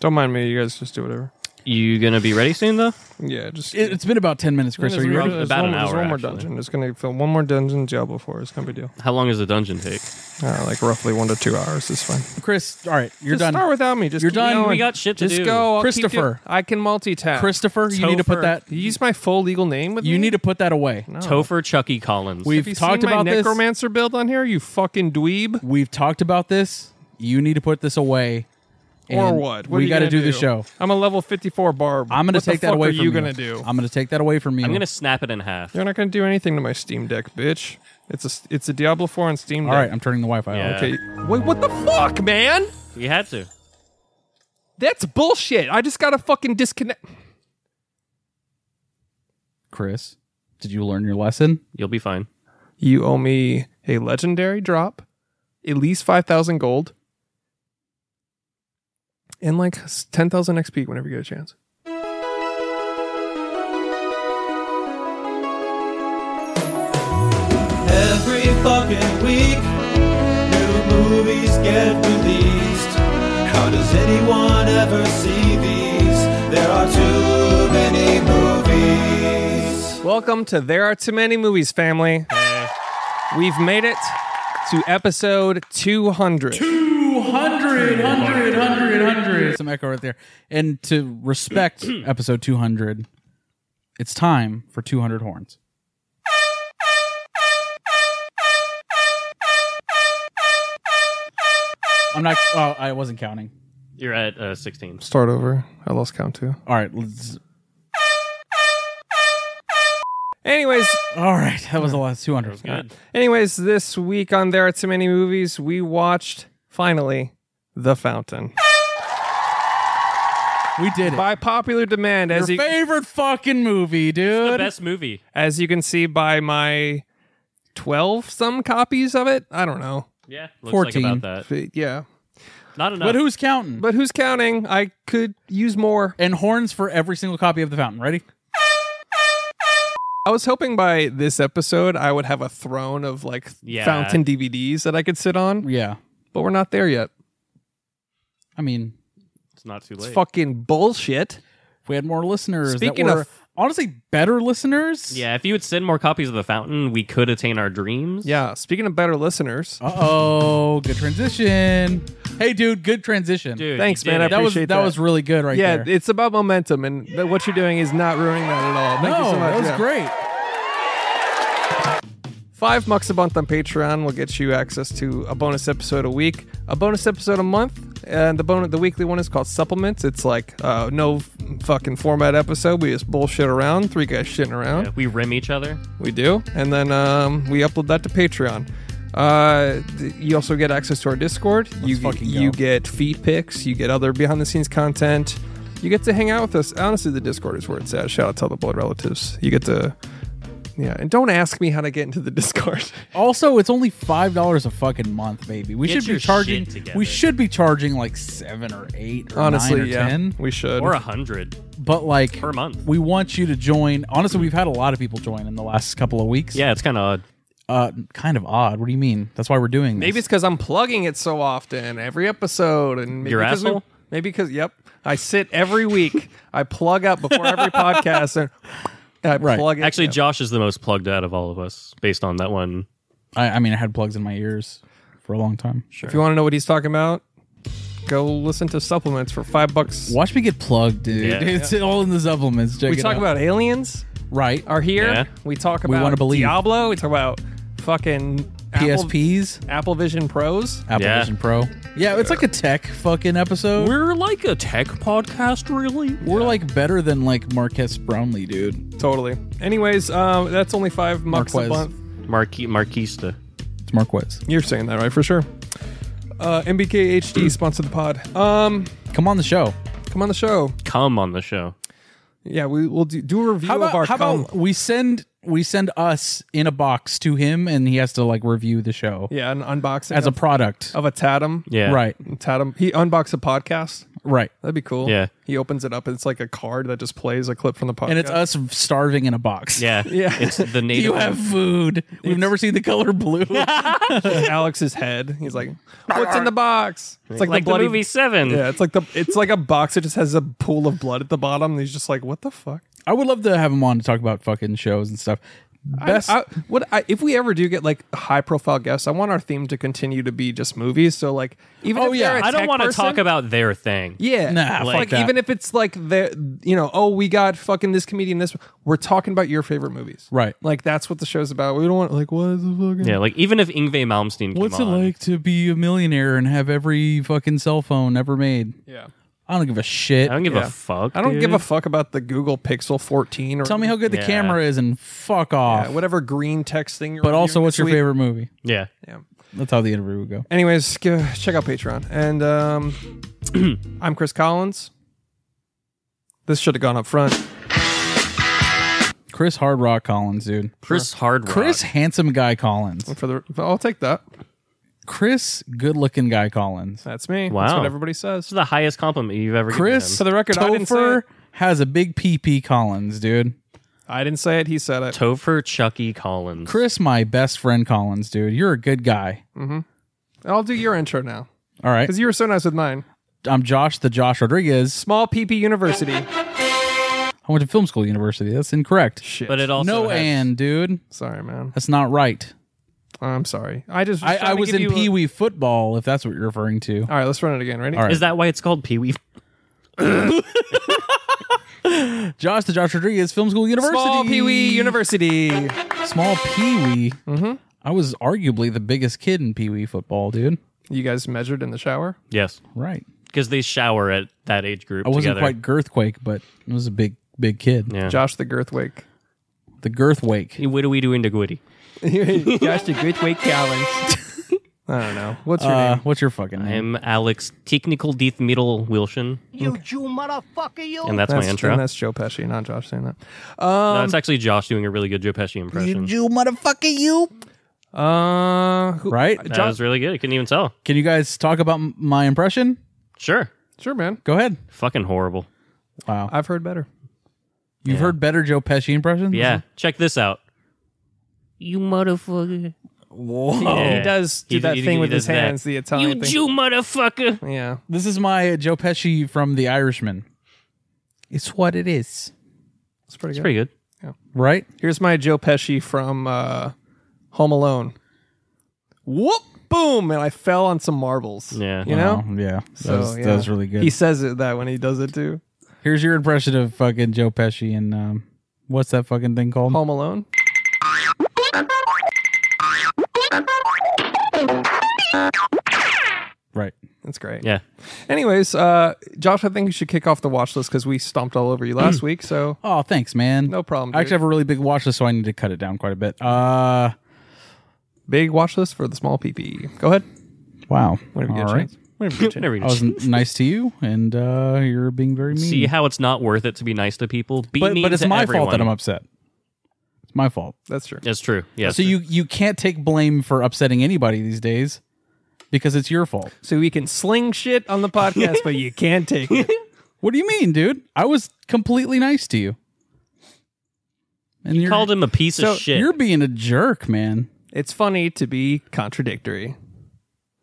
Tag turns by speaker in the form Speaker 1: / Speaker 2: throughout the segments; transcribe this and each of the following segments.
Speaker 1: Don't mind me. You guys just do whatever.
Speaker 2: You gonna be ready soon though?
Speaker 1: Yeah, just.
Speaker 3: It, it's been about 10 minutes, Chris.
Speaker 1: There's
Speaker 3: Are you
Speaker 1: one-
Speaker 3: ready?
Speaker 2: About
Speaker 1: there's
Speaker 2: an
Speaker 1: one, there's
Speaker 2: hour,
Speaker 1: one more
Speaker 2: actually.
Speaker 1: dungeon. It's gonna fill one more dungeon. Diablo Four. It's gonna be a deal.
Speaker 2: How long does the dungeon take?
Speaker 1: Uh, like roughly one to two hours is fine.
Speaker 3: Chris, all right, you're
Speaker 1: Just
Speaker 3: done.
Speaker 1: Start without me. Just
Speaker 3: You're
Speaker 1: keep
Speaker 3: done.
Speaker 1: going.
Speaker 3: We
Speaker 2: got shit to
Speaker 1: just
Speaker 2: do.
Speaker 1: go. uh, I'll keep
Speaker 3: Christopher.
Speaker 1: doing- I can multitask.
Speaker 3: Christopher, you need to put
Speaker 2: Topher.
Speaker 3: that
Speaker 1: You use my full legal name with me.
Speaker 3: you need to put that away.
Speaker 1: No.
Speaker 2: Topher Chucky Collins.
Speaker 3: We've
Speaker 1: Have you
Speaker 3: talked
Speaker 1: seen
Speaker 3: about
Speaker 1: my
Speaker 3: this.
Speaker 1: necromancer build on here. You fucking dweeb.
Speaker 3: We've talked about this. You need to put this away.
Speaker 1: or
Speaker 3: and
Speaker 1: what? What are
Speaker 3: we
Speaker 1: you
Speaker 3: gotta
Speaker 1: gonna
Speaker 3: do the show.
Speaker 1: I'm a level 54 barb.
Speaker 3: I'm going to
Speaker 1: What the
Speaker 3: take that
Speaker 1: fuck
Speaker 3: away
Speaker 1: Are
Speaker 3: from
Speaker 1: you gonna do?
Speaker 3: I'm going to take that away from you.
Speaker 2: I'm gonna snap it in half.
Speaker 1: You're not gonna do anything to my Steam Deck, bitch. It's a it's a Diablo 4 on Steam
Speaker 3: All right,
Speaker 1: Deck.
Speaker 3: I'm turning the Wi-Fi
Speaker 2: Yeah.
Speaker 3: off.
Speaker 1: Okay. Wait, what the fuck, man?
Speaker 2: We had to.
Speaker 1: That's bullshit. I just gotta fucking disconnect.
Speaker 3: Chris, did you learn your lesson?
Speaker 2: You'll be fine.
Speaker 1: You owe me a legendary drop, at least 5,000 gold, and like 10,000 XP whenever you get a chance.
Speaker 4: Every fucking week, new movies get released. How does anyone ever see these? There are too many movies.
Speaker 1: Welcome to There Are Too Many Movies, family. We've made it to episode 200.
Speaker 3: 100, 100, 100, 100. Some echo right there. And to respect episode 200, it's time for 200 horns. I'm not. Oh, I wasn't counting.
Speaker 2: You're at uh, 16.
Speaker 1: Start over. I lost count too.
Speaker 3: All right. Let's,
Speaker 1: Anyways,
Speaker 3: all right. That was the last 200.
Speaker 2: Good.
Speaker 1: anyways, this week on There Are Too Many Movies, we watched finally The Fountain.
Speaker 3: We did it.
Speaker 1: By popular demand, as
Speaker 3: Your
Speaker 1: you,
Speaker 3: favorite fucking movie,
Speaker 2: The
Speaker 3: dude.
Speaker 2: best movie.
Speaker 1: as you can see by my 12 some copies of it. I don't know.
Speaker 2: Yeah. Looks
Speaker 3: 14.
Speaker 2: like about that.
Speaker 1: F- Yeah.
Speaker 2: Not enough.
Speaker 3: But who's counting?
Speaker 1: But who's counting? I could use more.
Speaker 3: and horns for every single copy of The Fountain. Ready?
Speaker 1: I was hoping by this episode I would have a throne of like
Speaker 2: Yeah.
Speaker 1: fountain DVDs that I could sit on,
Speaker 3: Yeah.
Speaker 1: but we're not there yet.
Speaker 3: I mean,
Speaker 2: It's not too
Speaker 1: It's
Speaker 2: late.
Speaker 1: fucking bullshit.
Speaker 3: if we had more listeners
Speaker 1: Speaking
Speaker 3: that were
Speaker 1: of-
Speaker 3: honestly better listeners.
Speaker 2: Yeah, if you would send more copies of The Fountain, we could attain our dreams.
Speaker 1: Yeah. Speaking of better listeners,
Speaker 3: Uh oh, good transition. Hey, dude, good transition.
Speaker 2: Dude,
Speaker 1: Thanks,
Speaker 2: you did
Speaker 1: man. I
Speaker 2: it.
Speaker 3: that was
Speaker 1: appreciate
Speaker 3: that,
Speaker 1: that.
Speaker 3: was really good right
Speaker 1: yeah,
Speaker 3: there.
Speaker 1: it's about momentum, and th- what you're doing is not ruining that at all. Thank
Speaker 3: no,
Speaker 1: you so much.
Speaker 3: that was
Speaker 1: yeah.
Speaker 3: great.
Speaker 1: Five bucks a month on Patreon will get you access to a bonus episode a week, a bonus episode a month, and the bonus the weekly one is called supplements. It's like uh, no f- fucking format episode. We just bullshit around, three guys shitting around.
Speaker 2: Yeah, we rim each other.
Speaker 1: We do, and then um, we upload that to Patreon. Uh, th- you also get access to our Discord. you
Speaker 3: fucking go.
Speaker 1: you get feed picks. You get other behind the scenes content. You get to hang out with us. Honestly, the Discord is where it's at. Shout out to all the blood relatives. You get to, yeah. And don't ask me how to get into the Discord.
Speaker 3: Also, it's only five dollars a fucking month, baby. We
Speaker 2: Get
Speaker 3: should be
Speaker 2: your shit
Speaker 3: charging.
Speaker 2: together.
Speaker 3: We should be charging like seven or eight, or
Speaker 1: Honestly,
Speaker 3: nine or
Speaker 1: yeah,
Speaker 3: ten.
Speaker 1: we should.
Speaker 2: Or a hundred.
Speaker 3: But like
Speaker 2: Per month.
Speaker 3: we want you to join. Honestly, we've had a lot of people join in the last couple of weeks.
Speaker 2: Yeah, it's kind of odd.
Speaker 3: uh, kind of odd. What do you mean? That's why we're doing this.
Speaker 1: Maybe it's because I'm plugging it so often, every episode, and maybe
Speaker 2: Your
Speaker 1: 'cause we-
Speaker 2: asshole?
Speaker 1: maybe because yep, I sit every week. I plug up before every podcast, and I
Speaker 3: Right.
Speaker 1: plug it.
Speaker 2: Actually,
Speaker 1: yep.
Speaker 2: Josh is the most plugged out of all of us, based on that one.
Speaker 3: I, I mean, I had plugs in my ears for a long time.
Speaker 1: If you want to know what he's talking about, go listen to supplements for five bucks.
Speaker 3: Watch me get plugged, dude.
Speaker 2: Yeah.
Speaker 3: It's all in the supplements. Check
Speaker 1: We
Speaker 3: it
Speaker 1: talk
Speaker 3: out.
Speaker 1: about aliens
Speaker 3: right
Speaker 1: are here.
Speaker 2: Yeah.
Speaker 1: We talk
Speaker 3: We
Speaker 1: about
Speaker 3: wanna believe.
Speaker 1: Diablo. We talk about fucking Apple,
Speaker 3: PSPs,
Speaker 1: Apple Vision Pros.
Speaker 3: Apple
Speaker 2: Yeah.
Speaker 3: Vision Pro. Yeah, it's like a tech fucking episode. We're,
Speaker 2: We're like a tech podcast, really.
Speaker 3: like better than like Marquez Brownlee, dude.
Speaker 1: Totally. Anyways, um, that's only five bucks a
Speaker 3: Marquez.
Speaker 1: month.
Speaker 2: Marquis Marquista.
Speaker 3: It's Marquez.
Speaker 1: You're saying that right for sure. Uh, MBK HD sponsored the pod. Um,
Speaker 3: Come on the show.
Speaker 1: come on the show.
Speaker 2: Come on the show.
Speaker 1: Yeah, we will do, do a review
Speaker 3: How
Speaker 1: of our
Speaker 3: about, how
Speaker 1: cum.
Speaker 3: about we send we send us in a box to him and he has to like review the show
Speaker 1: yeah, Oh, an unboxing
Speaker 3: as a
Speaker 1: of,
Speaker 3: product.
Speaker 1: of a Tatum.
Speaker 2: Yeah.
Speaker 3: Right.
Speaker 1: Tatum. He unboxed a podcast.
Speaker 3: Right.
Speaker 1: That'd be cool.
Speaker 2: Yeah.
Speaker 1: He opens it up and it's like a card that just plays a clip from the podcast.
Speaker 3: And it's us starving in a box.
Speaker 2: Yeah.
Speaker 1: Yeah.
Speaker 2: It's the
Speaker 3: Do
Speaker 2: native.
Speaker 3: you have food? We've never seen the color blue.
Speaker 1: Alex's head. He's like, "What's in the box?" It's
Speaker 2: like the movie Seven.
Speaker 1: Yeah, it's like the it's like a box that just has a pool of blood at the bottom. And he's just like, "What the fuck?"
Speaker 3: I would love to have him on to talk about fucking shows and stuff. Best
Speaker 1: I, I, what I, if we ever do get like high profile guests? I want our theme to continue to be just movies. So like, even
Speaker 3: Oh,
Speaker 1: if
Speaker 3: yeah.
Speaker 1: they're a
Speaker 2: I don't
Speaker 1: tech
Speaker 2: want to
Speaker 1: person-
Speaker 2: talk about their thing.
Speaker 1: Yeah,
Speaker 3: Nah,
Speaker 1: like,
Speaker 3: fuck that.
Speaker 1: even if it's like the you know, oh, we got fucking this comedian. This we're talking about your favorite movies,
Speaker 3: Right.
Speaker 1: Like that's what the show's about. We don't want like what is the fucking
Speaker 2: Yeah, like even if Ingve Malmsteen. Came
Speaker 3: What's it
Speaker 2: on,
Speaker 3: like to be a millionaire and have every fucking cell phone ever made?
Speaker 1: yeah.
Speaker 3: I don't give a shit.
Speaker 2: I don't give
Speaker 1: Yeah.
Speaker 2: a fuck.
Speaker 1: I don't
Speaker 2: dude.
Speaker 1: give a fuck about the Google Pixel 14 or
Speaker 3: Tell me how good the
Speaker 2: Yeah.
Speaker 3: camera is and fuck off.
Speaker 1: Yeah, whatever green text thing. You're
Speaker 3: but also,
Speaker 1: reviewing
Speaker 3: what's
Speaker 1: this
Speaker 3: your
Speaker 1: week.
Speaker 3: favorite movie?
Speaker 2: Yeah.
Speaker 1: Yeah.
Speaker 3: That's how the interview would go.
Speaker 1: Anyways, go, check out Patreon. And um, I'm Chris Collins. This should have gone up front.
Speaker 3: Chris Hard Rock Collins, dude.
Speaker 2: Chris Hard. Rock.
Speaker 3: Chris Handsome Guy Collins.
Speaker 1: For the, I'll take that.
Speaker 3: Chris Good Looking Guy Collins.
Speaker 1: That's me. That's
Speaker 2: Wow.
Speaker 1: what everybody says.
Speaker 2: This is the highest compliment you've ever
Speaker 3: Chris
Speaker 1: For the record, I didn't say
Speaker 3: Topher
Speaker 1: it.
Speaker 3: has a big PP Collins, dude.
Speaker 1: I didn't say it. He said it.
Speaker 2: given him. Topher Chucky Collins.
Speaker 3: Chris, my best friend Collins, dude. You're a good guy.
Speaker 1: I'll do your intro now
Speaker 3: All right.
Speaker 1: because you were so nice with mine.
Speaker 3: I'm Josh, the Josh Rodriguez.
Speaker 1: Small PP University.
Speaker 3: I went to film school university. That's incorrect.
Speaker 1: Shit.
Speaker 2: But it also
Speaker 3: No
Speaker 2: has-
Speaker 3: and, dude.
Speaker 1: sorry, man.
Speaker 3: That's not right.
Speaker 1: I'm sorry. I just.
Speaker 3: I,
Speaker 1: trying
Speaker 3: I
Speaker 1: to
Speaker 3: was
Speaker 1: give
Speaker 3: in
Speaker 1: you a-
Speaker 3: Pee Wee football, if that's what you're referring to.
Speaker 1: All right, let's run it again. Ready?
Speaker 3: All right.
Speaker 2: Is that why it's called Pee Wee?
Speaker 3: Josh the Josh Rodriguez Film School University.
Speaker 1: Small Pee Wee University.
Speaker 3: Small Pee Wee. Mm-hmm. I was arguably the biggest kid in Pee Wee football, dude.
Speaker 1: You guys measured in the shower?
Speaker 2: Yes,
Speaker 3: Right.
Speaker 2: because they shower at that age group.
Speaker 3: I wasn't
Speaker 2: together.
Speaker 3: quite girthquake, but I was a big, big kid.
Speaker 2: Yeah.
Speaker 1: Josh the Girthwake.
Speaker 3: The girthwake.
Speaker 2: What are we doing to Gwitty?
Speaker 1: Josh the Girthwake Collins. I don't know. What's your
Speaker 3: Uh,
Speaker 1: name?
Speaker 3: what's your fucking name?
Speaker 2: I'm Alex Technical Death Middle Wilson. You Jew motherfucker, you. And that's, my intro.
Speaker 1: And
Speaker 2: That's,
Speaker 1: that's Joe Pesci, not Josh saying that.
Speaker 2: no, it's actually Josh doing a really good Joe Pesci impression.
Speaker 3: Um, You motherfucker, you.
Speaker 1: Uh, who,
Speaker 3: Right?
Speaker 2: that was really good. I couldn't even tell.
Speaker 3: Can you guys talk about m- my impression?
Speaker 2: Sure.
Speaker 1: Sure, man.
Speaker 3: Go ahead.
Speaker 2: Fucking horrible.
Speaker 3: Mm-hmm. Wow.
Speaker 1: I've heard better.
Speaker 3: You've heard better Joe Pesci impressions?
Speaker 2: Yeah. Check this out. You motherfucker.
Speaker 3: Whoa.
Speaker 2: Yeah.
Speaker 1: He does do
Speaker 2: He-
Speaker 1: that
Speaker 2: he-
Speaker 1: thing
Speaker 2: he
Speaker 1: with
Speaker 2: does
Speaker 1: his
Speaker 2: that.
Speaker 1: hands, the Italian
Speaker 2: You
Speaker 1: thing.
Speaker 2: Jew motherfucker.
Speaker 1: yeah.
Speaker 3: This is my Joe Pesci from The Irishman. It's what it is.
Speaker 1: It's pretty
Speaker 2: It's
Speaker 1: good.
Speaker 2: pretty good.
Speaker 3: Right?
Speaker 1: Here's my Joe Pesci from uh, Home Alone. Whoop! Boom! And I fell on some marbles.
Speaker 2: Yeah.
Speaker 1: You know?
Speaker 3: Oh, yeah. That,
Speaker 1: So,
Speaker 3: was, that
Speaker 1: yeah.
Speaker 3: was really good.
Speaker 1: He says it that when he does it too.
Speaker 3: Here's your impression of fucking Joe Pesci and um, what's that fucking thing called?
Speaker 1: Home Alone.
Speaker 3: Right.
Speaker 1: That's great.
Speaker 2: Yeah.
Speaker 1: Anyways, uh, Josh, I think you should kick off the watch list because we stomped all over you last week. So
Speaker 3: Oh, thanks, man.
Speaker 1: no problem.
Speaker 3: I
Speaker 1: dude.
Speaker 3: actually have a really big watch list, so I need to cut it down quite a bit. Uh,
Speaker 1: big watch list for the small PP. Go ahead.
Speaker 3: wow.
Speaker 1: Whenever you
Speaker 3: All
Speaker 1: get a
Speaker 3: right.
Speaker 1: chance. Whenever you get a
Speaker 2: There
Speaker 1: chance.
Speaker 2: we
Speaker 3: I
Speaker 2: go.
Speaker 3: was n- nice to you, and uh, you're being very mean.
Speaker 2: See how it's not worth it to be nice to people. Be
Speaker 3: but
Speaker 2: mean
Speaker 3: but it's
Speaker 2: to
Speaker 3: my
Speaker 2: everyone.
Speaker 3: fault that I'm upset. It's my fault.
Speaker 1: That's true.
Speaker 2: That's true. Yeah.
Speaker 3: So you you can't take blame for upsetting anybody these days because it's your fault.
Speaker 1: So we can sling shit on the podcast, but you can't take it.
Speaker 3: What do you mean, dude? I was completely nice to you. And you
Speaker 2: called him a piece
Speaker 1: So,
Speaker 2: of shit.
Speaker 3: You're being a jerk, man.
Speaker 1: It's funny to be contradictory.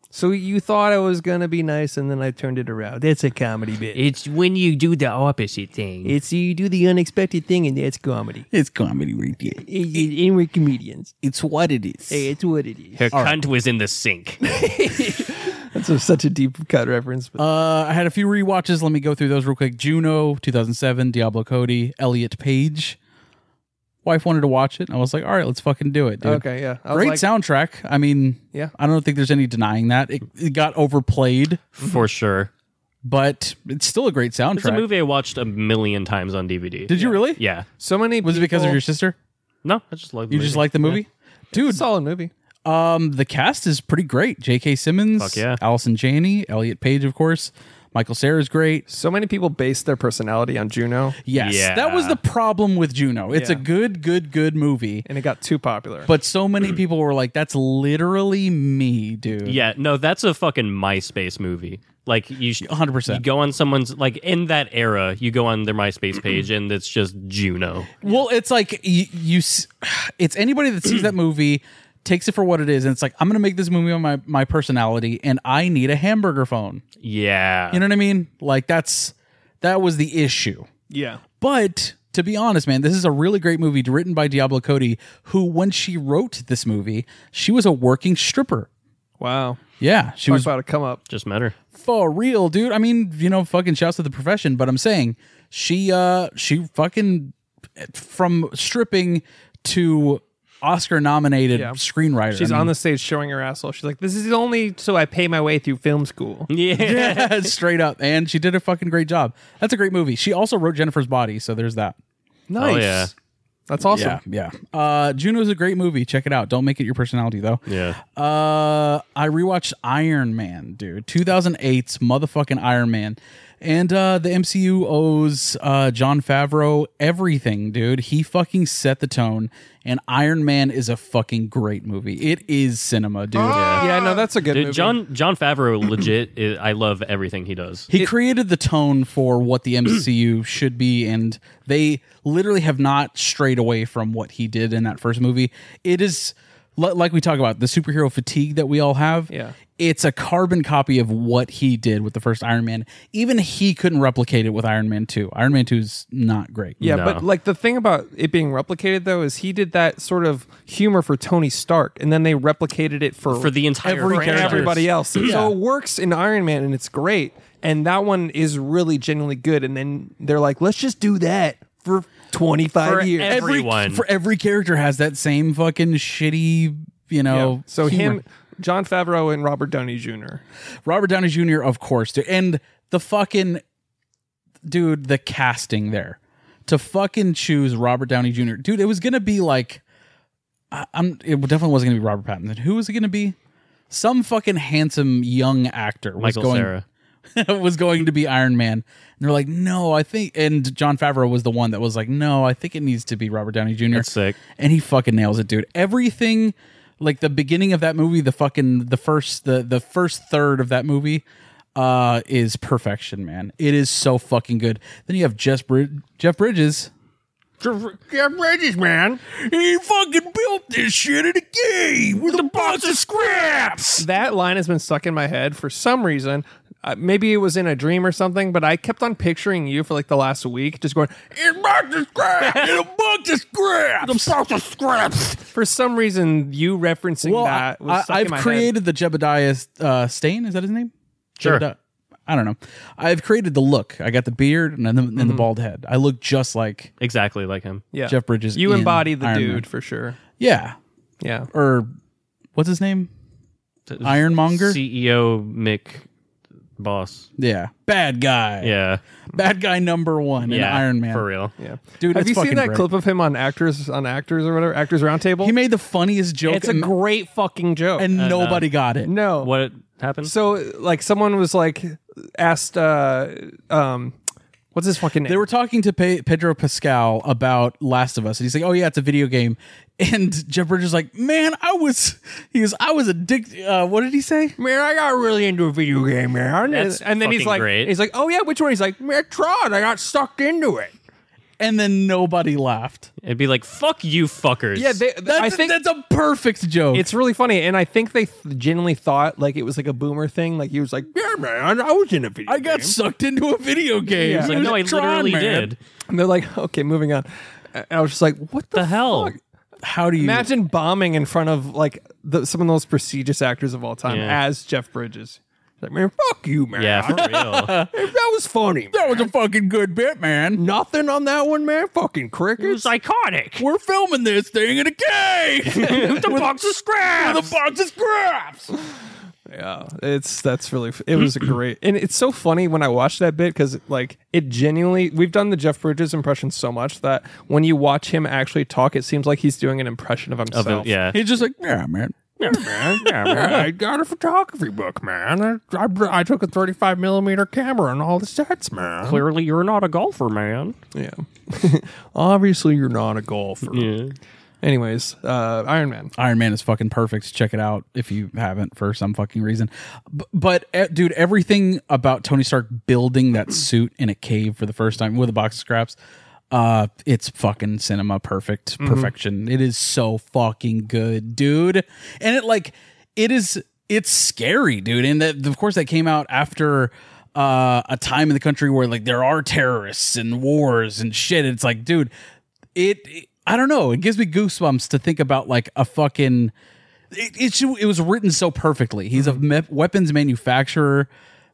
Speaker 1: So you thought I was gonna be nice, and then I turned it around. It's a comedy bit.
Speaker 2: It's when you do the opposite thing.
Speaker 1: it's you do the unexpected thing, and that's comedy.
Speaker 3: It's comedy radio.
Speaker 1: It, it, and we're comedians.
Speaker 3: It's what it is.
Speaker 1: Hey, it's what it is.
Speaker 2: Her cunt was in the sink.
Speaker 1: That's a, such a deep cut reference. But
Speaker 3: Uh, I had a few rewatches. Let me go through those real quick. Juno, 2007, Diablo Cody, Elliot Page. Wife wanted to watch it. and I was like, all right, let's fucking do it, dude.
Speaker 1: okay, yeah, I was
Speaker 3: Uh, Great
Speaker 1: like-
Speaker 3: soundtrack. I mean,
Speaker 1: Yeah.
Speaker 3: I don't think there's any denying that. It, it got overplayed,
Speaker 2: For sure.
Speaker 3: but it's still a great soundtrack.
Speaker 2: It's a movie I watched a million times on DVD.
Speaker 3: Did you really?
Speaker 2: Yeah.
Speaker 1: So many.
Speaker 3: Was it because of
Speaker 1: people-
Speaker 3: your sister?
Speaker 2: No, I just like
Speaker 3: You just like the movie? Dude,
Speaker 1: solid movie?
Speaker 3: Um, the cast is pretty great. J.K. Simmons,
Speaker 2: Fuck yeah.
Speaker 3: Allison Janney, Elliot Page, of course. Michael Sarah's great.
Speaker 1: So many people base their personality on Juno,
Speaker 3: Yes,
Speaker 2: Yeah.
Speaker 3: that was the problem with Juno. It's a
Speaker 1: Yeah.
Speaker 3: good, good, good movie,
Speaker 1: and it got too popular.
Speaker 3: but so many people were like, "That's literally me, dude."
Speaker 2: Yeah, no, that's a fucking MySpace movie. Like you, sh-
Speaker 3: 100%.
Speaker 2: You go on someone's like in that era, you go on their MySpace page, and it's just Juno.
Speaker 3: Well, it's like you, you s- it's anybody that sees that movie takes it for what it is, and it's like I'm gonna make this movie on my my personality, and I need a hamburger phone.
Speaker 2: Yeah,
Speaker 3: You know what I mean? Like that's that was the issue.
Speaker 1: Yeah.
Speaker 3: But to be honest, man, this is a really great movie written by Diablo Cody, who when she wrote this movie, she was a working stripper.
Speaker 1: Wow.
Speaker 3: Yeah, she
Speaker 1: Talk
Speaker 3: was
Speaker 1: about to come up.
Speaker 2: just met her.
Speaker 3: for real, dude. I mean, you know, fucking shouts to the profession, but I'm saying she uh she fucking from stripping to Oscar nominated
Speaker 1: Yeah.
Speaker 3: screenwriter.
Speaker 1: She's
Speaker 3: I mean,
Speaker 1: on the stage showing her asshole. She's like, "This is only so I pay my way through film school."
Speaker 2: Yeah,
Speaker 3: straight up and she did a fucking great job. That's a great movie. She also wrote Jennifer's Body, so there's that.
Speaker 1: Nice.
Speaker 2: yeah.
Speaker 1: That's awesome.
Speaker 3: Yeah, yeah. Uh Juno's a great movie. Check it out. Don't make it your personality though.
Speaker 2: yeah.
Speaker 3: Uh, I rewatched Iron Man, dude. 2008's motherfucking Iron Man. And uh, the MCU owes uh, John Favreau everything, dude. He fucking set the tone, and Iron Man is a fucking great movie. It is cinema, dude.
Speaker 1: Yeah, no, that's a good
Speaker 2: Dude,
Speaker 1: movie.
Speaker 2: John John Favreau legit. Is, I love everything he does.
Speaker 3: He created the tone for what the MCU should be, and they literally have not strayed away from what he did in that first movie. It is li- like we talk about the superhero fatigue that we all have.
Speaker 1: Yeah.
Speaker 3: It's a carbon copy of what he did with the first Iron Man. Even he couldn't replicate it with Iron Man 2. Iron Man 2 is not great.
Speaker 1: Yeah,
Speaker 2: No.
Speaker 1: but like the thing about it being replicated though is he did that sort of humor for Tony Stark, and then they replicated it for
Speaker 2: For the entire
Speaker 1: for
Speaker 2: franchise.
Speaker 1: everybody else. And So it works in Iron Man, and it's great. And that one is really genuinely good. And then they're like, let's just do that for twenty
Speaker 2: For
Speaker 1: five years.
Speaker 2: ev-
Speaker 3: Every-
Speaker 2: everyone.
Speaker 3: for every character has that same fucking shitty, you know.
Speaker 2: Oh,
Speaker 1: Yeah. so
Speaker 3: humor.
Speaker 1: him, John Favreau, and Robert Downey Jr.
Speaker 3: Robert Downey Jr. of course, dude, and the fucking dude, the casting there to fucking choose Robert Downey Jr. Dude, it was gonna be like, I, I'm. It definitely wasn't gonna be Robert Pattinson. Who was it gonna be? Some fucking handsome young actor was
Speaker 2: Michael
Speaker 3: going
Speaker 2: Sarah.
Speaker 3: was going to be Iron Man, and they're like, no, I think. And John Favreau was the one that was like, no, I think it needs to be Robert Downey Jr.
Speaker 2: That's sick.
Speaker 3: And he fucking nails it, dude. Everything like the beginning of that movie, the fucking the first the the first third of that movie uh is perfection, man. It is so fucking good. Then you have Jeff Brid- Jeff Bridges.
Speaker 1: Yeah, Bridges, man.
Speaker 3: He fucking built this shit in a game with a box of scraps.
Speaker 1: That line has been stuck in my head for some reason. Uh, maybe it was in a dream or something, but I kept on picturing you for like the last week, just going, "In my description."
Speaker 3: In a box of scraps.
Speaker 1: For some reason, you referencing
Speaker 3: Well, I,
Speaker 1: that was stuck
Speaker 3: I,
Speaker 1: in my
Speaker 3: have
Speaker 1: head.
Speaker 3: created the Jebediah uh, stain. Is that his name?
Speaker 2: Sure.
Speaker 3: Jebediah- I don't know. I've created the look. I got the beard and then the, and the bald head. I look just like
Speaker 2: Exactly like him.
Speaker 1: Yeah.
Speaker 3: Jeff Bridges
Speaker 1: You
Speaker 3: in
Speaker 1: embody the
Speaker 3: Iron
Speaker 1: dude
Speaker 3: Man.
Speaker 1: for sure.
Speaker 3: yeah.
Speaker 1: Yeah.
Speaker 3: Or what's his name? Ironmonger.
Speaker 2: CEO E Mick Boss.
Speaker 3: yeah, bad guy.
Speaker 2: Yeah.
Speaker 3: bad guy number one in
Speaker 2: yeah.
Speaker 3: Iron Man.
Speaker 2: For real.
Speaker 1: Yeah.
Speaker 3: Dude,
Speaker 1: Have
Speaker 3: it's
Speaker 1: you seen
Speaker 3: fucking
Speaker 1: that
Speaker 3: great.
Speaker 1: clip of him on actors on actors or whatever actors roundtable?
Speaker 3: He made the funniest joke.
Speaker 1: it's a
Speaker 3: and-
Speaker 1: great fucking joke.
Speaker 3: and nobody got it.
Speaker 1: no,
Speaker 2: What happened?
Speaker 1: so like someone was like asked, uh, um, what's his fucking name?
Speaker 3: They were talking to Pe- Pedro Pascal about Last of Us, and he's like, "Oh yeah, it's a video game." And Jeff Bridges is like, "Man, I was, he was, I was addicted." Uh, what did he say?
Speaker 1: Man, I got really into a video game, man.
Speaker 2: That's
Speaker 1: and then he's
Speaker 2: fucking
Speaker 1: like,
Speaker 2: great.
Speaker 1: he's like, oh yeah, which one? He's like, man, Tron. I got sucked into it.
Speaker 3: And then nobody laughed.
Speaker 2: It'd be like, fuck you fuckers.
Speaker 1: Yeah, they,
Speaker 3: That's,
Speaker 1: I think
Speaker 3: that's a perfect joke.
Speaker 1: It's really funny, and I think they th- genuinely thought like it was like a boomer thing. Like he was like, "Yeah, man, I was in a video."
Speaker 3: I got
Speaker 1: game."
Speaker 3: sucked into a video game.
Speaker 1: Yeah.
Speaker 2: It's
Speaker 3: It
Speaker 2: like,
Speaker 3: was
Speaker 2: no, I
Speaker 3: Tron,
Speaker 2: literally
Speaker 3: man."
Speaker 2: did.
Speaker 1: And they're like, "Okay, moving on." And I was just like, "What the,
Speaker 2: The hell?
Speaker 1: fuck?
Speaker 3: How do you
Speaker 1: Imagine bombing in front of like the, some of the most prestigious actors of all time
Speaker 2: Yeah.
Speaker 1: as Jeff Bridges. Like, man, fuck you, man.
Speaker 2: Yeah, for real.
Speaker 1: that was funny.
Speaker 3: That was a fucking good bit, man.
Speaker 1: Nothing on that one, man. Fucking crickets.
Speaker 2: iconic.
Speaker 3: We're filming this thing in a cave with a box of scraps. With a box of scraps.
Speaker 1: Yeah, it's that's really it was a great and it's so funny when I watch that bit because like it genuinely we've done the Jeff Bridges impression so much that when you watch him actually talk, it seems like he's doing an impression of himself.
Speaker 2: Of it, yeah.
Speaker 3: He's just like, yeah, man.
Speaker 1: man, yeah, man. I got a photography book, man. I, I, I took a thirty-five millimeter camera and all the sets, man.
Speaker 2: Clearly, you're not a golfer, man.
Speaker 1: Yeah, obviously you're not a golfer.
Speaker 2: Yeah.
Speaker 1: Anyways, uh, Iron Man.
Speaker 3: Iron Man is fucking perfect. Check it out if you haven't for some fucking reason. B- but eh, dude, everything about Tony Stark building that suit in a cave for the first time with a box of scraps, uh, it's fucking cinema perfect perfection. It is so fucking good, dude. And it like it is it's scary, dude. And that of course that came out after uh, a time in the country where like there are terrorists and wars and shit. It's like, dude, it, it- I don't know. It gives me goosebumps to think about like a fucking. It it, should- it was written so perfectly. He's a me- weapons manufacturer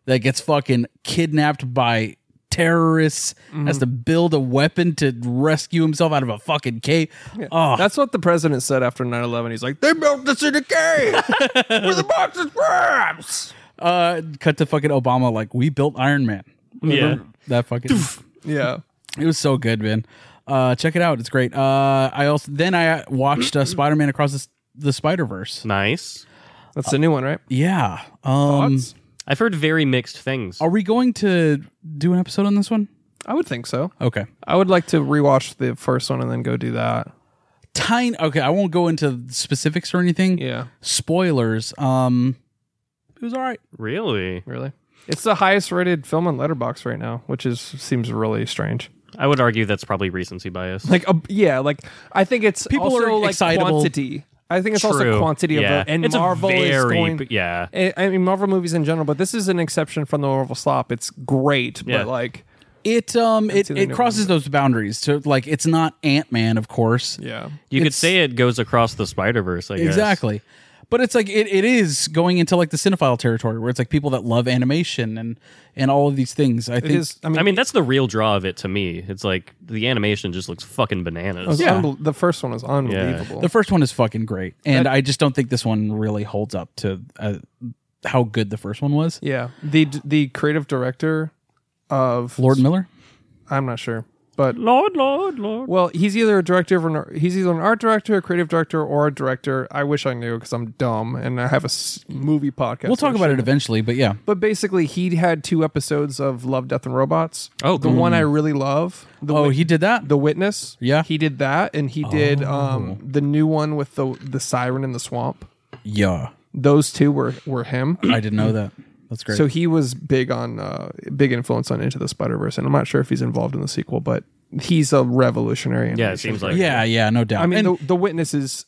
Speaker 3: that gets fucking kidnapped by terrorists. Has to build a weapon to rescue himself out of a fucking cave. Oh,
Speaker 1: That's what the president said after 9 11. He's like, they built this in a cave with a box of scraps.
Speaker 3: uh, cut to fucking Obama. Like we built Iron Man.
Speaker 2: Yeah.
Speaker 1: Mm-hmm.
Speaker 3: That fucking.
Speaker 1: Yeah.
Speaker 3: It was so good, man. Uh, check it out. It's great. Uh, I also then I watched uh, Spider Man across the, S- the Spider Verse.
Speaker 2: Nice.
Speaker 1: That's the new one, right?
Speaker 3: Mm. Yeah. Um,
Speaker 1: Thoughts?
Speaker 2: I've heard very mixed things.
Speaker 1: Oh.
Speaker 3: are we going to do an episode on this one?
Speaker 1: I would think so.
Speaker 3: Okay.
Speaker 1: I would like to rewatch the first one and then go do that.
Speaker 3: Tiny. Okay. I won't go into specifics or anything.
Speaker 1: Yeah.
Speaker 3: Spoilers. Um, it was all right.
Speaker 2: Really?
Speaker 1: Really? It's the highest rated film on Letterbox right now, which is seems really strange.
Speaker 2: I would argue that's probably recency bias.
Speaker 1: Like, uh, yeah, like I think it's
Speaker 3: People
Speaker 1: also,
Speaker 3: are
Speaker 1: like
Speaker 3: excitable.
Speaker 1: quantity. I think it's also quantity
Speaker 2: yeah.
Speaker 1: of the, and
Speaker 2: it's
Speaker 1: Marvel
Speaker 2: a very,
Speaker 1: is going.
Speaker 2: b- yeah.
Speaker 1: I I mean, Marvel movies in general, but this is an exception from the Marvel slop. It's great,
Speaker 2: Yeah.
Speaker 1: but like,
Speaker 3: It um it,
Speaker 1: seen the
Speaker 3: it
Speaker 1: new
Speaker 3: crosses those boundaries to like it's not Ant Man of course
Speaker 1: yeah,
Speaker 2: You could
Speaker 3: It's-
Speaker 2: say it goes across the Spider Verse, I guess.
Speaker 3: Exactly. But it's like it, it is going into like the cinephile territory where it's like people that love animation and and all of these things. I
Speaker 1: it
Speaker 3: think
Speaker 1: is. I mean,
Speaker 2: I mean, that's the real draw of it to me. It's like the animation just looks fucking bananas.
Speaker 1: it's
Speaker 3: yeah.
Speaker 1: unbel- the first one was unbelievable.
Speaker 3: the first one is fucking great, and
Speaker 1: That-
Speaker 3: I just don't think this one really holds up to uh, how good the first one was.
Speaker 1: yeah, the the creative director of
Speaker 3: Lord Miller.
Speaker 1: I'm not sure, but
Speaker 2: Lord, Lord, Lord.
Speaker 1: Well, he's either a director of an ar- he's either an art director, a creative director, or a director. I wish I knew because I'm dumb and I have a s- movie podcast.
Speaker 3: We'll talk about it eventually, but yeah,
Speaker 1: But basically, he had two episodes of Love, Death, and Robots.
Speaker 2: Oh,
Speaker 1: the
Speaker 2: cool.
Speaker 1: one I really love. The
Speaker 3: oh
Speaker 1: Wit-
Speaker 3: he did that.
Speaker 1: the Witness.
Speaker 3: Yeah.
Speaker 1: he did that, and he did um the new one with the the siren in the swamp.
Speaker 3: yeah,
Speaker 1: Those two were were him.
Speaker 3: I didn't know that. That's great.
Speaker 1: So he was big on uh, big influence on Into the Spider Verse, and I'm not sure if he's involved in the sequel, but he's a revolutionary.
Speaker 2: Yeah,
Speaker 1: animation
Speaker 2: it seems like.
Speaker 3: yeah, yeah, no doubt.
Speaker 1: I mean,
Speaker 3: And-
Speaker 1: the, the witness is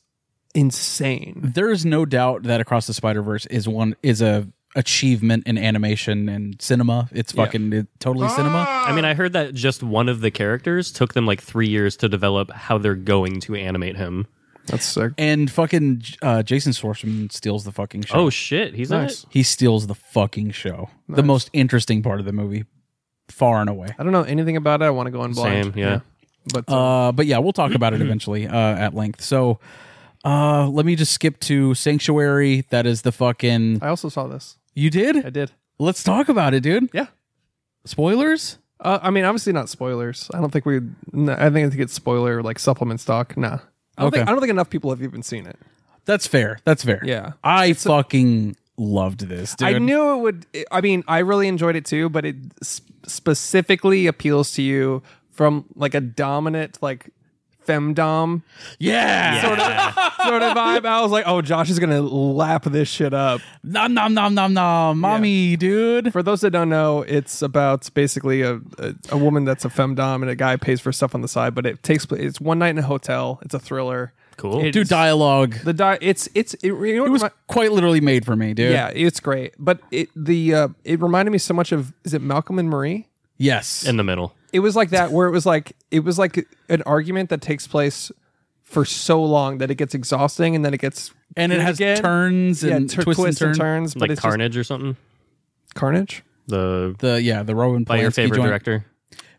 Speaker 1: insane.
Speaker 3: there is no doubt that across the spider verse is one is a achievement in animation and cinema it's fucking it, totally cinema
Speaker 2: I mean, I heard that just one of the characters took them like three years to develop how they're going to animate him.
Speaker 1: That's sick.
Speaker 3: and fucking uh, jason Schwartzman steals the fucking show
Speaker 2: Oh, shit. He's
Speaker 1: Nice.
Speaker 2: nice.
Speaker 3: he steals the fucking show the most interesting part of the movie far and away
Speaker 1: I don't know anything about it. I want to go in blind.
Speaker 2: Same, yeah.
Speaker 1: But uh,
Speaker 3: uh, but yeah we'll talk about it eventually uh, at length so uh, let me just skip to sanctuary that is the fucking
Speaker 1: I also saw this.
Speaker 3: you
Speaker 1: I
Speaker 3: did
Speaker 1: did.
Speaker 3: let's talk about it dude
Speaker 1: Yeah.
Speaker 3: spoilers
Speaker 1: Uh, I mean, obviously not spoilers. I don't think we. No, I think it's spoiler like supplement stock. Nah. I don't,
Speaker 3: Okay.
Speaker 1: think, I don't think enough people have even seen it.
Speaker 3: that's fair that's fair
Speaker 1: Yeah.
Speaker 3: i fucking loved this dude
Speaker 1: I knew it would. I mean, I really enjoyed it too, but it sp- specifically appeals to you from like a dominant, like femdom
Speaker 3: Yeah. Sort of.
Speaker 1: sort of vibe. I was like, oh, Josh is going to lap this shit up.
Speaker 3: Nom nom nom nom nom. Mommy, dude.
Speaker 1: For those that don't know, it's about basically a, a, a woman that's a femdom and a guy pays for stuff on the side, but it takes place. It's one night in a hotel. It's a thriller.
Speaker 2: Cool.
Speaker 1: It-
Speaker 3: Dude, dialogue.
Speaker 1: The di- it's it's it, you know what
Speaker 3: It was
Speaker 1: remi-
Speaker 3: quite literally made for me, dude.
Speaker 1: yeah, it's great. But it the uh, it reminded me so much of is it Malcolm and Marie?
Speaker 3: Yes.
Speaker 2: In the middle.
Speaker 1: It was like that where it was like it was like an argument that takes place for so long that it gets exhausting and then it gets
Speaker 3: and it
Speaker 1: good
Speaker 3: has
Speaker 1: again.
Speaker 3: turns
Speaker 1: yeah,
Speaker 3: and
Speaker 1: tur-
Speaker 3: twists,
Speaker 1: twists
Speaker 3: and,
Speaker 1: and,
Speaker 3: turns.
Speaker 1: turns, but
Speaker 2: Like
Speaker 1: it's
Speaker 2: Carnage or something.
Speaker 1: just carnage.
Speaker 2: The
Speaker 3: The yeah, the Rowan
Speaker 2: by your
Speaker 3: Polanski
Speaker 2: favorite
Speaker 3: joint.
Speaker 2: director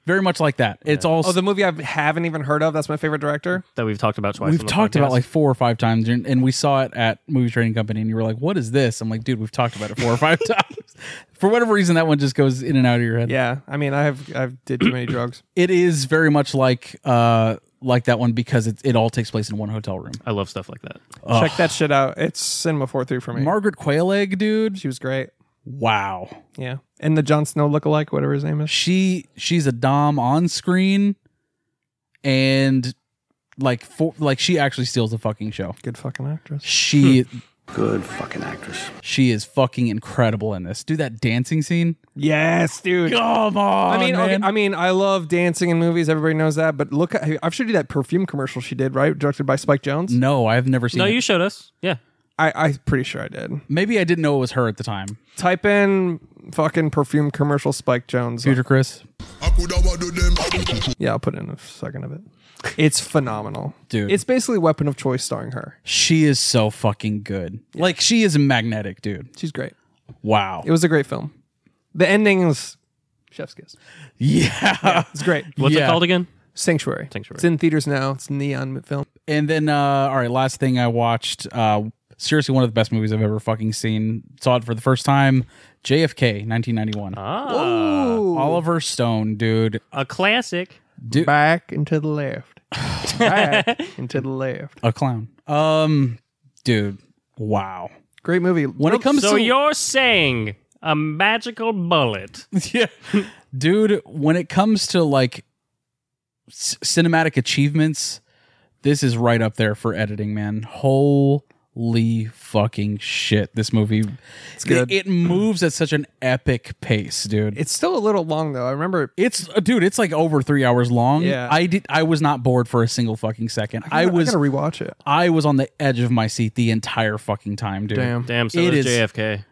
Speaker 3: Very much like that. It's all
Speaker 1: Oh, the movie I haven't even heard of. That's my favorite director.
Speaker 2: that we've talked about twice. on
Speaker 3: we've
Speaker 2: the
Speaker 3: talked
Speaker 2: podcast.
Speaker 3: about like four or five times, and, and we saw it at Movie Trading Company, and you were like, "What is this?" I'm like, "Dude, we've talked about it four or five times." For whatever reason, that one just goes in and out of your head.
Speaker 1: Yeah, I mean, I've I've did too many drugs.
Speaker 3: It is very much like uh like that one because it, it all takes place in one hotel room.
Speaker 2: I love stuff like that.
Speaker 1: Check that shit out. It's Cinema Four Three for me.
Speaker 3: Margaret Quayle, dude.
Speaker 1: she was great.
Speaker 3: Wow.
Speaker 1: Yeah, and the Jon Snow lookalike, whatever his name is.
Speaker 3: she she's a dom on screen and like for, like she actually steals the fucking show.
Speaker 1: Good fucking actress.
Speaker 3: She
Speaker 5: Good fucking actress.
Speaker 3: she is fucking incredible in this. Do that dancing scene.
Speaker 1: Yes, dude.
Speaker 3: Come on,
Speaker 1: I mean, okay,
Speaker 3: man.
Speaker 1: I mean, I love dancing in movies. Everybody knows that. But look, at, I've showed you that perfume commercial she did, right? Directed by Spike Jones.
Speaker 3: no, I've never seen.
Speaker 2: No,
Speaker 3: it.
Speaker 2: you showed us. Yeah.
Speaker 1: I, I'm pretty sure I did.
Speaker 3: Maybe I didn't know it was her at the time.
Speaker 1: Type in fucking perfume commercial Spike Jones.
Speaker 3: Future Chris,
Speaker 1: Yeah, I'll put in a second of it. It's phenomenal,
Speaker 3: Dude.
Speaker 1: It's basically Weapon of Choice starring her.
Speaker 3: she is so fucking good. Like she is magnetic, dude.
Speaker 1: She's great.
Speaker 3: Wow.
Speaker 1: It was a great film. The ending is chef's kiss.
Speaker 3: yeah.
Speaker 1: It's great.
Speaker 2: What's
Speaker 3: Yeah.
Speaker 2: it called again?
Speaker 1: Sanctuary.
Speaker 2: Sanctuary.
Speaker 1: It's in theaters now. It's a neon film.
Speaker 3: And then, uh, all right, last thing I watched. Uh, seriously, one of the best movies I've ever fucking seen. Saw it for the first time. JFK, 1991. Uh,
Speaker 2: Ah,
Speaker 3: Oliver Stone, dude.
Speaker 2: a classic.
Speaker 1: Back and to the left. Back and to the left.
Speaker 3: A clown. Um, dude. Wow.
Speaker 1: Great movie.
Speaker 3: When it comes
Speaker 2: So
Speaker 3: to
Speaker 2: you're saying a magical bullet?
Speaker 3: yeah, dude. When it comes to like c- cinematic achievements, this is right up there for editing, man. Holy fucking shit! This movie, it's
Speaker 1: good.
Speaker 3: It, it moves at such an epic pace, dude.
Speaker 1: It's still a little long though. I remember
Speaker 3: It's uh, dude, it's like over three hours long.
Speaker 1: Yeah.
Speaker 3: I did. I was not bored for a single fucking second. I,
Speaker 1: I
Speaker 3: was. Oh,
Speaker 1: gotta rewatch it.
Speaker 3: I was on the edge of my seat the entire fucking time, dude.
Speaker 1: Damn.
Speaker 2: Damn, so
Speaker 3: It
Speaker 2: there's
Speaker 3: is-
Speaker 2: JFK.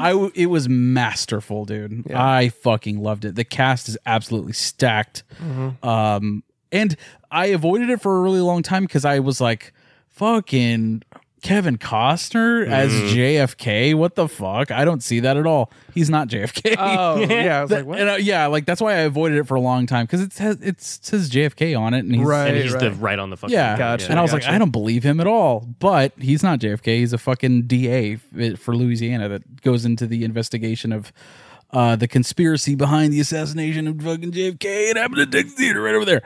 Speaker 3: I w- it was masterful, dude. I fucking loved it. The cast is absolutely stacked.
Speaker 1: Mm-hmm.
Speaker 3: Um, and I avoided it for a really long time because I was like, fucking Kevin Costner as
Speaker 1: Mm-hmm.
Speaker 3: JFK. What the fuck? I don't see that at all. He's not JFK.
Speaker 1: Oh yeah, I was like, what?
Speaker 3: And, uh, yeah, like that's why I avoided it for a long time because it has it says JFK on it, and he's
Speaker 1: Right.
Speaker 2: And he's
Speaker 1: right.
Speaker 2: the right on the fucking.
Speaker 3: yeah,
Speaker 1: Gotcha,
Speaker 3: and I was like,
Speaker 1: gotcha.
Speaker 3: I don't believe him at all. But he's not JFK. He's a fucking DA f- for Louisiana that goes into the investigation of uh, the conspiracy behind the assassination of fucking JFK. It happened at Dick's Theater right over there.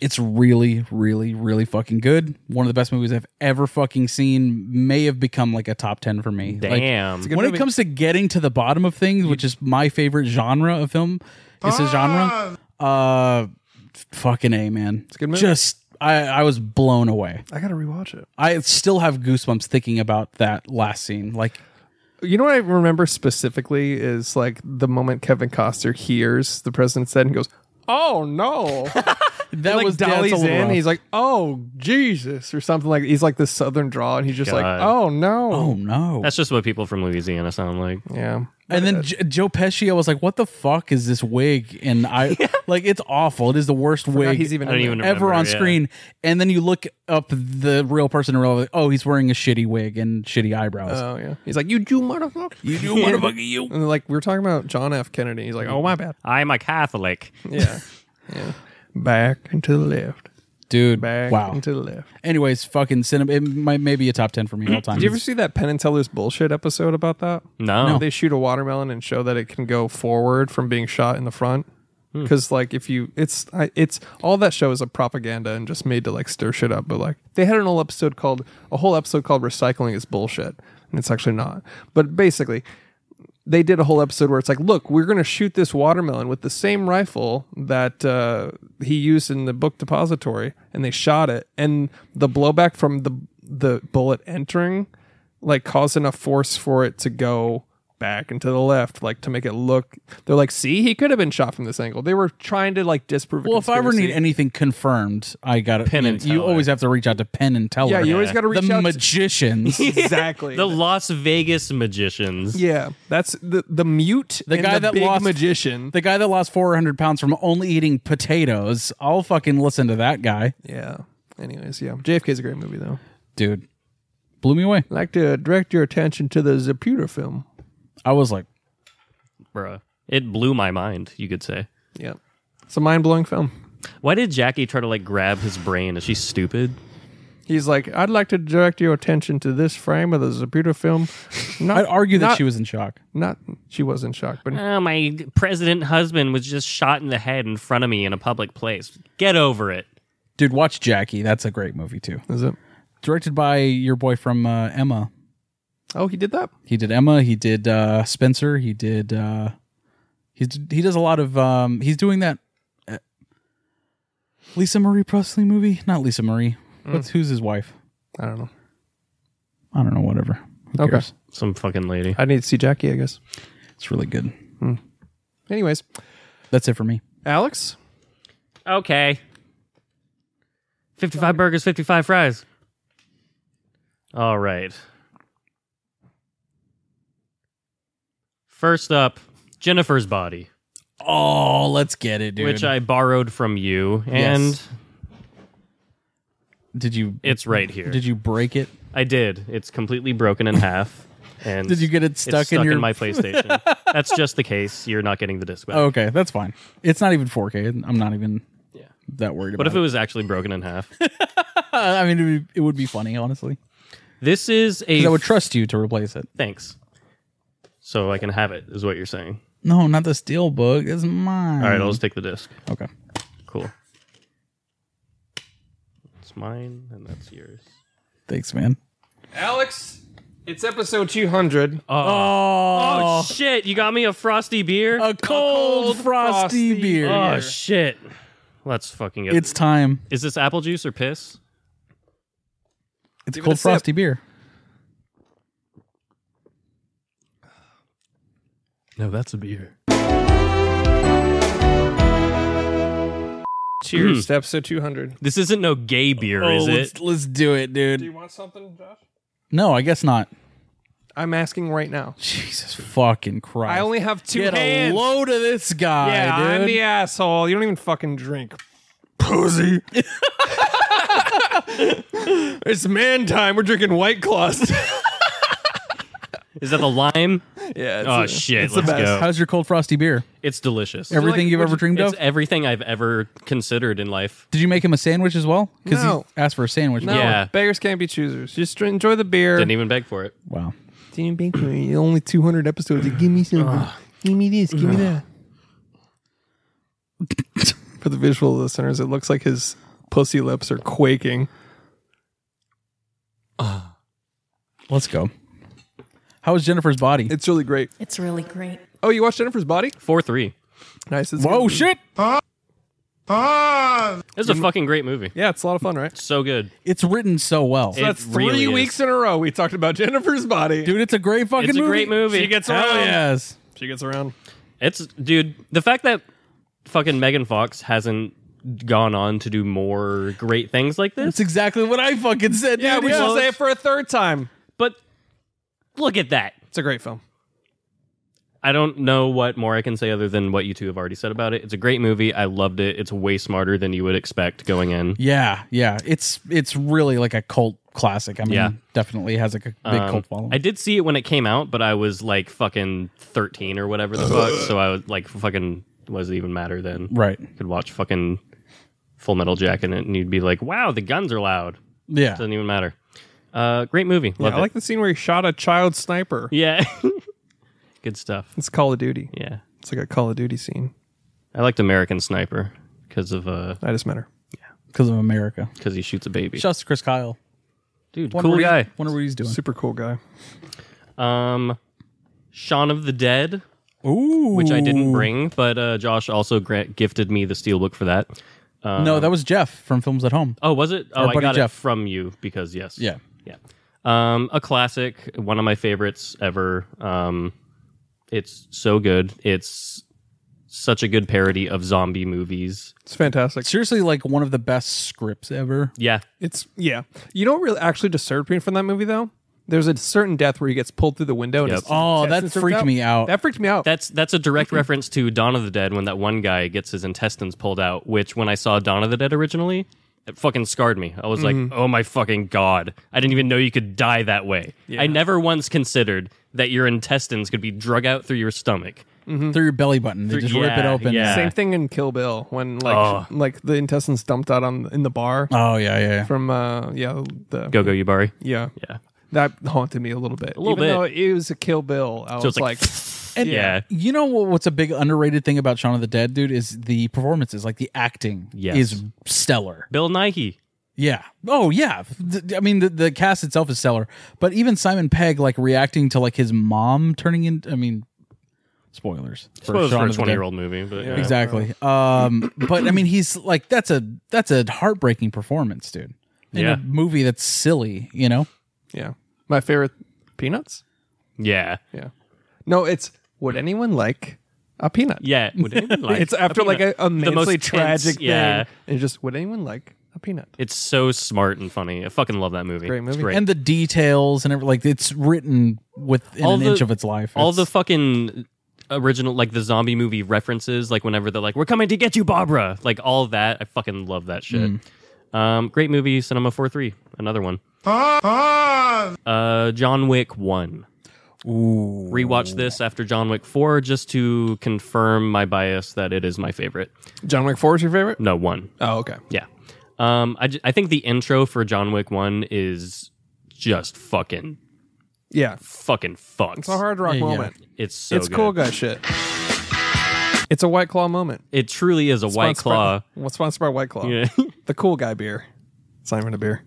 Speaker 3: It's really, really, really fucking good. One of the best movies I've ever fucking seen. May have become like a top ten for me. Like,
Speaker 2: Damn.
Speaker 1: good
Speaker 3: when
Speaker 1: movie.
Speaker 3: it comes to getting to the bottom of things, which is my favorite genre of film, it's a genre. Uh, fucking a man. It's a
Speaker 1: Ah! good movie.
Speaker 3: Just I, I was blown away.
Speaker 1: I gotta rewatch it.
Speaker 3: I still have goosebumps thinking about that last scene. Like,
Speaker 1: You know what I remember specifically is like the moment Kevin Costner hears the president said and goes, "Oh no!"
Speaker 3: that
Speaker 1: like
Speaker 3: was
Speaker 1: dollies
Speaker 3: that's a
Speaker 1: in.
Speaker 3: little rough.
Speaker 1: He's like, "Oh Jesus," or something like. He's like this Southern draw, and he's just like,
Speaker 2: God.
Speaker 1: "Oh no!"
Speaker 3: oh no!
Speaker 2: That's just what people from Louisiana sound like.
Speaker 1: Yeah.
Speaker 3: and then J- Joe Pesci, I was like, "What the fuck is this wig?" And I like, it's awful. It is the worst
Speaker 1: God,
Speaker 3: wig
Speaker 1: he's even.
Speaker 2: I don't
Speaker 1: in
Speaker 2: even
Speaker 1: there.
Speaker 3: ever
Speaker 2: remember,
Speaker 3: on
Speaker 2: yeah.
Speaker 3: screen. And then you look up the real person and realize, oh, he's wearing a shitty wig and shitty eyebrows.
Speaker 1: Oh yeah. He's like, "You Jew motherfucker."
Speaker 3: You do motherfucker you.
Speaker 1: And like we were talking about John F. Kennedy. He's like, "Oh my bad."
Speaker 2: I'm a Catholic.
Speaker 1: Yeah. yeah. Back and to the left.
Speaker 3: Dude,
Speaker 1: Back
Speaker 3: wow.
Speaker 1: and to the left.
Speaker 3: Anyways, fucking cinema it might maybe a top 10 for me all time.
Speaker 1: Mm. Did you ever see that Penn and Teller's bullshit episode about that?
Speaker 2: No.
Speaker 1: Where They shoot a watermelon and show that it can go forward from being shot in the front. Because like if you, it's I, it's all that show is a propaganda and just made to like stir shit up. But like they had an whole episode called a whole episode called "Recycling is Bullshit," and it's actually not. But basically, they did a whole episode where it's like, look, we're going to shoot this watermelon with the same rifle that uh, he used in the book depository, and they shot it, and the blowback from the the bullet entering, like, caused enough force for it to go back and to the left, like, to make it look. They're like, see, he could have been shot from this angle. They were trying to like disprove. a
Speaker 3: Well, if I ever
Speaker 1: conspiracy.
Speaker 3: need anything confirmed, I got to
Speaker 2: Penn
Speaker 3: you,
Speaker 2: and
Speaker 3: you
Speaker 2: Teller.
Speaker 3: always have to reach out to Penn and Teller.
Speaker 1: yeah, you always got to reach
Speaker 3: the
Speaker 1: out. to-
Speaker 3: magicians.
Speaker 1: exactly.
Speaker 2: The Las Vegas magicians.
Speaker 1: yeah, that's the the mute,
Speaker 3: The
Speaker 1: and
Speaker 3: guy
Speaker 1: the
Speaker 3: that
Speaker 1: big
Speaker 3: lost-
Speaker 1: magician.
Speaker 3: the guy that lost 400 pounds from only eating potatoes. I'll fucking listen to that guy.
Speaker 1: yeah. Anyways, yeah, JFK's a great movie though.
Speaker 3: Dude, blew me away.
Speaker 1: like to direct your attention to the Zaputer film.
Speaker 3: I was like,
Speaker 2: Bruh. It blew my mind, you could say.
Speaker 1: Yeah. It's a mind blowing film.
Speaker 2: Why did Jackie try to like grab his brain? Is she stupid?
Speaker 1: He's like, I'd like to direct your attention to this frame of the Zaputer film. Not,
Speaker 3: I'd argue that
Speaker 1: not-
Speaker 3: she was in shock.
Speaker 1: not. She was in shock, but
Speaker 2: Oh, my president husband was just shot in the head in front of me in a public place. Get over it.
Speaker 3: Dude, watch Jackie. That's a great movie too.
Speaker 1: is it?
Speaker 3: Directed by your boy from uh, Emma.
Speaker 1: Oh, he did that.
Speaker 3: He did Emma. He did uh, Spencer. He did. Uh, he's he does a lot of. Um, he's doing that. uh, Lisa Marie Presley movie? Not Lisa Marie.
Speaker 2: Hmm.
Speaker 3: What's who's his wife?
Speaker 1: I don't know.
Speaker 3: I don't know. Whatever. Who
Speaker 1: Okay.
Speaker 3: cares?
Speaker 2: Some fucking lady.
Speaker 1: I need to see Jackie, I guess.
Speaker 3: It's really good.
Speaker 1: Anyways,
Speaker 3: That's it for me.
Speaker 1: Alex,
Speaker 2: Okay. 55 burgers, 55 fries. All right. First up, Jennifer's Body,
Speaker 3: Oh, let's get it, dude.
Speaker 2: which I borrowed from you, and
Speaker 3: Yes. did you
Speaker 2: it's right here.
Speaker 3: did you break it?
Speaker 2: I did. It's completely broken in half. And
Speaker 3: Did you get it
Speaker 2: it's
Speaker 3: stuck in
Speaker 2: stuck
Speaker 3: your-
Speaker 2: my PlayStation? That's just the case. You're not getting the disc back.
Speaker 3: Okay, that's fine. It's not even 4K. I'm not even that worried
Speaker 2: What
Speaker 3: about
Speaker 2: if it was actually broken in half?
Speaker 3: I mean, it would, it would be funny, honestly.
Speaker 2: this is a
Speaker 3: 'Cause I would trust you to replace it.
Speaker 2: thanks. So I can have it, is what you're saying.
Speaker 3: No, not the steel book. It's mine.
Speaker 2: All right, I'll just take the disc.
Speaker 3: okay.
Speaker 2: Cool. It's mine, and that's yours.
Speaker 3: Thanks, man.
Speaker 1: Alex, it's episode 200.
Speaker 2: Oh, shit! You got me a frosty beer.
Speaker 3: a cold, frosty,
Speaker 1: frosty
Speaker 3: beer.
Speaker 2: oh shit! Let's fucking get.
Speaker 3: It's time.
Speaker 2: is this apple juice or piss?
Speaker 3: It's
Speaker 1: it a
Speaker 3: cold
Speaker 1: sip.
Speaker 3: frosty beer.
Speaker 2: No, that's a beer.
Speaker 3: Hmm.
Speaker 1: Cheers to episode 200.
Speaker 2: This isn't no gay beer, is
Speaker 3: Oh, let's,
Speaker 2: it?
Speaker 3: let's do it, dude.
Speaker 1: want something, Josh?
Speaker 3: No, I guess not.
Speaker 1: I'm asking right now.
Speaker 3: Jesus fucking Christ!
Speaker 1: I only have two
Speaker 3: get
Speaker 1: hands.
Speaker 3: a load of this guy,
Speaker 1: yeah, I'm
Speaker 3: dude.
Speaker 1: the asshole. You don't even fucking drink.
Speaker 3: pussy.
Speaker 1: It's man time. We're drinking White Claws.
Speaker 2: Is that the lime?
Speaker 1: yeah.
Speaker 2: Oh shit! Let's
Speaker 1: best.
Speaker 2: go.
Speaker 3: How's your cold frosty beer?
Speaker 2: It's delicious.
Speaker 3: Everything you've ever dreamed
Speaker 2: it's
Speaker 3: of?
Speaker 2: everything I've ever considered in life.
Speaker 3: Did you make him a sandwich as well? Because
Speaker 1: No.
Speaker 3: he asked for a sandwich.
Speaker 1: No,
Speaker 2: Yeah.
Speaker 1: beggars can't be choosers. Just dr- enjoy the beer.
Speaker 2: Didn't even beg for it.
Speaker 3: Wow.
Speaker 1: Didn't beg for it. Only 200 episodes. Give me something. give me this. Give me that. For the visual listeners, it looks like his pussy lips are quaking.
Speaker 3: Let's go. How was Jennifer's body?
Speaker 1: It's really great.
Speaker 6: It's really great.
Speaker 1: Oh, you watched Jennifer's Body?
Speaker 2: Four three.
Speaker 1: Nice. It's
Speaker 3: Whoa,
Speaker 1: good.
Speaker 3: Oh, shit!
Speaker 2: This is a fucking great movie.
Speaker 1: Yeah, it's a lot of fun, right?
Speaker 2: So good.
Speaker 3: It's written so well,
Speaker 2: It
Speaker 1: That's three
Speaker 2: really is.
Speaker 1: weeks in a row we talked about Jennifer's Body.
Speaker 3: dude. It's a great fucking.
Speaker 2: It's a
Speaker 3: movie.
Speaker 2: great movie.
Speaker 1: She gets
Speaker 2: Oh,
Speaker 3: Hell
Speaker 1: around.
Speaker 3: yes.
Speaker 1: She gets around.
Speaker 2: It's dude, the fact that fucking Megan Fox hasn't gone on to do more great things like this,
Speaker 3: That's exactly what I fucking said.
Speaker 1: Yeah,
Speaker 3: dude.
Speaker 1: we should say it for a third time.
Speaker 2: but look at that.
Speaker 1: It's a great film.
Speaker 2: I don't know what more I can say other than what you two have already said about it. It's a great movie. I loved it. It's way smarter than you would expect going in.
Speaker 3: Yeah, yeah. It's it's really like a cult classic. I mean,
Speaker 2: Yeah. Um,
Speaker 3: definitely has like a big cult following.
Speaker 2: I did see it when it came out, but I was like fucking 13 or whatever the fuck, so I was like fucking was it even matter then?
Speaker 3: right.
Speaker 2: Could watch fucking Full Metal Jacket and you'd be like, "Wow, the guns are loud."
Speaker 3: Yeah.
Speaker 2: Doesn't even matter. Uh, great movie. Love
Speaker 1: I
Speaker 2: it.
Speaker 1: like the scene where he shot a child sniper.
Speaker 2: Yeah. Good stuff.
Speaker 1: It's Call of Duty.
Speaker 2: Yeah.
Speaker 1: It's like a Call of Duty scene.
Speaker 2: I liked American Sniper because of uh
Speaker 1: I just met her.
Speaker 3: Because of America.
Speaker 2: because he shoots a baby.
Speaker 3: Shouts to Chris Kyle.
Speaker 2: Dude,
Speaker 3: Wonder
Speaker 2: cool
Speaker 3: what he-
Speaker 2: guy.
Speaker 3: Wonder what he's doing.
Speaker 1: Super cool guy.
Speaker 2: Um Shaun of the Dead,
Speaker 3: Ooh.
Speaker 2: which I didn't bring, but uh Josh also gra- gifted me the steelbook for that.
Speaker 3: no,
Speaker 2: um,
Speaker 3: that was Jeff from Films at Home.
Speaker 2: Oh, was it? Oh,
Speaker 3: Our
Speaker 2: I
Speaker 3: buddy
Speaker 2: got
Speaker 3: Jeff.
Speaker 2: it from you because yes.
Speaker 3: Yeah.
Speaker 2: Yeah. Um a classic, one of my favorites ever. Um it's so good. It's such a good parody of zombie movies.
Speaker 1: It's fantastic.
Speaker 3: Seriously, like one of the best scripts ever.
Speaker 2: Yeah.
Speaker 1: It's yeah. You know what really actually disturbed me from that movie though? There's a certain death where he gets pulled through the window. And
Speaker 2: Yep.
Speaker 1: his
Speaker 3: Oh, that
Speaker 1: intestines ripped
Speaker 3: freaked me out.
Speaker 1: That freaked me out.
Speaker 2: That's that's a direct reference to Dawn of the Dead when that one guy gets his intestines pulled out. Which when I saw Dawn of the Dead originally, it fucking scarred me. I was like, oh my fucking god! I didn't even know you could die that way. I never once considered that your intestines could be drug out through your stomach.
Speaker 3: Through your belly button.
Speaker 2: Through-
Speaker 3: They just rip
Speaker 2: Mm-hmm.
Speaker 3: it
Speaker 2: yeah,
Speaker 3: open.
Speaker 2: yeah.
Speaker 1: Same thing in Kill Bill when like
Speaker 2: Oh.
Speaker 1: like the intestines dumped out on in the bar
Speaker 3: Oh, yeah, yeah, yeah.
Speaker 1: from uh yeah the
Speaker 2: Go go Yubari.
Speaker 1: yeah
Speaker 2: Yeah.
Speaker 1: that haunted me a little bit. A
Speaker 2: little
Speaker 1: Even
Speaker 2: bit.
Speaker 1: Though it was a Kill Bill. I
Speaker 2: So
Speaker 1: was
Speaker 2: it's like,
Speaker 1: like,
Speaker 3: And
Speaker 2: Yeah.
Speaker 3: You know what, what's a big underrated thing about Shaun of the Dead, dude, is the performances. Like the acting
Speaker 2: Yes.
Speaker 3: is stellar.
Speaker 2: Bill Nighy.
Speaker 3: Yeah. Oh, yeah. Th- I mean, the, the cast itself is stellar, but even Simon Pegg, like reacting to like his mom turning in. I mean, Spoilers. for
Speaker 2: Suppose
Speaker 3: Shaun
Speaker 2: for a
Speaker 3: of the Dead.
Speaker 2: twenty-year-old movie, but yeah.
Speaker 3: Exactly. Um, but I mean, he's like that's a that's a heartbreaking performance, dude. In
Speaker 2: Yeah.
Speaker 3: a movie that's silly, you know.
Speaker 1: Yeah. My favorite peanuts?
Speaker 2: Yeah,
Speaker 1: Yeah. No, it's would anyone like a peanut?
Speaker 2: yeah. Would anyone like
Speaker 1: It's after like a,
Speaker 2: peanut?
Speaker 1: a
Speaker 2: The most
Speaker 1: immensely
Speaker 2: tense-
Speaker 1: tragic thing.
Speaker 2: Yeah,
Speaker 1: And it's just would anyone like a peanut?
Speaker 2: it's so smart and funny. I fucking love that movie.
Speaker 1: Great
Speaker 2: It's
Speaker 1: movie.
Speaker 3: And the details and everything, like it's written within
Speaker 2: All
Speaker 3: an
Speaker 2: the-
Speaker 3: inch of its life.
Speaker 2: all the
Speaker 3: It's-
Speaker 2: fucking original like the zombie movie references like whenever they're like we're coming to get you barbara like all that i fucking love that shit um great movie cinema 4-3 another one uh john wick 1
Speaker 3: Ooh.
Speaker 2: rewatch this after john wick 4 just to confirm my bias that it is my favorite
Speaker 1: John Wick 4 is your favorite?
Speaker 2: no 1
Speaker 1: Oh, okay.
Speaker 2: yeah um i, ju- I think the intro for john wick 1 is just fucking
Speaker 1: Yeah.
Speaker 2: fucking fucks
Speaker 1: It's a hard rock
Speaker 3: Yeah, yeah.
Speaker 1: moment.
Speaker 2: it's so
Speaker 1: it's
Speaker 2: good.
Speaker 1: cool guy shit. It's a White Claw moment.
Speaker 2: it truly is a white
Speaker 1: Sponsored
Speaker 2: claw
Speaker 1: By, well, sponsored by White Claw.
Speaker 2: Yeah.
Speaker 1: The cool guy beer. It's not even a beer.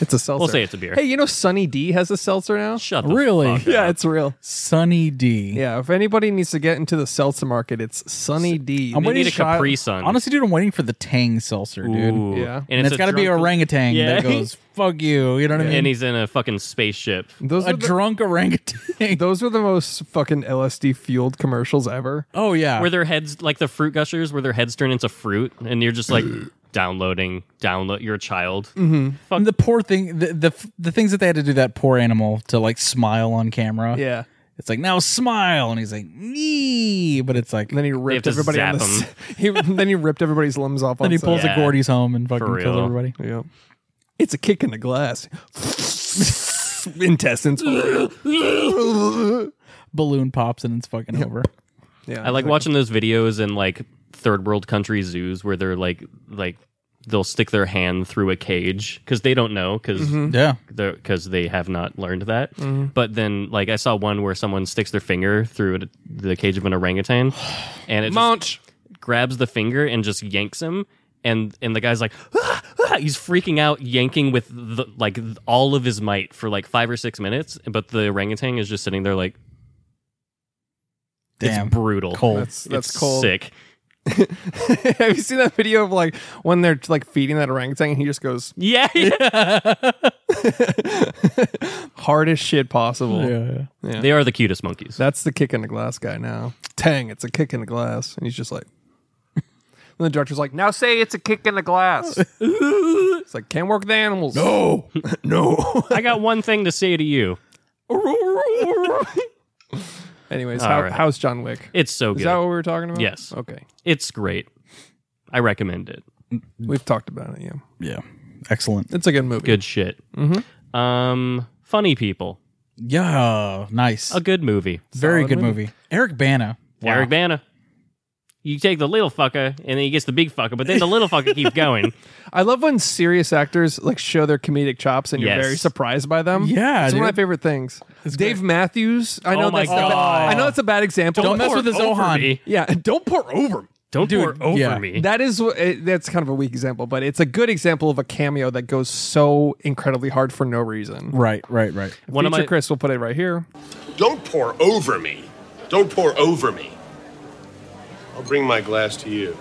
Speaker 1: It's a seltzer.
Speaker 2: say it's a beer.
Speaker 1: Hey, you know Sunny D has a seltzer now?
Speaker 2: Shut the
Speaker 3: Really?
Speaker 2: fuck up.
Speaker 1: yeah, it's real.
Speaker 3: Sunny D.
Speaker 1: Yeah, if anybody needs to get into the seltzer market, it's Sunny D.
Speaker 3: I'm
Speaker 2: They
Speaker 3: waiting
Speaker 2: need a
Speaker 3: to try-
Speaker 2: Capri Sun.
Speaker 3: Honestly, dude, I'm waiting for the Tang seltzer, dude.
Speaker 2: Ooh.
Speaker 1: Yeah.
Speaker 2: And,
Speaker 3: And it's
Speaker 2: a
Speaker 3: got to be
Speaker 2: drunk-
Speaker 3: orangutan
Speaker 2: Yeah.
Speaker 3: that goes fuck you. You know what I mean?
Speaker 2: And he's in a fucking spaceship.
Speaker 1: Those
Speaker 3: a
Speaker 1: are the,
Speaker 3: drunk orangutan.
Speaker 1: those are the most fucking LSD fueled commercials ever.
Speaker 3: oh yeah.
Speaker 2: Where their heads, like the fruit gushers, where their heads turn into fruit, and you're just like downloading, download. You're a child.
Speaker 3: Mm-hmm. And the poor thing, the, the f- the things that they had to do that poor animal to like smile on camera.
Speaker 1: Yeah.
Speaker 3: It's like now smile, and he's like me, but it's like
Speaker 1: And then
Speaker 3: then
Speaker 1: he ripped
Speaker 2: to
Speaker 1: everybody. on
Speaker 2: zap
Speaker 1: the s- he, then he ripped everybody's limbs off. on
Speaker 3: he
Speaker 1: set.
Speaker 3: pulls
Speaker 2: Yeah.
Speaker 3: a Gordy's home and fucking
Speaker 2: For
Speaker 3: kills
Speaker 2: real.
Speaker 3: everybody.
Speaker 1: Yeah. It's a kick in the glass. Intestines.
Speaker 3: Balloon pops and it's fucking over.
Speaker 1: yeah.
Speaker 2: I like watching those videos in like third world country zoos where they're like, like they'll stick their hand through a cage because they don't know because
Speaker 3: Yeah,
Speaker 2: because they have not learned that.
Speaker 3: Mm-hmm.
Speaker 2: But then, like, I saw one where someone sticks their finger through it- the cage of an orangutan, and it just
Speaker 1: Munch.
Speaker 2: grabs the finger and just yanks him and and the guy's like "Ah, ah," he's freaking out yanking with the, like th- all of his might for like 5 or 6 minutes but the orangutan is just sitting there like
Speaker 3: damn.
Speaker 2: it's brutal
Speaker 3: Cold.
Speaker 1: That's that's
Speaker 2: It's
Speaker 1: cold.
Speaker 2: sick
Speaker 1: Have you seen that video of like when they're like feeding that orangutan and he just goes
Speaker 2: yeah,
Speaker 1: hard as shit possible?
Speaker 3: yeah, yeah.
Speaker 2: they are the cutest monkeys
Speaker 1: That's the kick in the glass guy now. Tang, it's a kick in the glass, and he's just like. And the director's like, now say it's a kick in the glass. it's like can't work with animals.
Speaker 3: Oh!
Speaker 1: No, no.
Speaker 2: i got one thing to say to you
Speaker 1: Anyways,
Speaker 2: All
Speaker 1: how,
Speaker 2: right.
Speaker 1: how's John Wick?
Speaker 2: it's so
Speaker 1: Is
Speaker 2: good
Speaker 1: that what we were talking about?
Speaker 2: Yes.
Speaker 1: Okay.
Speaker 2: it's great i recommend it
Speaker 1: We've talked about it. Yeah,
Speaker 3: Yeah. Excellent.
Speaker 1: it's a good movie.
Speaker 2: good shit
Speaker 1: Mm-hmm.
Speaker 2: um funny people
Speaker 3: Yeah, nice.
Speaker 2: a good movie
Speaker 3: Very
Speaker 1: solid
Speaker 3: good
Speaker 1: movie.
Speaker 3: movie. Eric Bana. Wow.
Speaker 2: Eric Bana. You take the little fucker, and then he gets the big fucker, but then the little fucker keeps going.
Speaker 1: I love when serious actors like show their comedic chops, and you're
Speaker 2: Yes.
Speaker 1: very surprised by them.
Speaker 3: Yeah,
Speaker 1: it's one of my
Speaker 3: dude.
Speaker 1: favorite things. Dave Matthews. I know
Speaker 2: Oh my
Speaker 1: that's not-
Speaker 2: God.
Speaker 1: I know that's a bad example.
Speaker 3: Don't
Speaker 1: but-
Speaker 3: mess with his
Speaker 2: Over
Speaker 3: Zohan.
Speaker 2: me.
Speaker 1: Yeah, don't pour over. me.
Speaker 2: Don't
Speaker 3: Dude,
Speaker 2: pour over
Speaker 3: yeah.
Speaker 2: me.
Speaker 1: That is wh- it- that's kind of a weak example, but it's a good example of a cameo that goes so incredibly hard for no reason.
Speaker 3: Right, right, right.
Speaker 2: One of
Speaker 1: Feature
Speaker 2: my
Speaker 1: Chris will put it right here.
Speaker 6: Don't pour over me. Don't pour over me. I'll bring my glass to you.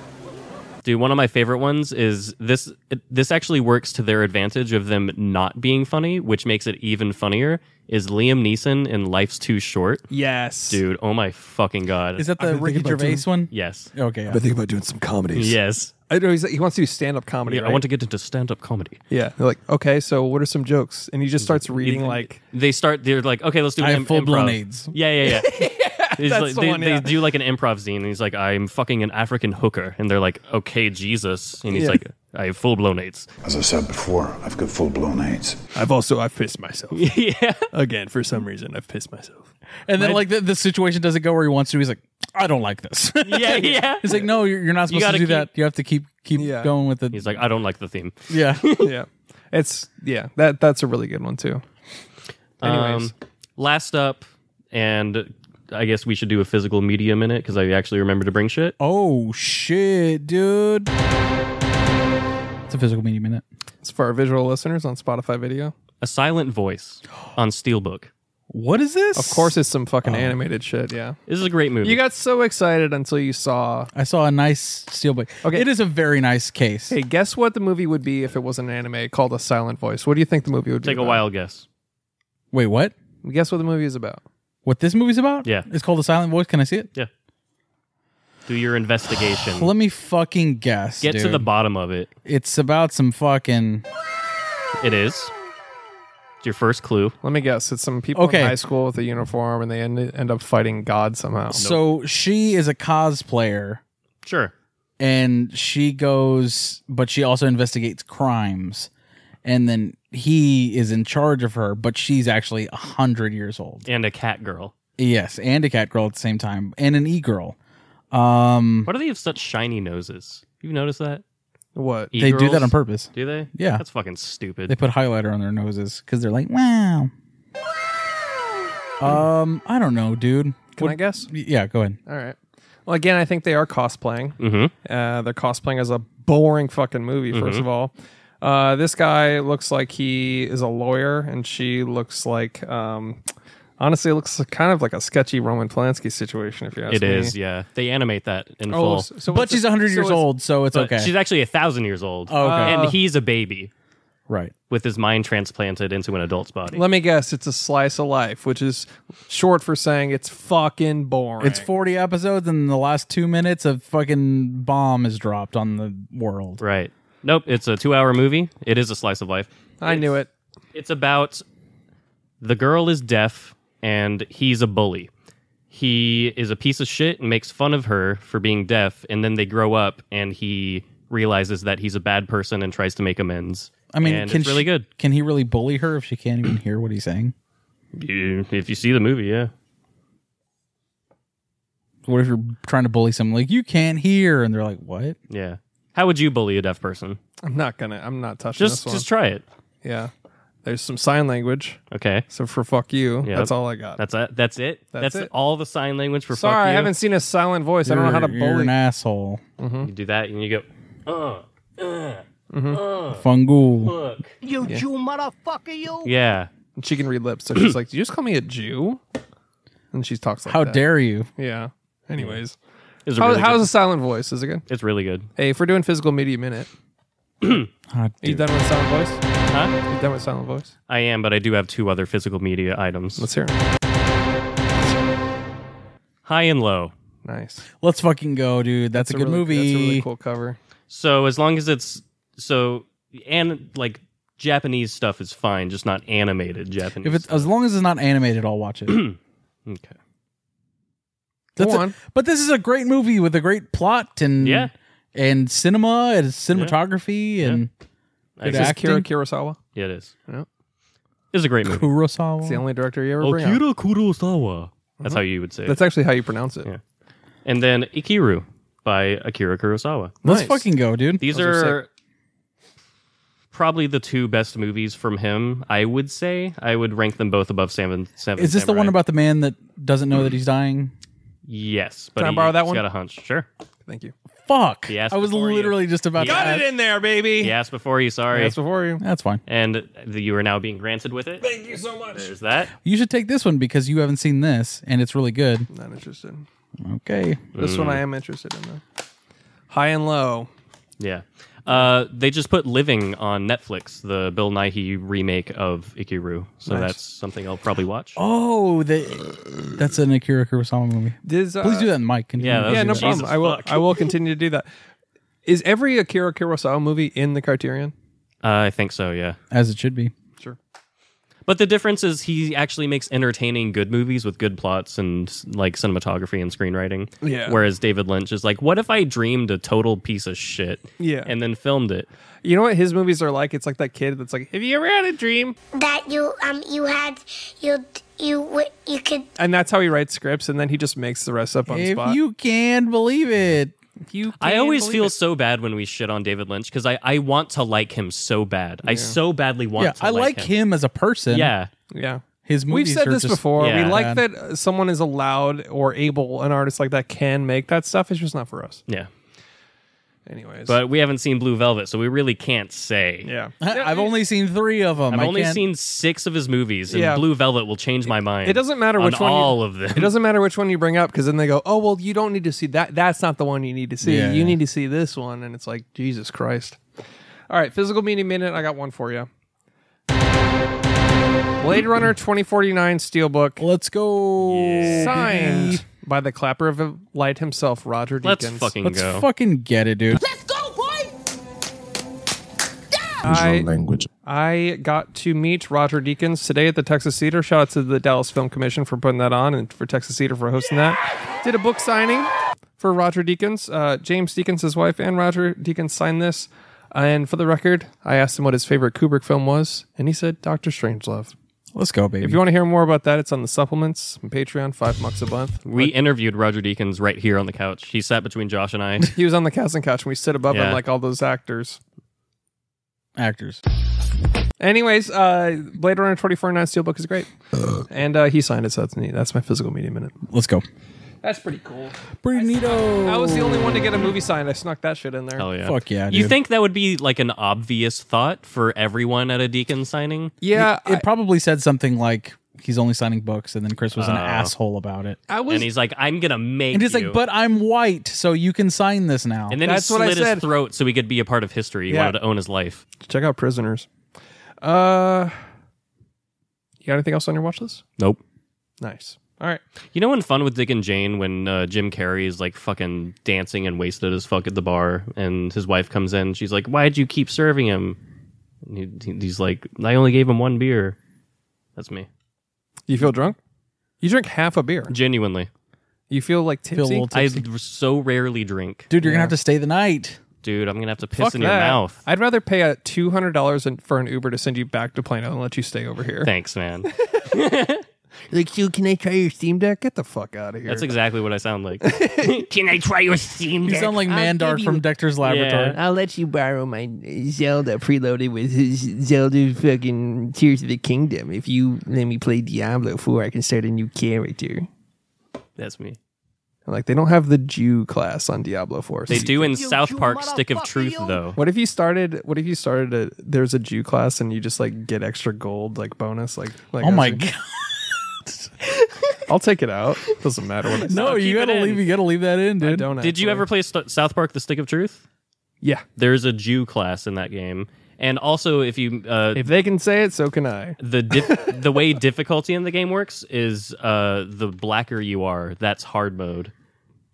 Speaker 2: dude, one of my favorite ones is this. This actually works to their advantage of them not being funny, which makes it even funnier. Is Liam Neeson in Life's Too Short?
Speaker 1: Yes,
Speaker 2: Dude, oh my fucking god!
Speaker 3: Is that Oh, the
Speaker 1: been
Speaker 3: Ricky
Speaker 1: thinking about
Speaker 3: Gervais one?
Speaker 2: yes,
Speaker 3: Okay. yeah.
Speaker 1: thinking about doing some comedies.
Speaker 2: yes?
Speaker 1: I know he's, he wants to do stand up comedy.
Speaker 2: Yeah, I
Speaker 1: right?
Speaker 2: want to get into stand-up comedy.
Speaker 1: Yeah, they're like, okay, so what are some jokes? And he just starts reading like,
Speaker 2: they start they're like okay let's do
Speaker 3: I
Speaker 2: an
Speaker 3: have
Speaker 2: im-
Speaker 3: full-blown
Speaker 2: improv.
Speaker 3: AIDS.
Speaker 2: yeah yeah yeah, He's
Speaker 1: that's
Speaker 2: like-
Speaker 1: the
Speaker 2: they,
Speaker 1: one,
Speaker 2: they
Speaker 1: yeah.
Speaker 2: do like an improv scene and he's like i'm fucking an african hooker and they're like okay jesus and he's
Speaker 1: Yeah.
Speaker 2: like i have full-blown aids
Speaker 7: As I said before, I've got full blown AIDS.
Speaker 1: I've also I've pissed myself
Speaker 2: yeah
Speaker 1: again for some reason. I've pissed myself.
Speaker 3: And then like the, the situation doesn't go where he wants to. He's like, I don't like this.
Speaker 2: yeah yeah
Speaker 3: He's like, no, you're, you're not supposed to
Speaker 2: gotta
Speaker 3: do
Speaker 2: keep-
Speaker 3: that. You have to keep keep
Speaker 1: Yeah.
Speaker 3: going with it.
Speaker 2: he's like i don't like the theme
Speaker 3: yeah.
Speaker 1: yeah, it's yeah that that's a really good one too. Anyways,
Speaker 2: um, last up and i guess we should do a physical medium in it because i actually remember to bring shit
Speaker 3: oh shit, dude. It's a physical media minute.
Speaker 1: it's for our visual listeners on Spotify video.
Speaker 2: a silent voice on steelbook
Speaker 3: What is this?
Speaker 1: Of course, it's some fucking animated shit. Yeah.
Speaker 2: This is a great movie.
Speaker 1: Oh. You got so excited until you saw.
Speaker 3: I saw a nice steel blade.
Speaker 1: Okay.
Speaker 3: It is a very nice case.
Speaker 1: Hey, guess what the movie would be if it was an anime called A Silent Voice? What do you think the movie would be?
Speaker 2: Take a
Speaker 1: about?
Speaker 2: wild guess.
Speaker 3: Wait, what?
Speaker 1: Guess what the movie is about?
Speaker 3: What this movie's about?
Speaker 2: Yeah.
Speaker 3: It's called The Silent Voice. Can I see it?
Speaker 2: Yeah. Do your investigation.
Speaker 3: Let me fucking guess.
Speaker 2: Get to
Speaker 3: dude.
Speaker 2: the bottom of it.
Speaker 3: It's about some fucking.
Speaker 2: It is. It's your first clue.
Speaker 1: Let me guess. It's some people
Speaker 3: Okay.
Speaker 1: in high school with a uniform, and they end, end up fighting God somehow.
Speaker 3: So she is a cosplayer
Speaker 2: Sure.
Speaker 3: and she goes, but she also investigates crimes. And then he is in charge of her, but she's actually a hundred years old.
Speaker 2: And a cat girl.
Speaker 3: Yes, and a cat girl at the same time, and an e girl. Um,
Speaker 2: Why do they have such shiny noses? You notice that?
Speaker 1: what?
Speaker 2: E-
Speaker 3: they do that
Speaker 2: E-girls?
Speaker 3: on purpose.
Speaker 2: Do they?
Speaker 3: Yeah.
Speaker 2: That's fucking stupid.
Speaker 3: They put highlighter on their noses because they're like, wow. Um, I don't know, dude.
Speaker 1: Can I guess?
Speaker 3: Yeah, go ahead.
Speaker 1: All right. Well, again, I think they are cosplaying.
Speaker 2: mm-hmm.
Speaker 1: Uh, they're cosplaying as a boring fucking movie, 1st of all. Uh, this guy looks like he is a lawyer, and she looks like, um, honestly, it looks kind of like a sketchy Roman Polanski situation, if you ask
Speaker 2: It
Speaker 1: me.
Speaker 2: is, yeah. They animate that in
Speaker 1: Oh,
Speaker 2: full.
Speaker 1: so, so
Speaker 3: But
Speaker 1: what's
Speaker 3: she's
Speaker 1: the-
Speaker 3: 100
Speaker 1: so
Speaker 3: years
Speaker 1: it's-
Speaker 3: old, so it's
Speaker 2: But
Speaker 3: okay.
Speaker 2: She's actually a thousand years old.
Speaker 3: Oh, okay.
Speaker 1: Uh.
Speaker 2: And he's a baby
Speaker 3: right.
Speaker 2: with his mind transplanted into an adult's body.
Speaker 1: Let me guess. It's a slice of life, which is short for saying it's fucking boring.
Speaker 3: It's 40 episodes, and the last two minutes, a fucking bomb is dropped on the world.
Speaker 2: right. Nope. It's a two hour movie. It is a slice of life.
Speaker 1: I knew it.
Speaker 2: It's about the girl is deaf and he's a bully. He is a piece of shit and makes fun of her for being deaf, and then they grow up and he realizes that he's a bad person and tries to make amends.
Speaker 3: I mean,
Speaker 2: and
Speaker 3: can
Speaker 2: it's really
Speaker 3: she-
Speaker 2: good.
Speaker 3: Can he really bully her if she can't even hear what he's saying?
Speaker 2: You- if you see the movie, yeah.
Speaker 3: What if you're trying to bully someone like you can't hear, and they're like, "What?"
Speaker 2: Yeah. How would you bully a deaf person?
Speaker 1: I'm not gonna. I'm not touching
Speaker 2: Just
Speaker 1: this one.
Speaker 2: just try it.
Speaker 1: yeah. There's some sign language.
Speaker 2: Okay.
Speaker 1: So for fuck you,
Speaker 2: Yep.
Speaker 1: that's all I got.
Speaker 2: That's it. That's it.
Speaker 1: That's
Speaker 2: That's,
Speaker 1: it.
Speaker 2: all the sign language for
Speaker 1: Sorry,
Speaker 2: fuck you.
Speaker 1: I haven't seen a silent voice. I don't know how to
Speaker 3: You're- You're
Speaker 1: bully.
Speaker 3: an asshole,
Speaker 2: You do that and you go, uh,
Speaker 1: Uh,
Speaker 3: fungal.
Speaker 2: look. You Jew motherfucker, you. Yeah.
Speaker 1: And she can read lips, so she's like, "Did you just call me a Jew?" And she talks like
Speaker 3: How
Speaker 1: that.
Speaker 3: dare you?
Speaker 1: Yeah. Anyways,
Speaker 2: It's
Speaker 1: how,
Speaker 2: really
Speaker 1: how's
Speaker 2: good.
Speaker 1: the silent voice? Is it good?
Speaker 2: It's really good.
Speaker 1: Hey, if we're doing physical media minute,
Speaker 3: Ah,
Speaker 1: are you
Speaker 3: dude.
Speaker 1: done with silent voice?
Speaker 2: Huh?
Speaker 1: You done with silent voice?
Speaker 2: I am, but I do have two other physical media items.
Speaker 1: Let's hear it.
Speaker 2: High and low.
Speaker 1: Nice.
Speaker 3: Let's fucking go, dude. That's, a good
Speaker 1: really,
Speaker 3: movie.
Speaker 1: That's a really cool cover.
Speaker 2: So as long as it's so and like Japanese stuff is fine, just not animated Japanese.
Speaker 3: If it's as long as it's not animated, I'll watch it.
Speaker 2: okay.
Speaker 3: That's
Speaker 1: Go
Speaker 3: a-
Speaker 1: on.
Speaker 3: but this is a great movie with a great plot and
Speaker 2: Yeah.
Speaker 3: and cinema and cinematography and
Speaker 2: I
Speaker 3: Good
Speaker 2: guess-
Speaker 1: Is
Speaker 3: acting.
Speaker 1: Kira Kurosawa?
Speaker 2: Yeah, it is.
Speaker 1: Yeah.
Speaker 2: It's a great movie.
Speaker 3: Kurosawa.
Speaker 1: It's the only director you ever bring up.
Speaker 2: Akira Kurosawa. That's how you would say it.
Speaker 1: That's actually how you pronounce it.
Speaker 2: Yeah. and then Ikiru by Akira Kurosawa.
Speaker 3: Let's
Speaker 1: Nice.
Speaker 3: fucking go, dude.
Speaker 2: These
Speaker 1: Those
Speaker 2: are,
Speaker 1: are
Speaker 2: probably the two best movies from him. I would say I would rank them both above Seven. Seven
Speaker 3: Is this the
Speaker 2: Samurai.
Speaker 3: one about the man that doesn't know that he's dying?
Speaker 2: Yes, but
Speaker 1: Can I
Speaker 2: he-
Speaker 1: borrow that
Speaker 2: he's
Speaker 1: one?
Speaker 2: Got a hunch. Sure.
Speaker 1: Thank you.
Speaker 3: Fuck.
Speaker 2: He asked
Speaker 3: I was
Speaker 2: before you.
Speaker 3: literally just about
Speaker 2: He
Speaker 3: to
Speaker 2: got
Speaker 3: ask-
Speaker 1: in there, baby.
Speaker 2: He asked before you. Sorry.
Speaker 1: That's before you.
Speaker 3: That's fine.
Speaker 2: and the, you are now being granted with it. Thank you so much. There's that.
Speaker 3: You should take this one because you haven't seen this and it's really good.
Speaker 1: Not interested.
Speaker 3: Okay.
Speaker 1: This one I
Speaker 2: Mm.
Speaker 1: am interested in though. High and low.
Speaker 2: Yeah. Uh, they just put Living on Netflix, the Bill Nighy remake of Ikiru. So that's something I'll probably watch. Uh,
Speaker 3: Oh, the, that's an Akira Kurosawa movie.
Speaker 1: Does, uh,
Speaker 3: Please do that, in Mike. Continue.
Speaker 2: yeah, that was
Speaker 1: Yeah, no
Speaker 2: Jesus
Speaker 1: problem. I will.
Speaker 2: fuck.
Speaker 1: I will continue to do that. Is every Akira Kurosawa movie in the Criterion?
Speaker 2: Uh, I think so, yeah.
Speaker 3: as it should be.
Speaker 1: Sure.
Speaker 2: But the difference is he actually makes entertaining good movies with good plots and like cinematography and screenwriting.
Speaker 1: Yeah.
Speaker 2: Whereas David Lynch is like, what if I dreamed a total piece of shit?
Speaker 1: Yeah.
Speaker 2: And then filmed it.
Speaker 1: You know what his movies are like? It's like that kid that's like, "Have you ever had a dream?"
Speaker 8: that you um you had you you w- you could
Speaker 1: And that's how he writes scripts, and then he just makes the rest up on the
Speaker 3: If
Speaker 1: spot.
Speaker 3: you can believe it.
Speaker 1: you
Speaker 2: I
Speaker 1: can't
Speaker 2: always
Speaker 1: believe
Speaker 2: feel
Speaker 1: it.
Speaker 2: so bad when we shit on David Lynch because I, I want to like him so bad. I so badly want
Speaker 3: Yeah,
Speaker 2: to
Speaker 3: I
Speaker 2: like,
Speaker 3: like him as a person.
Speaker 2: Yeah.
Speaker 1: yeah.
Speaker 3: His
Speaker 1: We've
Speaker 3: movies
Speaker 1: said
Speaker 3: are
Speaker 1: this
Speaker 3: just-
Speaker 1: before.
Speaker 2: Yeah.
Speaker 1: We like
Speaker 3: Bad.
Speaker 1: that uh, someone is allowed or able, an artist like that can make that stuff. It's just not for us.
Speaker 2: Yeah.
Speaker 1: Anyways,
Speaker 2: But we haven't seen Blue Velvet, so we really can't say.
Speaker 1: yeah,
Speaker 3: I've only seen three of them.
Speaker 2: I've
Speaker 3: I
Speaker 2: only
Speaker 3: can't-
Speaker 2: seen six of his movies, and
Speaker 1: Yeah.
Speaker 2: Blue Velvet will change my mind.
Speaker 1: It doesn't matter
Speaker 2: on
Speaker 1: which one you-
Speaker 2: All of them.
Speaker 1: It doesn't matter which one you bring up because then they go, "Oh well, you don't need to see that. That's not the one you need to see.
Speaker 3: Yeah,
Speaker 1: you
Speaker 3: yeah.
Speaker 1: need to see this one." And it's like, Jesus Christ! All right, physical media minute. I got one for you. Blade Runner twenty forty nine Steelbook
Speaker 3: Let's go.
Speaker 1: signed by the clapper of light himself, Roger Deakins.
Speaker 2: Let's fucking
Speaker 3: Let's
Speaker 2: go.
Speaker 3: fucking get it, dude.
Speaker 1: I,
Speaker 9: language.
Speaker 1: I got to meet Roger Deakins today at the Texas Theater. Shout out to the Dallas Film Commission for putting that on and for Texas Theater for hosting that. Did a book signing for Roger Deakins. Uh, James Deakins, his wife, and Roger Deakins signed this. And for the record, I asked him what his favorite Kubrick film was, and he said Doctor Strangelove.
Speaker 3: Let's go, baby.
Speaker 1: If you want to hear more about that, it's on the supplements on Patreon, five bucks a month.
Speaker 2: we interviewed Roger Deakins right here on the couch. He sat between Josh and I.
Speaker 1: He was on the casting couch, and we sit above him
Speaker 2: Yeah.
Speaker 1: like all those actors.
Speaker 3: Actors.
Speaker 1: Anyways, uh, Blade Runner 2049 Steelbook is great. And uh, he signed it, so that's neat. That's my physical media minute.
Speaker 3: Let's go.
Speaker 1: That's pretty cool.
Speaker 3: Pretty neato.
Speaker 1: I was the only one to get a movie signed. I snuck that shit in there.
Speaker 2: Hell yeah.
Speaker 3: Fuck yeah,
Speaker 2: You
Speaker 3: dude.
Speaker 2: think that would be like an obvious thought for everyone at a Deacon signing?
Speaker 1: Yeah,
Speaker 3: It probably said something like he's only signing books, and then Chris was an asshole about it.
Speaker 1: I, I was.
Speaker 2: And he's like, I'm gonna make
Speaker 3: And he's
Speaker 2: you."
Speaker 3: like, "But I'm white, so you can sign this now."
Speaker 2: And then
Speaker 1: That's
Speaker 2: he
Speaker 1: what I
Speaker 2: slit
Speaker 1: said.
Speaker 2: his throat so he could be a part of history. He
Speaker 1: Yeah.
Speaker 2: wanted to own his life.
Speaker 1: Check out Prisoners. Uh, you got anything else on your watch list?
Speaker 2: Nope.
Speaker 1: Nice. All right.
Speaker 2: You know, in Fun with Dick and Jane, when uh, Jim Carrey is like fucking dancing and wasted as fuck at the bar, and his wife comes in, she's like, "Why'd you keep serving him?" And he- he- he's like, "I only gave him one beer." That's me,
Speaker 1: You feel drunk? You drink half a beer.
Speaker 2: genuinely.
Speaker 1: You feel like tipsy.
Speaker 3: Feel a little
Speaker 2: I
Speaker 3: tipsy.
Speaker 2: r- so rarely drink,
Speaker 3: dude, you're gonna have to stay the night.
Speaker 2: dude. I'm gonna have to piss
Speaker 1: Fuck
Speaker 2: in your
Speaker 1: that.
Speaker 2: mouth.
Speaker 1: I'd rather pay a two hundred dollars for an Uber to send you back to Plano and let you stay over here.
Speaker 2: Thanks, man.
Speaker 1: Like, so can I try your Steam Deck? Get the fuck out of here.
Speaker 2: That's exactly what I sound like. Can I try your steam?
Speaker 3: You
Speaker 2: Deck?
Speaker 3: sound like Mandar from Dexter's Laboratory.
Speaker 2: Yeah.
Speaker 10: I'll let you borrow my Zelda preloaded with his Zelda fucking Tears of the Kingdom if you let me play Diablo 4. I can start a new character.
Speaker 2: That's me.
Speaker 1: And, like they don't have the Jew class on Diablo Four.
Speaker 2: They do in South Park Stick of Truth, though.
Speaker 1: What if you started? What if you started a? There's a Jew class, and you just like get extra gold, like bonus, like like.
Speaker 3: Oh my
Speaker 1: as you-
Speaker 3: god!
Speaker 1: I'll take it out. Doesn't matter what. I say.
Speaker 3: No,
Speaker 2: keep
Speaker 3: you gotta
Speaker 2: it in.
Speaker 3: leave. You gotta leave that in, dude.
Speaker 1: I don't.
Speaker 2: Did you
Speaker 1: actually.
Speaker 2: ever play St- South Park The Stick of Truth?
Speaker 1: Yeah.
Speaker 2: There's a Jew class in that game. And also, if you uh,
Speaker 1: If they can say it, so can I.
Speaker 2: the dif- the way difficulty in the game works is uh, the blacker you are, that's hard mode,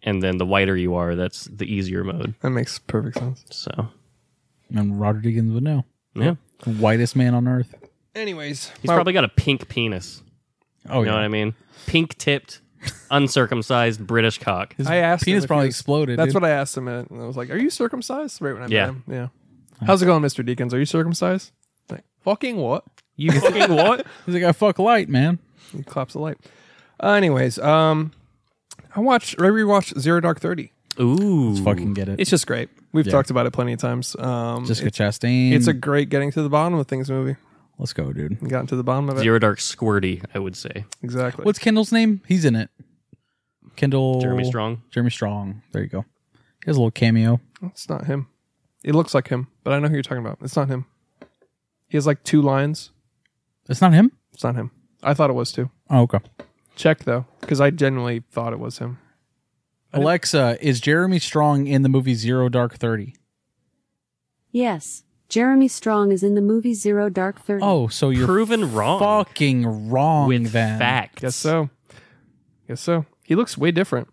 Speaker 2: and then the whiter you are, that's the easier mode.
Speaker 1: That makes perfect sense.
Speaker 2: So
Speaker 3: And Roger Deakins would know.
Speaker 2: yeah,
Speaker 3: The whitest man on earth.
Speaker 1: Anyways,
Speaker 2: he's probably got a pink penis.
Speaker 3: Oh
Speaker 2: You know
Speaker 3: yeah.
Speaker 2: what I mean? Pink tipped, uncircumcised British cock.
Speaker 1: I asked. him
Speaker 3: Penis
Speaker 1: if
Speaker 3: probably
Speaker 1: he was-
Speaker 3: exploded.
Speaker 1: That's
Speaker 3: dude.
Speaker 1: what I asked him, and I was like, "Are you circumcised?" Right when I met
Speaker 2: Yeah.
Speaker 1: him. Yeah.
Speaker 3: Oh.
Speaker 1: How's it going, Mister Deacons? Are you circumcised? Like, fucking what?
Speaker 2: You fucking what?
Speaker 3: He's like, I fuck light, man.
Speaker 1: He claps the light. Uh, anyways, um, I watched. I rewatched Zero Dark Thirty.
Speaker 2: Ooh,
Speaker 3: Fucking get it.
Speaker 1: It's just great. We've talked about it plenty of times. Um,
Speaker 3: Jessica Chastain.
Speaker 1: It's a
Speaker 2: Mm.
Speaker 1: great getting to the bottom of things movie.
Speaker 3: Let's go, dude.
Speaker 1: We Got to the bottom of it.
Speaker 2: zero dark squirty. I would say
Speaker 1: Exactly.
Speaker 3: What's Kendall's name? He's in it. Kendall.
Speaker 2: Jeremy Strong.
Speaker 3: Jeremy Strong. There you go. He has a little cameo.
Speaker 1: it's not him. It looks like him, but I know who you're talking about. It's not him. He has like two lines.
Speaker 3: It's not him.
Speaker 1: It's not him. I thought it was too.
Speaker 3: Oh, okay.
Speaker 1: Check though, because I genuinely thought it was him.
Speaker 3: Alexa, is Jeremy Strong in the movie Zero Dark Thirty?
Speaker 11: Yes, Jeremy Strong is in the movie Zero Dark Thirty.
Speaker 3: Oh, so you're
Speaker 2: Proven wrong.
Speaker 3: fucking wrong
Speaker 2: with
Speaker 3: then.
Speaker 2: facts.
Speaker 1: Guess so. Guess so. He looks way different.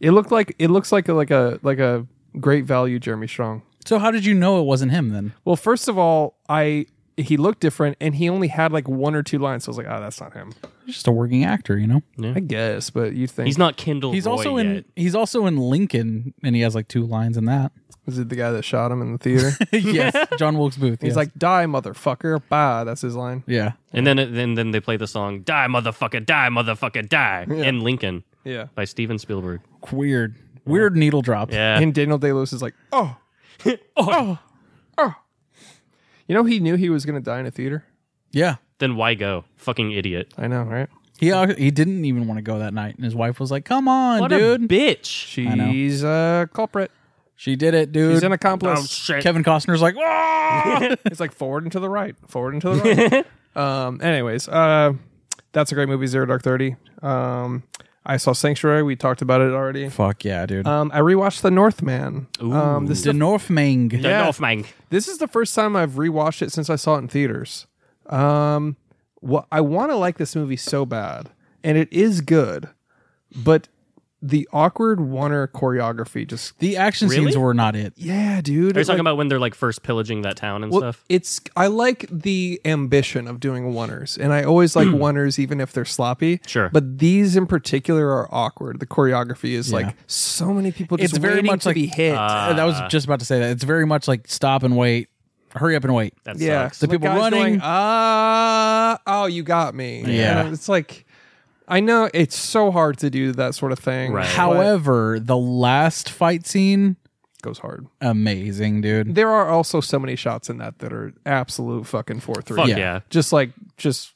Speaker 1: It looked like it looks like a, like a like a great value Jeremy Strong.
Speaker 3: So how did you know it wasn't him then?
Speaker 1: Well, first of all, I he looked different and he only had like one or two lines. So I was like, oh, that's not him.
Speaker 3: He's just a working actor, you know.
Speaker 1: I guess, but you think
Speaker 2: He's not Kindle.
Speaker 3: He's
Speaker 2: Roy
Speaker 3: also
Speaker 2: yet.
Speaker 3: in. He's also in Lincoln, and he has like two lines in that.
Speaker 1: was it the guy that shot him in the theater?
Speaker 3: yes, John Wilkes Booth.
Speaker 1: He's
Speaker 3: yes.
Speaker 1: like, die, motherfucker. Bah, that's his line.
Speaker 3: yeah.
Speaker 2: And then then then they play the song "Die Motherfucker, Die Motherfucker, Die" in Lincoln
Speaker 1: Yeah.
Speaker 2: by Steven Spielberg.
Speaker 3: Weird, weird needle drop.
Speaker 2: Yeah,
Speaker 1: And Daniel Day Lewis is like, oh. oh. Oh. You know, he knew he was going to die in a theater.
Speaker 3: yeah.
Speaker 2: then why go? Fucking idiot!
Speaker 1: I know, right?
Speaker 3: He uh, he didn't even want to go that night, and his wife was like, "Come on,
Speaker 2: What
Speaker 3: dude."
Speaker 2: a bitch!
Speaker 1: She's a culprit.
Speaker 3: She did it, dude.
Speaker 1: He's an accomplice.
Speaker 2: shit.
Speaker 3: Kevin Costner's like, "Ah!"
Speaker 1: It's like forward and to the right, forward and to the right. um, anyways, uh, that's a great movie, Zero Dark Thirty. Um, I saw Sanctuary. We talked about it already.
Speaker 3: Fuck yeah, dude.
Speaker 1: Um, I rewatched The Northman. Um, this,
Speaker 3: the Northman.
Speaker 2: The
Speaker 1: Yeah.
Speaker 2: Northman.
Speaker 1: this is the first time I've rewatched it since I saw it in theaters. Um, wha- I want to like this movie so bad, and it is good, but the awkward Warner choreography just
Speaker 3: The action
Speaker 2: Really?
Speaker 3: scenes were not it.
Speaker 1: yeah, dude.
Speaker 2: Are you
Speaker 1: It, like-
Speaker 2: talking about when they're like first pillaging that town and
Speaker 1: Well,
Speaker 2: stuff?
Speaker 1: it's I like the ambition of doing oneers, and I always like oneers even if they're sloppy.
Speaker 2: Sure.
Speaker 1: but these in particular are awkward. The choreography is like so many people just
Speaker 3: It's very
Speaker 1: waiting
Speaker 3: much
Speaker 1: to
Speaker 3: like-
Speaker 1: be hit.
Speaker 3: Uh, I was just about to say that. It's very much like stop and wait, hurry up and wait.
Speaker 2: That
Speaker 1: yeah,
Speaker 2: sucks.
Speaker 3: The people
Speaker 1: guys
Speaker 3: running.
Speaker 1: going, Ah, oh, you got me.
Speaker 3: Yeah.
Speaker 1: And it's like I know it's so hard to do that sort of thing.
Speaker 2: Right.
Speaker 1: but
Speaker 3: However, the last fight scene,
Speaker 1: it goes hard.
Speaker 3: amazing, dude.
Speaker 1: There are also so many shots in that that are absolute fucking four three.
Speaker 2: Fuck
Speaker 3: Yeah.
Speaker 2: yeah.
Speaker 1: just like just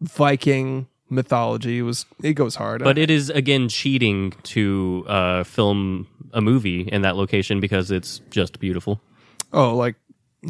Speaker 1: Viking mythology was it goes hard.
Speaker 2: But it is again cheating to uh, film a movie in that location because it's just beautiful.
Speaker 1: Oh, like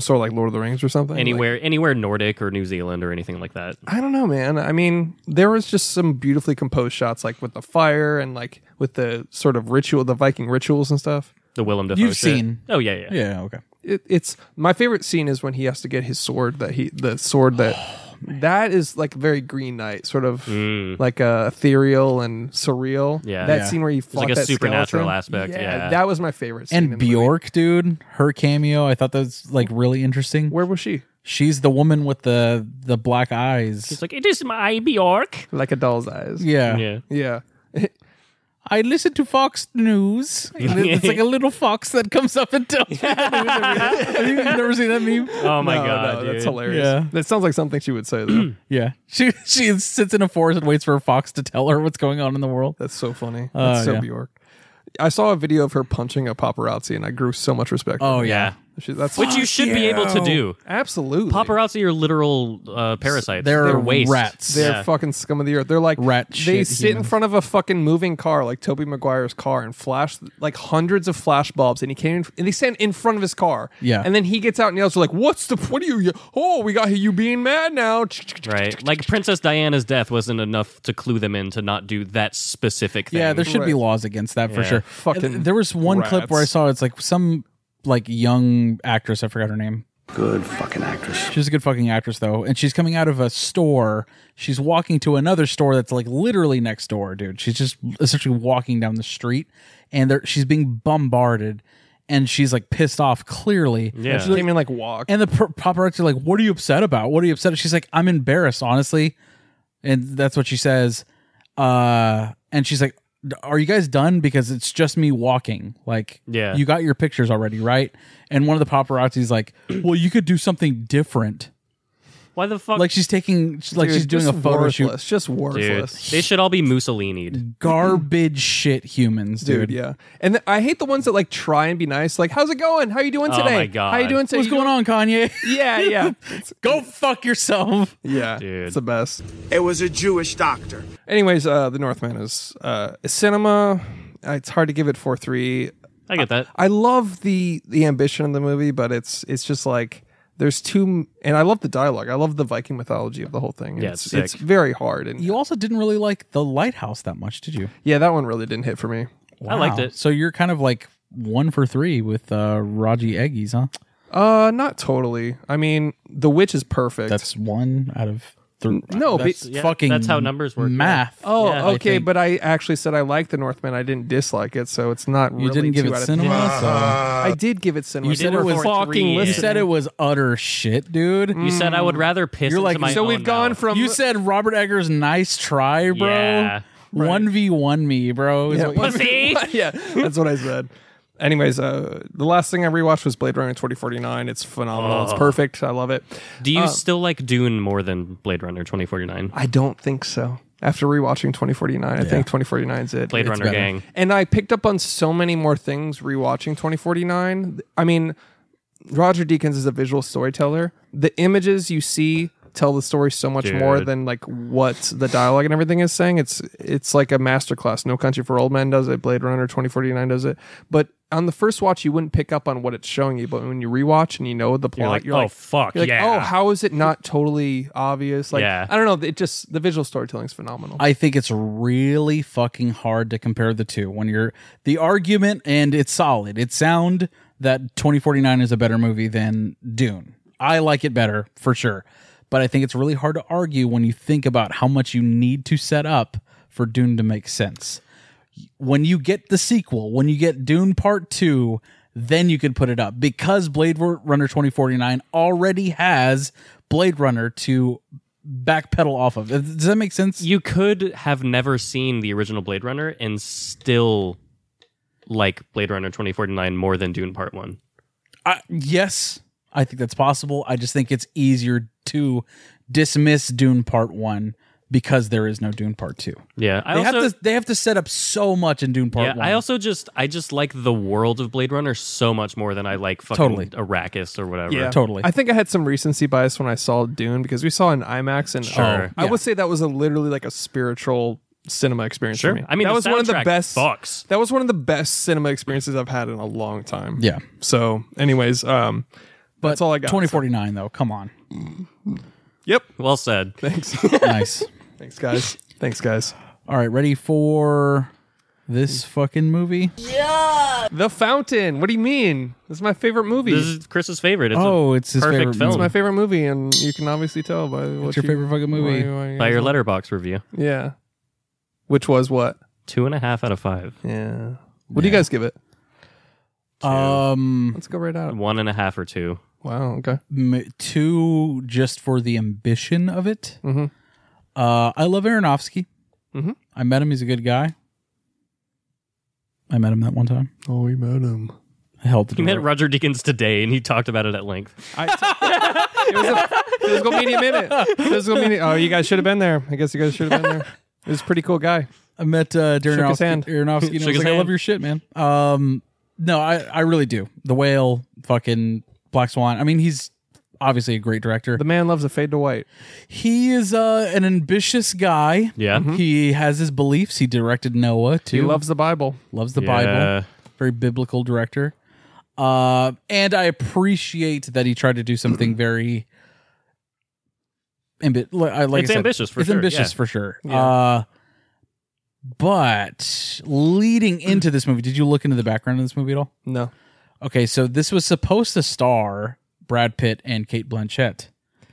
Speaker 1: sort of like Lord of the Rings or something.
Speaker 2: Anywhere, anywhere Nordic or New Zealand or anything like that.
Speaker 1: Like, I don't know, man. I mean, there was just some beautifully composed shots, like with the fire and like with the sort of ritual, the Viking rituals and stuff.
Speaker 2: The Willem Dafoe.
Speaker 3: You've
Speaker 2: shit.
Speaker 3: seen.
Speaker 2: Oh yeah, yeah.
Speaker 3: Yeah, okay.
Speaker 1: It, it's my favorite scene is when he has to get his sword that he the sword that
Speaker 2: Oh,
Speaker 1: that is like very Green Knight sort of like uh, ethereal and surreal.
Speaker 2: Mm. Yeah.
Speaker 1: that
Speaker 2: Yeah.
Speaker 1: scene where he fought
Speaker 2: like a
Speaker 1: that
Speaker 2: supernatural
Speaker 1: skeleton.
Speaker 2: aspect, yeah.
Speaker 1: that was my favorite. Scene in
Speaker 3: And
Speaker 1: the movie.
Speaker 3: Bjork, dude, her cameo, I thought that was like really interesting.
Speaker 1: where was she?
Speaker 3: She's the woman with the the black eyes.
Speaker 2: It's like it is my Bjork.
Speaker 1: Like a doll's eyes.
Speaker 3: yeah.
Speaker 2: Yeah.
Speaker 1: yeah.
Speaker 3: I listen to Fox News. And it- it's like a little fox that comes up and tells me. Have you never seen that meme?
Speaker 2: Oh my
Speaker 1: No,
Speaker 2: god,
Speaker 1: no,
Speaker 2: dude.
Speaker 1: that's hilarious.
Speaker 3: Yeah.
Speaker 1: That sounds like something she would say though.
Speaker 3: Yeah. She she sits in a forest and waits for a fox to tell her what's going on in the world.
Speaker 1: That's so funny. That's so
Speaker 3: Uh, yeah.
Speaker 1: Bjork. I saw a video of her punching a paparazzi, and I grew so much respect. for
Speaker 3: Oh
Speaker 1: her.
Speaker 3: yeah.
Speaker 2: Yeah.
Speaker 1: She- that's Oh,
Speaker 2: Which you should be able to do.
Speaker 1: absolutely
Speaker 2: Paparazzi are literal uh, parasites.
Speaker 3: They're
Speaker 2: waste.
Speaker 3: rats.
Speaker 1: They're
Speaker 2: Yeah.
Speaker 1: fucking scum of the earth. They're like
Speaker 3: Rat
Speaker 1: They
Speaker 3: shit
Speaker 1: sit in
Speaker 3: humans.
Speaker 1: front of a fucking moving car, like Toby Maguire's car, and flash like hundreds of flash bulbs, and he came in, and they stand in front of his car.
Speaker 3: Yeah.
Speaker 1: and then he gets out and yells, "Like, what's the? What are you? Oh, we got you being mad now."
Speaker 2: Right. Like Princess Diana's death wasn't enough to clue them in to not do that specific thing.
Speaker 3: Yeah, there should be
Speaker 1: Right.
Speaker 3: laws against that for
Speaker 2: Yeah.
Speaker 3: sure.
Speaker 1: Fucking
Speaker 3: And there was one clip where I
Speaker 1: rats.
Speaker 3: saw it's like some like young actress, I forgot her name.
Speaker 5: Good fucking actress.
Speaker 3: She's a good fucking actress though, and she's coming out of a store. She's walking to another store that's like literally next door, dude. She's just essentially walking down the street, and there she's being bombarded, and she's like pissed off clearly.
Speaker 2: Yeah.
Speaker 1: She came in like walk.
Speaker 3: And the per- paparazzi are like, "What are you upset about? What are you upset?" She's like, "I'm embarrassed, honestly," and that's what she says. Uh, and she's like, "Are you guys done? Because it's just me walking. Like,
Speaker 2: Yeah.
Speaker 3: you got your pictures already, right?" And one of the paparazzi's like, "Well, you could do something different."
Speaker 2: Why the fuck?
Speaker 3: Like she's taking, like
Speaker 1: Dude,
Speaker 3: she's doing a
Speaker 1: just
Speaker 3: photo shoot.
Speaker 1: worthless, Just
Speaker 2: dude,
Speaker 1: worthless.
Speaker 2: they should all be
Speaker 1: Mm.
Speaker 2: Mussolini'd.
Speaker 3: Garbage shit, humans, dude.
Speaker 1: dude. Yeah, and th- I hate the ones that like try and be nice. Like, how's it going? How you doing
Speaker 2: Oh
Speaker 1: today?
Speaker 2: my God.
Speaker 1: How you doing today?
Speaker 3: What's
Speaker 1: You
Speaker 3: going on,
Speaker 1: doing-"
Speaker 3: Kanye?
Speaker 1: Yeah, yeah,
Speaker 3: Go fuck yourself.
Speaker 1: yeah.
Speaker 2: Dude.
Speaker 1: It's the best.
Speaker 4: It was a Jewish doctor.
Speaker 1: Anyways, uh, the Northman is uh, cinema. Uh, It's hard to give it four three.
Speaker 2: I get that.
Speaker 1: I love the the ambition of the movie, but it's it's just like there's too. And I love the dialogue. I love the Viking mythology of the whole thing.
Speaker 2: Yeah,
Speaker 1: it's,
Speaker 2: it's sick.
Speaker 1: it's very hard. And
Speaker 3: You also didn't really like the lighthouse that much, did you?
Speaker 1: yeah, that one really didn't hit for me.
Speaker 2: I liked
Speaker 3: Wow.
Speaker 2: it.
Speaker 3: So you're kind of like one for three with uh Raji Eggies, huh?
Speaker 1: Uh, not totally. I mean, The Witch is perfect.
Speaker 3: That's one out of three.
Speaker 1: no,
Speaker 3: that's
Speaker 1: but-
Speaker 2: yeah,
Speaker 3: fucking.
Speaker 2: that's how numbers work, yeah.
Speaker 3: Math.
Speaker 1: Oh,
Speaker 2: Yeah, I
Speaker 1: okay,
Speaker 3: think-
Speaker 1: but I actually said I liked the Northman. I didn't dislike it, so it's not.
Speaker 3: you
Speaker 1: really
Speaker 3: didn't give
Speaker 1: two
Speaker 3: it
Speaker 1: out of-
Speaker 3: cinema. so-
Speaker 1: I did give it cinema.
Speaker 3: You
Speaker 1: So
Speaker 3: said
Speaker 1: we're
Speaker 3: it was
Speaker 1: four-
Speaker 2: fucking Mm.
Speaker 3: You
Speaker 2: Yeah.
Speaker 3: said it was utter shit, dude.
Speaker 2: You said I would rather piss into
Speaker 3: You're like-
Speaker 2: my
Speaker 1: Mm. So
Speaker 2: own
Speaker 1: we've gone
Speaker 2: mouth.
Speaker 1: from
Speaker 3: You said Robert Eggers, nice try, bro.
Speaker 2: Yeah.
Speaker 3: One v one me, bro. is
Speaker 1: Yeah,
Speaker 3: what you-
Speaker 2: pussy.
Speaker 1: yeah, that's what I said. Anyways, uh, the last thing I rewatched was Blade Runner 2049. It's phenomenal. It's perfect. I love it.
Speaker 2: Do
Speaker 1: Uh,
Speaker 2: you still like Dune more than Blade Runner 2049?
Speaker 1: I don't think so. After rewatching 2049, I think 2049 is it.
Speaker 2: Blade
Speaker 1: It's-
Speaker 2: Runner
Speaker 3: better.
Speaker 2: gang.
Speaker 1: And I picked up on so many more things rewatching 2049. I mean, Roger Deakins is a visual storyteller. The images you see tell the story so much more
Speaker 2: Dude.
Speaker 1: than like what the dialogue and everything is saying. It's it's like a masterclass. No Country for Old Men does it. Blade Runner twenty forty nine does it. But on the first watch, you wouldn't pick up on what it's showing you. But when you rewatch and you know the plot,
Speaker 2: You're like, oh fuck,
Speaker 1: you're like,
Speaker 2: yeah.
Speaker 1: oh, how is it not totally obvious? Like,
Speaker 2: Yeah.
Speaker 1: I don't know. It just the visual storytelling is phenomenal.
Speaker 3: I think it's really fucking hard to compare the two when you're the argument and it's solid. It's sound that 2049 is a better movie than Dune. I like it better for sure. But I think it's really hard to argue when you think about how much you need to set up for Dune to make sense. When you get the sequel, when you get Dune Part 2, then you could put it up because Blade Runner 2049 already has Blade Runner to backpedal off of. Does that make sense?
Speaker 2: you could have never seen the original Blade Runner and still like Blade Runner 2049 more than Dune Part 1.
Speaker 3: I, yes, I think that's possible. I just think it's easier to dismiss Dune Part One because there is no Dune Part Two.
Speaker 2: Yeah, I
Speaker 3: They
Speaker 2: also
Speaker 3: have to they have to set up so much in Dune Part
Speaker 2: yeah,
Speaker 3: One.
Speaker 2: I also just I just like the world of Blade Runner so much more than I like fucking
Speaker 3: Totally.
Speaker 2: Arrakis or whatever.
Speaker 3: totally.
Speaker 1: I think I had some recency bias when I saw Dune because we saw it in IMAX and
Speaker 2: Sure.
Speaker 1: oh, I
Speaker 3: Yeah.
Speaker 1: would say that was a literally like a spiritual cinema experience
Speaker 2: Sure.
Speaker 1: for me.
Speaker 2: I mean,
Speaker 1: that
Speaker 2: the
Speaker 1: was one of the
Speaker 2: soundtrack
Speaker 1: best
Speaker 2: fucks.
Speaker 1: That was one of the best cinema experiences I've had in a long time.
Speaker 3: Yeah.
Speaker 1: So, anyways, um
Speaker 3: but
Speaker 1: that's all I got.
Speaker 3: 2049 though. Come on,
Speaker 1: Yep.
Speaker 2: Well said.
Speaker 1: Thanks.
Speaker 3: nice.
Speaker 1: Thanks guys. Thanks guys.
Speaker 3: All right, ready for this fucking movie?
Speaker 1: The Fountain. What do you mean? This is my favorite movie.
Speaker 2: This is Chris's favorite. It's
Speaker 3: oh, it's his
Speaker 2: perfect
Speaker 3: favorite
Speaker 2: film.
Speaker 3: movie.
Speaker 1: my favorite movie and you can obviously tell by what's
Speaker 3: your favorite fucking movie?
Speaker 2: by your letterbox review.
Speaker 1: Yeah. Which was what?
Speaker 2: Two and a half out of five.
Speaker 1: Yeah. What do you guys give it?
Speaker 3: Um,
Speaker 1: Let's go right out.
Speaker 2: One and a half or two.
Speaker 1: Wow, okay.
Speaker 3: m- two just for the ambition of it.
Speaker 1: Mhm.
Speaker 3: Uh, I love Aronofsky.
Speaker 1: Mhm.
Speaker 3: I met him; he's a good guy. I met him that one time.
Speaker 1: Oh, we met him.
Speaker 3: I held the
Speaker 2: He
Speaker 3: door.
Speaker 2: met Roger Deakins today and he talked about it at length.
Speaker 1: It was a physical media minute. Physical media. Oh, you guys should have been there. I guess you guys should have been there. It was a pretty cool guy.
Speaker 3: I met uh, Darren
Speaker 1: Shook his
Speaker 3: Aronofsky,
Speaker 1: hand.
Speaker 3: Aronofsky and I
Speaker 2: Shook
Speaker 3: was
Speaker 2: his
Speaker 3: like, "I
Speaker 2: hand.
Speaker 3: love your shit, man." Um, no, I I really do. The Whale, fucking Black Swan. I mean, he's obviously a great director.
Speaker 1: The man loves a fade to white.
Speaker 3: He is uh, an ambitious guy.
Speaker 2: Yeah. Mhm.
Speaker 3: he has his beliefs. He directed Noah too.
Speaker 1: He loves the Bible.
Speaker 3: loves the Bible.
Speaker 2: Yeah.
Speaker 3: very biblical director. Uh, and I appreciate that he tried to do something very. Ambi- li- I- like
Speaker 2: It's
Speaker 3: I said,
Speaker 2: ambitious for
Speaker 3: it's
Speaker 2: sure,
Speaker 3: ambitious
Speaker 2: yeah.
Speaker 3: for sure. Uh, but leading into this movie, did you look into the background of this movie at all?
Speaker 1: No.
Speaker 3: Okay, so this was supposed to star Brad Pitt and Kate Blanchett.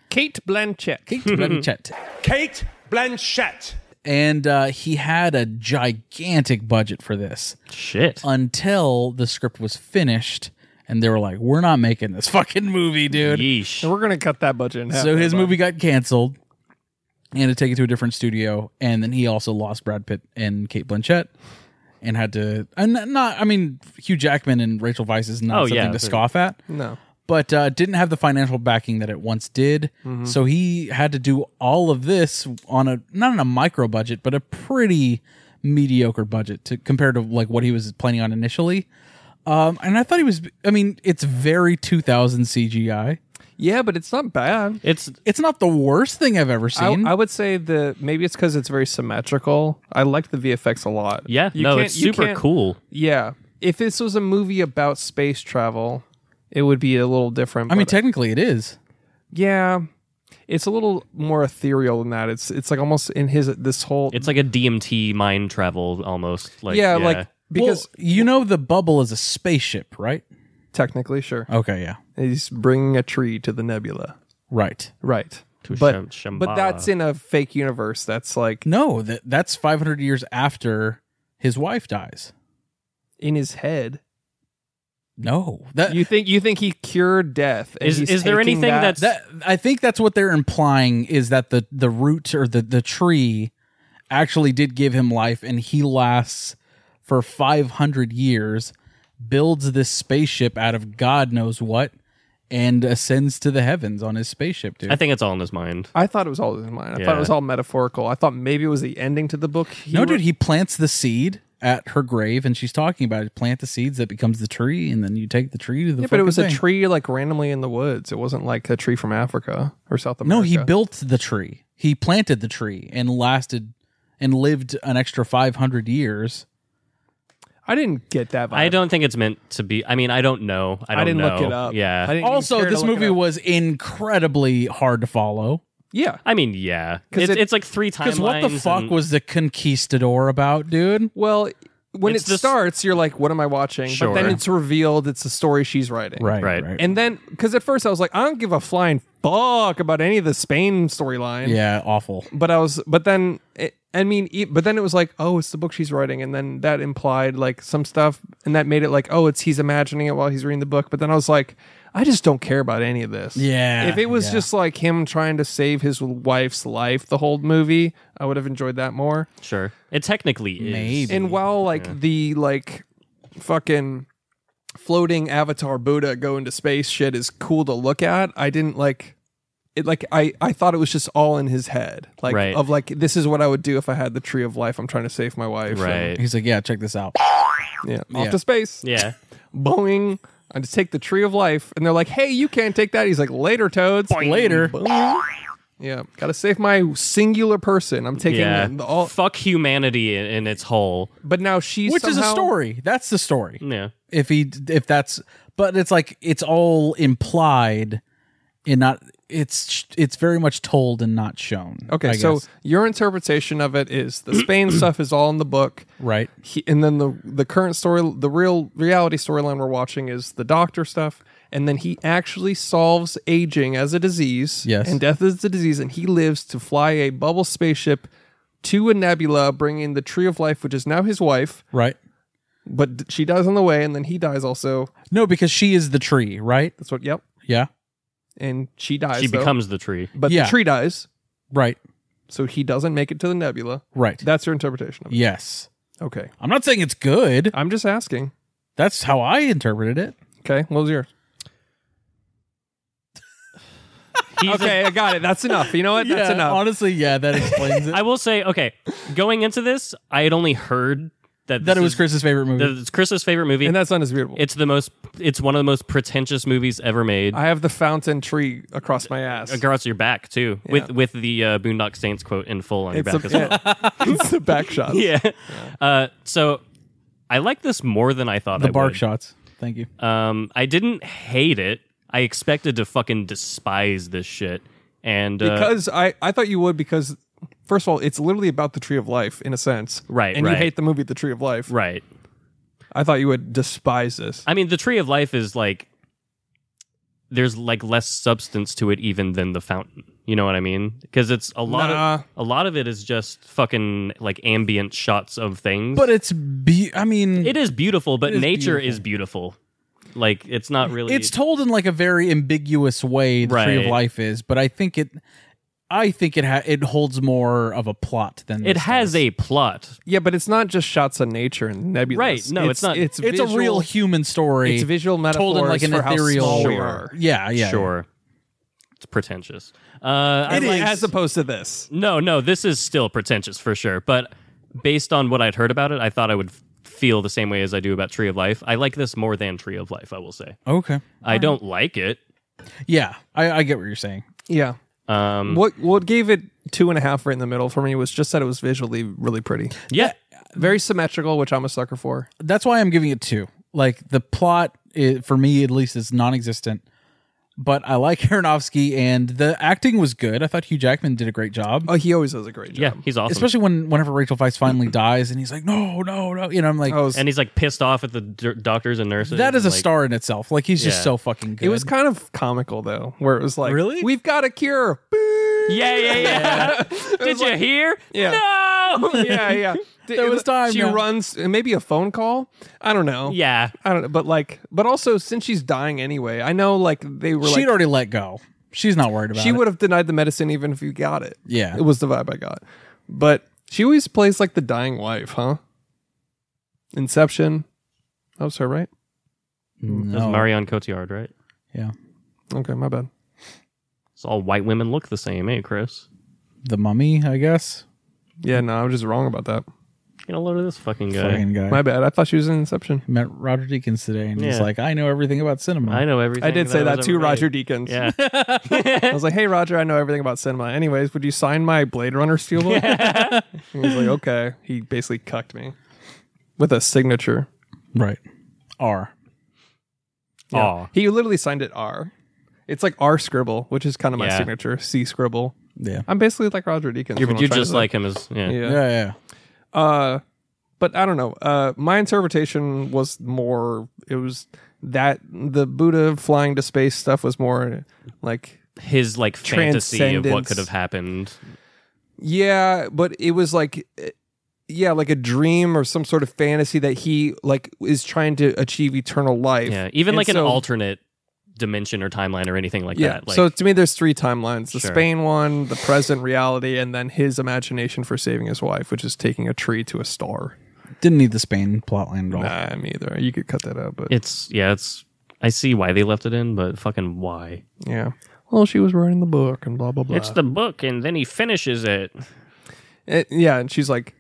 Speaker 1: Kate Blanchett.
Speaker 3: Kate Blanchett.
Speaker 4: Kate Blanchett.
Speaker 3: And uh, he had a gigantic budget for this.
Speaker 2: Shit.
Speaker 3: until the script was finished and they were like, we're not making this fucking movie, dude.
Speaker 2: Yeesh.
Speaker 1: And we're going to cut that budget in half.
Speaker 3: So his
Speaker 1: everybody.
Speaker 3: movie got canceled. He had to take it to a different studio. And then he also lost Brad Pitt and Kate Blanchett and had to, and not, I mean, Hugh Jackman and Rachel Weisz is
Speaker 2: Oh,
Speaker 3: not something
Speaker 2: yeah,
Speaker 3: to
Speaker 2: they're-
Speaker 3: scoff at,
Speaker 1: No.
Speaker 3: but uh, didn't have the financial backing that it once did.
Speaker 2: Mm-hmm.
Speaker 3: So he had to do all of this on a, not on a micro budget, but a pretty mediocre budget to compared to like what he was planning on initially. Um, and I thought he was, I mean, it's very 2000 CGI.
Speaker 1: Yeah, but it's not bad.
Speaker 2: It's
Speaker 3: It's not the worst thing I've ever
Speaker 1: I,
Speaker 3: seen.
Speaker 1: I would say that maybe it's because it's very symmetrical. I like the VFX a lot.
Speaker 2: yeah,
Speaker 1: You
Speaker 2: no,
Speaker 1: can't-
Speaker 2: it's
Speaker 1: you
Speaker 2: super
Speaker 1: can't-
Speaker 2: cool.
Speaker 1: Yeah. If this was a movie about space travel, it would be a little different.
Speaker 3: I mean,
Speaker 1: but-
Speaker 3: technically it is.
Speaker 1: yeah, it's a little more ethereal than that. It's it's like almost in his this whole
Speaker 2: It's like a DMT mind travel almost. Like
Speaker 1: yeah, like because
Speaker 3: Because you know the bubble is a spaceship, right?
Speaker 1: technically sure
Speaker 3: Okay, yeah.
Speaker 1: he's bringing a tree to the nebula,
Speaker 3: Right.
Speaker 1: right?
Speaker 2: To
Speaker 1: But
Speaker 2: Sham-
Speaker 1: but
Speaker 2: Shambhala.
Speaker 1: that's in a fake universe. That's like
Speaker 3: No, that that's 500 years after his wife dies.
Speaker 1: in his head.
Speaker 3: No. That
Speaker 1: You think you think he cured death? and
Speaker 2: Is-
Speaker 1: he's
Speaker 2: is there
Speaker 1: taking
Speaker 2: anything
Speaker 1: that,
Speaker 2: that's-
Speaker 3: that I think that's what they're implying is that the the root or the the tree actually did give him life and he lasts for 500 years builds this spaceship out of god knows what and ascends to the heavens on his spaceship dude
Speaker 2: I think it's all in his mind.
Speaker 1: I thought it was all in his mind. I thought
Speaker 2: Yeah.
Speaker 1: it was all metaphorical. I thought maybe it was the ending to the book. He
Speaker 3: no
Speaker 1: wrote-
Speaker 3: dude he plants the seed at her grave, and she's talking about it. Plant the seeds that becomes the tree, and then you take the tree to the.
Speaker 1: Yeah, but it
Speaker 3: fucking
Speaker 1: was a
Speaker 3: thing.
Speaker 1: tree like randomly in the woods. It wasn't like a tree from Africa or South America.
Speaker 3: No, he built the tree. He planted the tree and lasted and lived an extra 500 years.
Speaker 1: I didn't get that. Vibe.
Speaker 2: I don't think it's meant to be. I mean, I don't know.
Speaker 1: I,
Speaker 2: I, don't
Speaker 1: didn't
Speaker 2: know.
Speaker 1: look it up.
Speaker 2: Yeah.
Speaker 1: I didn't even
Speaker 3: Also,
Speaker 1: care to
Speaker 3: this
Speaker 1: look it
Speaker 3: movie
Speaker 1: up.
Speaker 3: was incredibly hard to follow.
Speaker 1: yeah.
Speaker 2: I mean, yeah.
Speaker 1: 'Cause
Speaker 2: It's,
Speaker 1: it-
Speaker 2: it's like three timelines.
Speaker 3: Because what the fuck
Speaker 2: and-
Speaker 3: was the conquistador about, dude?
Speaker 1: Well, when
Speaker 2: It's
Speaker 1: it
Speaker 2: this-
Speaker 1: starts, you're like, "What am I watching?" But then
Speaker 2: Sure.
Speaker 1: it's revealed it's a story she's writing.
Speaker 2: Right. right.
Speaker 1: And then, because at first I was like, I don't give a flying fuck about any of the Spain storyline.
Speaker 3: yeah, awful.
Speaker 1: But I was, but then, it, I mean, e- but then it was like, oh, it's the book she's writing, and then that implied like some stuff, and that made it like, oh, it's he's imagining it while he's reading the book. But then I was like, I just don't care about any of this.
Speaker 3: Yeah,
Speaker 1: If it was
Speaker 3: yeah.
Speaker 1: just like him trying to save his wife's life the whole movie, I would have enjoyed that more.
Speaker 2: Sure. It technically is.
Speaker 3: Maybe.
Speaker 1: And while like the like fucking floating avatar Buddha go into space shit is cool to look at, I didn't like it like I, I thought it was just all in his head. Like
Speaker 2: Right.
Speaker 1: of like this is what I would do if I had the tree of life. I'm trying to save my wife.
Speaker 2: Right.
Speaker 3: He's like, yeah, check this out.
Speaker 1: And, yeah. Off
Speaker 3: Yeah.
Speaker 1: to space.
Speaker 2: Yeah.
Speaker 1: Boing. I just take the tree of life. And they're like, hey, you can't take that. He's like, later, toads.
Speaker 3: Later.
Speaker 1: Boing. Yeah. Gotta save my singular person. I'm taking
Speaker 2: Yeah.
Speaker 1: the all
Speaker 2: fuck humanity in, in its whole.
Speaker 1: but now she's
Speaker 3: Which is a
Speaker 1: somehow-
Speaker 3: story. That's the story.
Speaker 2: Yeah.
Speaker 3: If he, if that's, but it's like it's all implied, and not. It's it's very much told and not shown.
Speaker 1: Okay,
Speaker 3: I
Speaker 1: so
Speaker 3: guess.
Speaker 1: your interpretation of it is the Spain stuff is all in the book,
Speaker 3: right.
Speaker 1: he, and then the the current story, the real reality storyline we're watching is the doctor stuff, and then he actually solves aging as a disease,
Speaker 3: Yes.
Speaker 1: and death is a disease, and he lives to fly a bubble spaceship to a nebula, bringing the tree of life, which is now his wife,
Speaker 3: Right.
Speaker 1: but d- she dies on the way, and then he dies also.
Speaker 3: No, because she is the tree, right?
Speaker 1: That's what. Yep,
Speaker 3: Yeah.
Speaker 1: and she dies.
Speaker 2: She
Speaker 1: though,
Speaker 2: becomes the tree.
Speaker 1: but
Speaker 3: Yeah.
Speaker 1: the tree dies,
Speaker 3: Right.
Speaker 1: so he doesn't make it to the nebula.
Speaker 3: Right.
Speaker 1: That's your interpretation of it.
Speaker 3: yes.
Speaker 1: Okay,
Speaker 3: I'm not saying it's good.
Speaker 1: I'm just asking.
Speaker 3: That's how I interpreted it.
Speaker 1: Okay, what was yours?
Speaker 2: He's a-
Speaker 1: Okay, I got it. That's enough. You know what? That's
Speaker 3: Yeah,
Speaker 1: enough.
Speaker 3: Honestly, yeah, that explains it.
Speaker 2: I will say, okay, going into this, I had only heard that
Speaker 3: that
Speaker 2: this
Speaker 3: it was
Speaker 2: is-
Speaker 3: Chris's favorite movie.
Speaker 2: that it's Chris's favorite movie.
Speaker 1: and that's undisputable.
Speaker 2: it's the most. It's one of the most pretentious movies ever made.
Speaker 1: I have the fountain tree across my ass.
Speaker 2: Across your back too, with with the uh, Boondock Saints quote in full on your
Speaker 1: It's
Speaker 2: back
Speaker 1: a,
Speaker 2: as well.
Speaker 1: yeah. it's a back shot.
Speaker 2: yeah. Uh, so I like this more than I thought.
Speaker 3: the
Speaker 2: I
Speaker 3: bark
Speaker 2: would.
Speaker 3: shots. Thank you.
Speaker 2: Um, I didn't hate it. I expected to fucking despise this shit, and uh,
Speaker 1: Because I, I thought you would because first of all, it's literally about the tree of life in a sense.
Speaker 2: Right,
Speaker 1: And you
Speaker 2: right.
Speaker 1: hate the movie The Tree of Life.
Speaker 2: right,
Speaker 1: I thought you would despise this.
Speaker 2: I mean, the Tree of Life is like there's like less substance to it even than the fountain. You know what I mean? Because it's a lot
Speaker 1: Nah.
Speaker 2: of a lot of it is just fucking like ambient shots of things.
Speaker 3: But it's be I mean
Speaker 2: it is beautiful, but
Speaker 3: It is
Speaker 2: nature is beautiful. Like it's not really
Speaker 3: it's told in like a very ambiguous way the tree of
Speaker 2: Right.
Speaker 3: life is, but I think it I think it ha- it holds more of a plot than
Speaker 2: it
Speaker 3: this
Speaker 2: has
Speaker 3: does.
Speaker 2: a plot.
Speaker 1: Yeah, but it's not just shots of nature and nebulas.
Speaker 2: Right, no, it's not-
Speaker 1: It's,
Speaker 3: it's a
Speaker 1: visual-
Speaker 3: real human story.
Speaker 1: It's visual metaphors
Speaker 3: told in like an
Speaker 1: for how
Speaker 3: ethereal
Speaker 1: small we
Speaker 2: Sure.
Speaker 1: are.
Speaker 3: Yeah, yeah.
Speaker 2: Sure, it's pretentious. Uh, I
Speaker 1: It
Speaker 2: like-
Speaker 1: is. As opposed to this.
Speaker 2: No, no, this is still pretentious for sure. But based on what I'd heard about it, I thought I would f- feel the same way as I do about Tree of Life. I like this more than Tree of Life, I will say.
Speaker 3: Okay.
Speaker 2: I don't like it.
Speaker 3: Yeah, I, I get what you're saying.
Speaker 1: Yeah.
Speaker 2: Um,
Speaker 1: What what gave it two and a half right in the middle for me was just that it was visually really pretty.
Speaker 2: yeah,
Speaker 1: very symmetrical, which I'm a sucker for.
Speaker 3: That's why I'm giving it 2. Like the plot i for me at least is non-existent. But I like Aronofsky and the acting was good. I thought Hugh Jackman did a great job.
Speaker 1: Oh, he always does a great
Speaker 2: yeah,
Speaker 1: job.
Speaker 2: he's awesome.
Speaker 3: Especially when whenever Rachel Weisz finally dies and he's like, "No, no, no." You know, I'm like,
Speaker 1: I was-
Speaker 2: and he's like pissed off at the d- doctors and nurses.
Speaker 3: That is a
Speaker 2: and, like,
Speaker 3: star in itself. Like he's just
Speaker 2: Yeah.
Speaker 3: so fucking good.
Speaker 1: it was kind of comical though, where it was like,
Speaker 3: Really?
Speaker 1: we've got a cure."
Speaker 2: Yeah, yeah, yeah. Did you hear?
Speaker 1: Yeah.
Speaker 2: No.
Speaker 1: yeah, yeah.
Speaker 3: There was time,
Speaker 1: She
Speaker 3: yeah.
Speaker 1: runs, and maybe a phone call. I don't know.
Speaker 2: yeah.
Speaker 1: I don't know, but like, but also since she's dying anyway, I know like they were
Speaker 3: She'd
Speaker 1: like,
Speaker 3: already let go. She's not worried about
Speaker 1: she
Speaker 3: it.
Speaker 1: would have denied the medicine even if you got it.
Speaker 3: Yeah.
Speaker 1: it was the vibe I got. But she always plays like the dying wife, huh? Inception, that was her, right?
Speaker 2: That's
Speaker 3: No.
Speaker 2: Marion Cotillard, right?
Speaker 3: yeah.
Speaker 1: Okay, my bad.
Speaker 2: It's all white women look the same, eh, Chris?
Speaker 3: The mummy, I guess.
Speaker 1: Yeah, no, I was just wrong about that.
Speaker 2: Get a load of this fucking guy.
Speaker 3: Fucking guy.
Speaker 1: My bad. I thought she was in Inception.
Speaker 3: Met Roger Deakins today, and he's
Speaker 2: Yeah.
Speaker 3: like, "I know everything about cinema."
Speaker 2: I know everything.
Speaker 1: I did say that
Speaker 2: was
Speaker 1: to
Speaker 2: ever made.
Speaker 1: Roger Deakins.
Speaker 2: Yeah.
Speaker 1: I was like, "Hey, Roger, I know everything about cinema. Anyways, would you sign my Blade Runner steelbook?" he was like, "Okay." He basically cucked me with a signature.
Speaker 3: Right. R.
Speaker 2: Aw.
Speaker 1: He literally signed it R. It's like R scribble, which is kind of my
Speaker 2: Yeah.
Speaker 1: signature. C scribble.
Speaker 3: Yeah.
Speaker 1: I'm basically like Roger Deakins.
Speaker 2: You're,
Speaker 1: when I'm
Speaker 2: you're
Speaker 1: trying
Speaker 2: just
Speaker 1: to-
Speaker 2: like him as yeah.
Speaker 1: yeah.
Speaker 3: Yeah. Yeah. yeah.
Speaker 1: Uh, but I don't know. Uh, my interpretation was more. It was that the Buddha flying to space stuff was more like
Speaker 2: His like fantasy of what
Speaker 1: Transcendence.
Speaker 2: could have happened.
Speaker 1: Yeah, but it was like eh, yeah, like a dream or some sort of fantasy that he like is trying to achieve eternal life.
Speaker 2: Yeah. Even
Speaker 1: And
Speaker 2: like an
Speaker 1: so-
Speaker 2: alternate dimension or timeline or anything like
Speaker 1: Yeah.
Speaker 2: that. Like,
Speaker 1: so to me there's three timelines. The
Speaker 2: Sure.
Speaker 1: Spain one, the present reality, and then his imagination for saving his wife, which is taking a tree to a star.
Speaker 3: Didn't need the Spain plotline at all.
Speaker 1: Nah, me either. You could cut that out, but
Speaker 2: it's yeah. It's I see why they left it in, but fucking why?
Speaker 1: yeah. Well, she was writing the book and blah blah blah.
Speaker 2: the book, and then he finishes it.
Speaker 1: Eh, yeah, and she's like,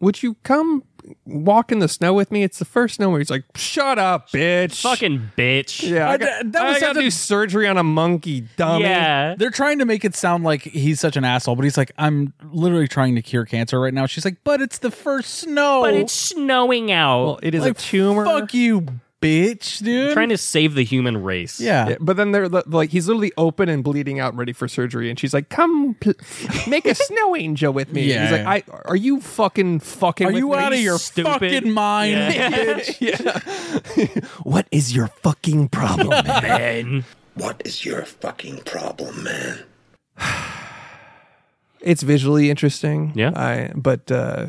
Speaker 1: "Would you come walk in the snow with me? It's the first snow." where He's like, "Shut up, bitch."
Speaker 2: Fucking bitch.
Speaker 1: Yeah,
Speaker 3: I-
Speaker 1: I got,
Speaker 3: that- that was
Speaker 1: I got
Speaker 3: such a-
Speaker 1: to do surgery on a monkey, dummy.
Speaker 2: Yeah.
Speaker 3: They're trying to make it sound like he's such an asshole, but he's like, I'm literally trying to cure cancer right now. She's like, but it's the first snow.
Speaker 2: But it's snowing out.
Speaker 1: Well, it is
Speaker 3: like,
Speaker 1: a tumor.
Speaker 3: Fuck you, bitch, dude.
Speaker 2: trying to save the human race.
Speaker 3: yeah.
Speaker 1: Yeah, but then they're li- like, he's literally open and bleeding out, ready for surgery, and she's like, "Come, pl- make a snow angel with me."
Speaker 3: Yeah,
Speaker 1: he's like, "I are you fucking fucking?
Speaker 3: Are
Speaker 1: with
Speaker 3: you
Speaker 1: me?
Speaker 3: out of your
Speaker 2: stupid.
Speaker 3: fucking mind?
Speaker 1: What is your fucking problem, man?
Speaker 2: Ben.
Speaker 5: What is your fucking problem, man?
Speaker 1: It's visually interesting.
Speaker 2: Yeah.
Speaker 1: I but uh,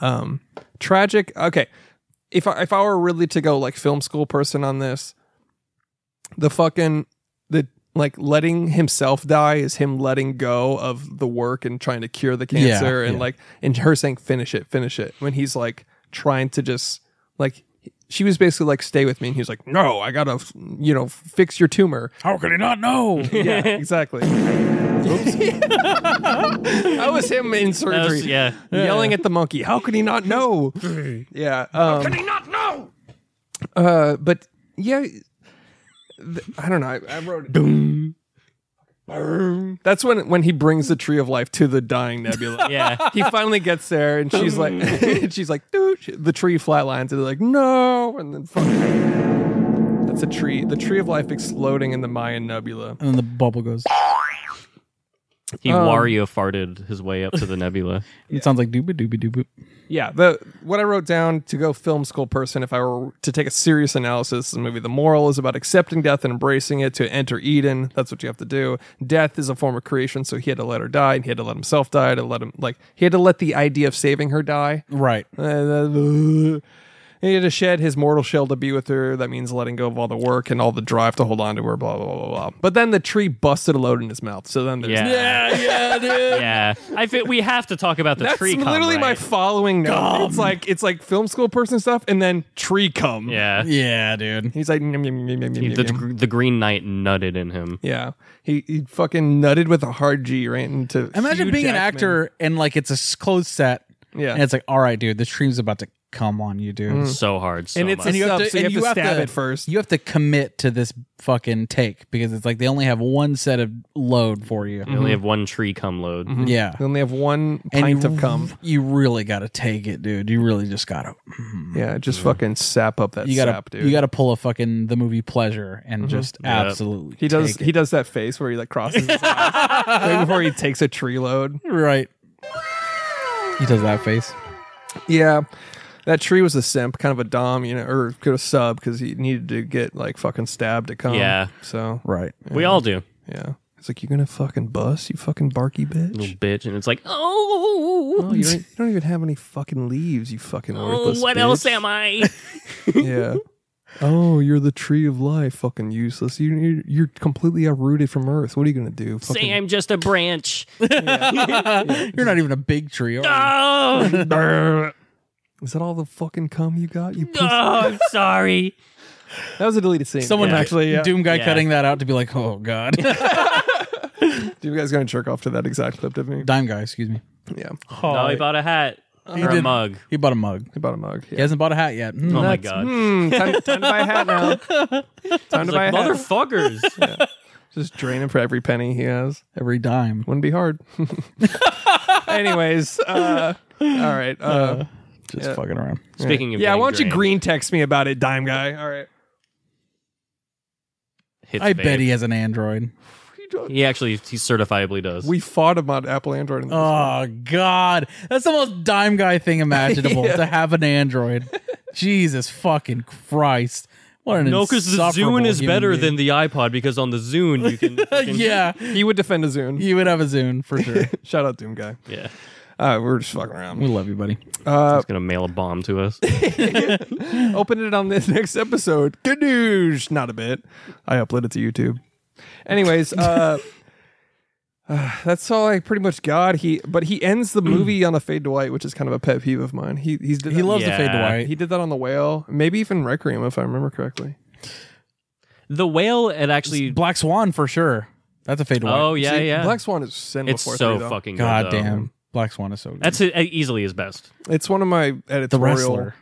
Speaker 1: um, tragic. Okay, if I, if I were really to go like film school person on this, the fucking the like letting himself die is him letting go of the work and trying to cure the
Speaker 3: Yeah,
Speaker 1: cancer and
Speaker 3: yeah.
Speaker 1: like and her saying finish it, finish it when he's like trying to just like she was basically like stay with me and he was like no I gotta you know fix your tumor
Speaker 3: How could he not know?
Speaker 1: yeah, exactly. Oops. that was him in surgery.
Speaker 2: That was- yeah.
Speaker 1: Yelling at the monkey. How could he not know? yeah. Um,
Speaker 4: Can he not know?
Speaker 1: uh, but yeah, th- I don't know. I, I wrote it. Boom. That's when when he brings the tree of life to the dying nebula.
Speaker 2: Yeah.
Speaker 1: He finally gets there, and she's like, and she's like, dude, the tree flatlines, and they're like, no, and then fuck. That's a tree. The tree of life exploding in the Mayan nebula.
Speaker 3: And then the bubble goes.
Speaker 2: He
Speaker 1: Um,
Speaker 2: Wario farted his way up to the nebula.
Speaker 3: It sounds like dooba dooba dooba.
Speaker 1: Yeah, the what I wrote down to go film school person, if I were to take a serious analysis of the movie, the moral is about accepting death and embracing it to enter Eden. That's what you have to do. Death is a form of creation, so he had to let her die, and he had to let himself die to let him like he had to let the idea of saving her die.
Speaker 3: Right.
Speaker 1: Uh, He had to shed his mortal shell to be with her. That means letting go of all the work and all the drive to hold on to her. Blah blah blah blah. blah. But then the tree busted a load in his mouth. So then there's
Speaker 2: Yeah. Yeah,
Speaker 3: yeah, dude.
Speaker 2: yeah. I feel we have to talk about the
Speaker 1: That's
Speaker 2: tree. cum,
Speaker 1: literally my
Speaker 2: right?
Speaker 1: following note. It's like it's like film school person stuff, and then tree cum.
Speaker 2: yeah.
Speaker 3: Yeah, dude.
Speaker 1: he's like, "Nyum, nyum, nyum, nyum, nyum,
Speaker 2: The,
Speaker 1: nyum."
Speaker 2: gr- the Green Knight nutted in him.
Speaker 1: yeah, he, he fucking nutted with a hard G right into.
Speaker 3: Imagine
Speaker 1: Hugh
Speaker 3: being an
Speaker 1: Jackman.
Speaker 3: actor and like it's a s- closed set.
Speaker 1: Yeah.
Speaker 3: And it's like, all right, dude, the stream's about to come on you, dude.
Speaker 2: So hard. So
Speaker 1: And it's a
Speaker 2: much.
Speaker 1: And you- sub, so have to stab it first.
Speaker 3: You have to commit to this fucking take because it's like they only have one set of load for you.
Speaker 1: Mm-hmm.
Speaker 2: we only have one tree cum load.
Speaker 3: Yeah.
Speaker 1: They only have one
Speaker 3: And
Speaker 1: Mm-hmm. pint
Speaker 3: you,
Speaker 1: of cum.
Speaker 3: You really got to take it, dude. You really just got to.
Speaker 1: Yeah, just fucking sap up that
Speaker 3: You got
Speaker 1: sap,
Speaker 3: to.
Speaker 1: dude. Mm-hmm.
Speaker 3: You got to pull a fucking the movie pleasure and just absolutely.
Speaker 1: he does.
Speaker 3: take
Speaker 1: He does that face where he like crosses his eyes right before he takes a tree load.
Speaker 3: it. right. He does that face.
Speaker 1: Yeah. That tree was a simp, kind of a dom, you know, or could have sub because he needed to get like fucking stabbed to come.
Speaker 2: Yeah.
Speaker 1: So
Speaker 3: Right.
Speaker 2: We all do.
Speaker 1: Yeah. It's like, you're going to fucking bust, you fucking barky bitch.
Speaker 2: Little bitch. And it's like, oh,
Speaker 1: No, you, don't, you don't even have any fucking leaves, you fucking
Speaker 2: oh
Speaker 1: worthless
Speaker 2: what else am I?
Speaker 1: Yeah. Oh, you're the tree of life, fucking useless. You, you're, you're completely uprooted from Earth. What are you going to do? Fucking,
Speaker 2: Say I'm just a branch.
Speaker 3: You're not even a big tree. Are
Speaker 2: Oh,
Speaker 1: Is that all the fucking cum you got? You
Speaker 2: oh
Speaker 1: pussy?
Speaker 2: I'm sorry.
Speaker 1: That was a deleted scene.
Speaker 3: you? Someone
Speaker 2: Yeah.
Speaker 3: actually Doom guy
Speaker 2: Yeah.
Speaker 3: cutting that out to be like, oh god,
Speaker 1: Do you guys going to jerk off to that exact clip of me?
Speaker 3: Dime guy, excuse me.
Speaker 1: Yeah.
Speaker 2: No, Oh, he bought a hat. or a mug.
Speaker 3: He bought a mug.
Speaker 1: He bought a mug.
Speaker 3: He hasn't bought a hat yet. Mm,
Speaker 2: Oh my
Speaker 3: that's-
Speaker 2: god.
Speaker 1: Hmm, time, time to buy a hat now. Time to buy
Speaker 2: Like,
Speaker 1: a hat.
Speaker 2: motherfuckers.
Speaker 1: Just drain him for every penny he has.
Speaker 3: Every dime.
Speaker 1: Wouldn't be hard. Anyways, uh, all right. Uh,
Speaker 3: Just fucking around.
Speaker 2: Speaking of
Speaker 1: yeah,
Speaker 2: getting
Speaker 1: why don't you
Speaker 2: drained,
Speaker 1: green text me about it, dime guy? All right.
Speaker 2: hits
Speaker 3: I
Speaker 2: vape.
Speaker 3: bet he has an Android.
Speaker 2: He actually he certifiably does.
Speaker 1: We fought about Apple Android. In this.
Speaker 3: Oh God, that's the most dime guy thing imaginable to have an Android. Jesus fucking Christ! What an
Speaker 2: no, because the
Speaker 3: insufferable
Speaker 2: Zune is
Speaker 3: human
Speaker 2: better
Speaker 3: being.
Speaker 2: than the iPod because on the Zune you can. fucking-
Speaker 3: yeah.
Speaker 1: he would defend a Zune.
Speaker 3: You would have a Zune for sure.
Speaker 1: Shout out Doom guy.
Speaker 2: yeah.
Speaker 1: Uh, we're just fucking
Speaker 3: we
Speaker 1: around.
Speaker 3: love you, buddy.
Speaker 2: He's gonna mail a bomb to us.
Speaker 1: Open it on this next episode. Good news. Not a bit. I upload it to YouTube. Anyways, uh, uh, that's all I pretty much got. He but he ends the movie on a fade to white, which is kind of a pet peeve of mine. He he's
Speaker 3: He loves the fade to
Speaker 2: Yeah.
Speaker 3: white.
Speaker 1: he did that on the whale, maybe even Requiem if I remember correctly.
Speaker 2: the whale, it actually.
Speaker 3: Black Swan for sure. That's a fade to white.
Speaker 2: Oh yeah,
Speaker 1: See,
Speaker 2: yeah.
Speaker 1: Black Swan is sin
Speaker 2: it's
Speaker 1: before
Speaker 2: so
Speaker 1: three, though.
Speaker 2: fucking
Speaker 3: God
Speaker 2: good, though.
Speaker 3: damn, Black Swan is so good.
Speaker 2: That's it, easily his best.
Speaker 1: It's one of my editorial.
Speaker 3: the wrestler.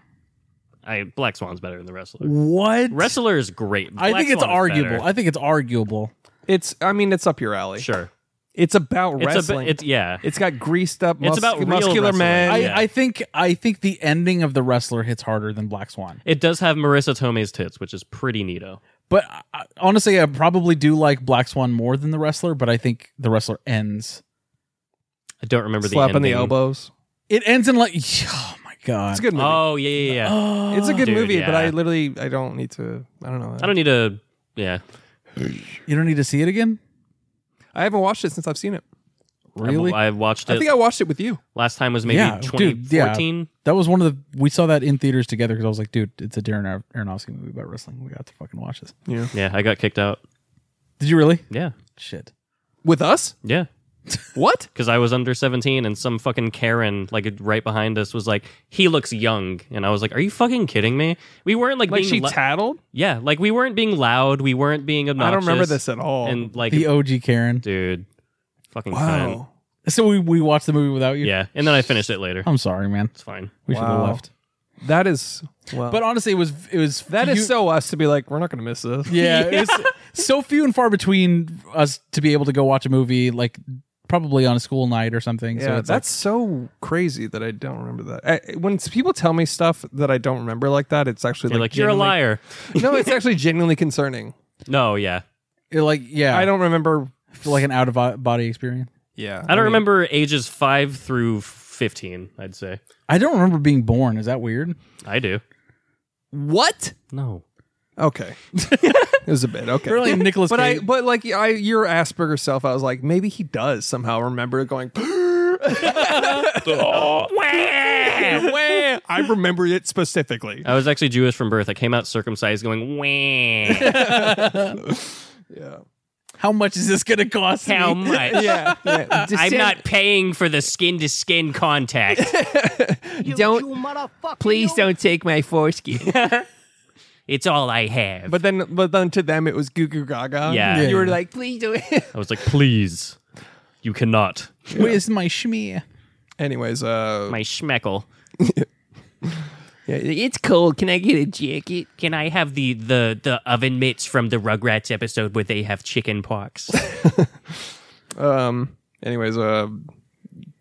Speaker 2: I Black Swan's better than the wrestler.
Speaker 3: What?
Speaker 2: Wrestler is great.
Speaker 3: I
Speaker 2: Black
Speaker 3: think it's
Speaker 2: Swan is
Speaker 3: arguable.
Speaker 2: better.
Speaker 3: I think it's arguable.
Speaker 1: It's I mean it's up your alley.
Speaker 2: sure.
Speaker 1: It's about
Speaker 2: It's a.
Speaker 1: wrestling.
Speaker 2: bit- It's yeah.
Speaker 1: it's got greased up.
Speaker 2: It's
Speaker 1: mus-
Speaker 2: about real
Speaker 1: muscular
Speaker 2: wrestling.
Speaker 1: men.
Speaker 3: I,
Speaker 2: Yeah.
Speaker 3: I think I think the ending of the wrestler hits harder than Black Swan.
Speaker 2: It does have Marissa Tomei's tits, which is pretty neato.
Speaker 3: But I- I, honestly, I probably do like Black Swan more than the wrestler. But I think the wrestler ends.
Speaker 2: I don't remember the
Speaker 1: slapping the
Speaker 2: ending.
Speaker 1: elbows.
Speaker 3: It ends in like, oh my god,
Speaker 1: It's a good movie.
Speaker 2: Oh yeah, yeah, yeah.
Speaker 1: it's a good
Speaker 2: dude,
Speaker 1: movie, but I
Speaker 2: yeah.
Speaker 1: literally I don't need to. I don't know.
Speaker 2: I don't need to. Yeah,
Speaker 3: you don't need to see it again.
Speaker 1: I haven't watched it since I've seen it.
Speaker 3: Really?
Speaker 2: I, I watched
Speaker 1: I
Speaker 2: it.
Speaker 1: think I watched it with you.
Speaker 2: last time was maybe
Speaker 3: Yeah, dude, yeah.
Speaker 2: 2014.
Speaker 3: That was one of the we saw that in theaters together because I was like, dude, it's a Darren Ar- Aronofsky movie about wrestling. We got to fucking watch this.
Speaker 2: yeah. I got kicked out.
Speaker 3: Did you really?
Speaker 2: Yeah,
Speaker 3: Shit.
Speaker 1: With us?
Speaker 2: yeah.
Speaker 1: What?
Speaker 2: Because I was under 17, and some fucking Karen, like right behind us, was like, "He looks young," and I was like, "Are you fucking kidding me?" We weren't like,
Speaker 1: Like
Speaker 2: being
Speaker 1: she
Speaker 2: lou-
Speaker 1: tattled?
Speaker 2: yeah, like we weren't being loud. We weren't being obnoxious.
Speaker 1: I don't remember this at all.
Speaker 2: And like,
Speaker 3: The OG Karen.
Speaker 2: dude, fucking cunt.
Speaker 1: wow.
Speaker 3: So we, we watched the movie without you.
Speaker 2: Yeah, and then I finished it later.
Speaker 3: I'm sorry, man.
Speaker 2: It's fine.
Speaker 3: We should have
Speaker 1: Wow.
Speaker 3: left.
Speaker 1: That is well.
Speaker 3: But honestly, it was it was
Speaker 1: that is
Speaker 3: you-
Speaker 1: so us to be like we're not going to miss this.
Speaker 3: yeah. It was so few and far between us to be able to go watch a movie like probably on a school night or something. so
Speaker 1: Yeah,
Speaker 3: it's
Speaker 1: that's so crazy that I don't remember that. I, when s- people tell me stuff that I don't remember like that, it's actually
Speaker 2: You're like, "You're a
Speaker 1: genuinely-
Speaker 2: liar."
Speaker 1: no, it's actually genuinely concerning.
Speaker 2: No, yeah.
Speaker 3: like, it, like yeah,
Speaker 1: I don't remember.
Speaker 3: feel like an out of body experience.
Speaker 1: Yeah,
Speaker 2: I don't remember ages five through 15. I'd say
Speaker 3: I don't remember being born. Is that weird?
Speaker 2: I do.
Speaker 1: what.
Speaker 2: No.
Speaker 1: Okay, it was a bit okay.
Speaker 3: Really, Nicholas.
Speaker 1: But I, but like I, your Asperger self, I was like, maybe he does somehow remember going. Wah, wah. I remember it specifically.
Speaker 2: I was actually Jewish from birth. I came out circumcised, going wah.
Speaker 3: how much is this going to cost?
Speaker 2: How
Speaker 3: me?
Speaker 2: much?
Speaker 1: Yeah, yeah. Just
Speaker 2: I'm
Speaker 1: send-
Speaker 2: not paying for the skin to skin contact.
Speaker 10: Don't please don't take my foreskin.
Speaker 2: it's all I have.
Speaker 1: But then, but then to them, it was Goo Goo Gaga.
Speaker 2: Yeah.
Speaker 1: you were like, please don't.
Speaker 2: I was like, please, you cannot.
Speaker 3: Where's my schmear?
Speaker 1: Anyways, uh,
Speaker 2: My schmeckle.
Speaker 10: it's cold. Can I get a jacket?
Speaker 2: Can I have the the the oven mitts from the Rugrats episode where they have chicken pox?
Speaker 1: anyways, uh,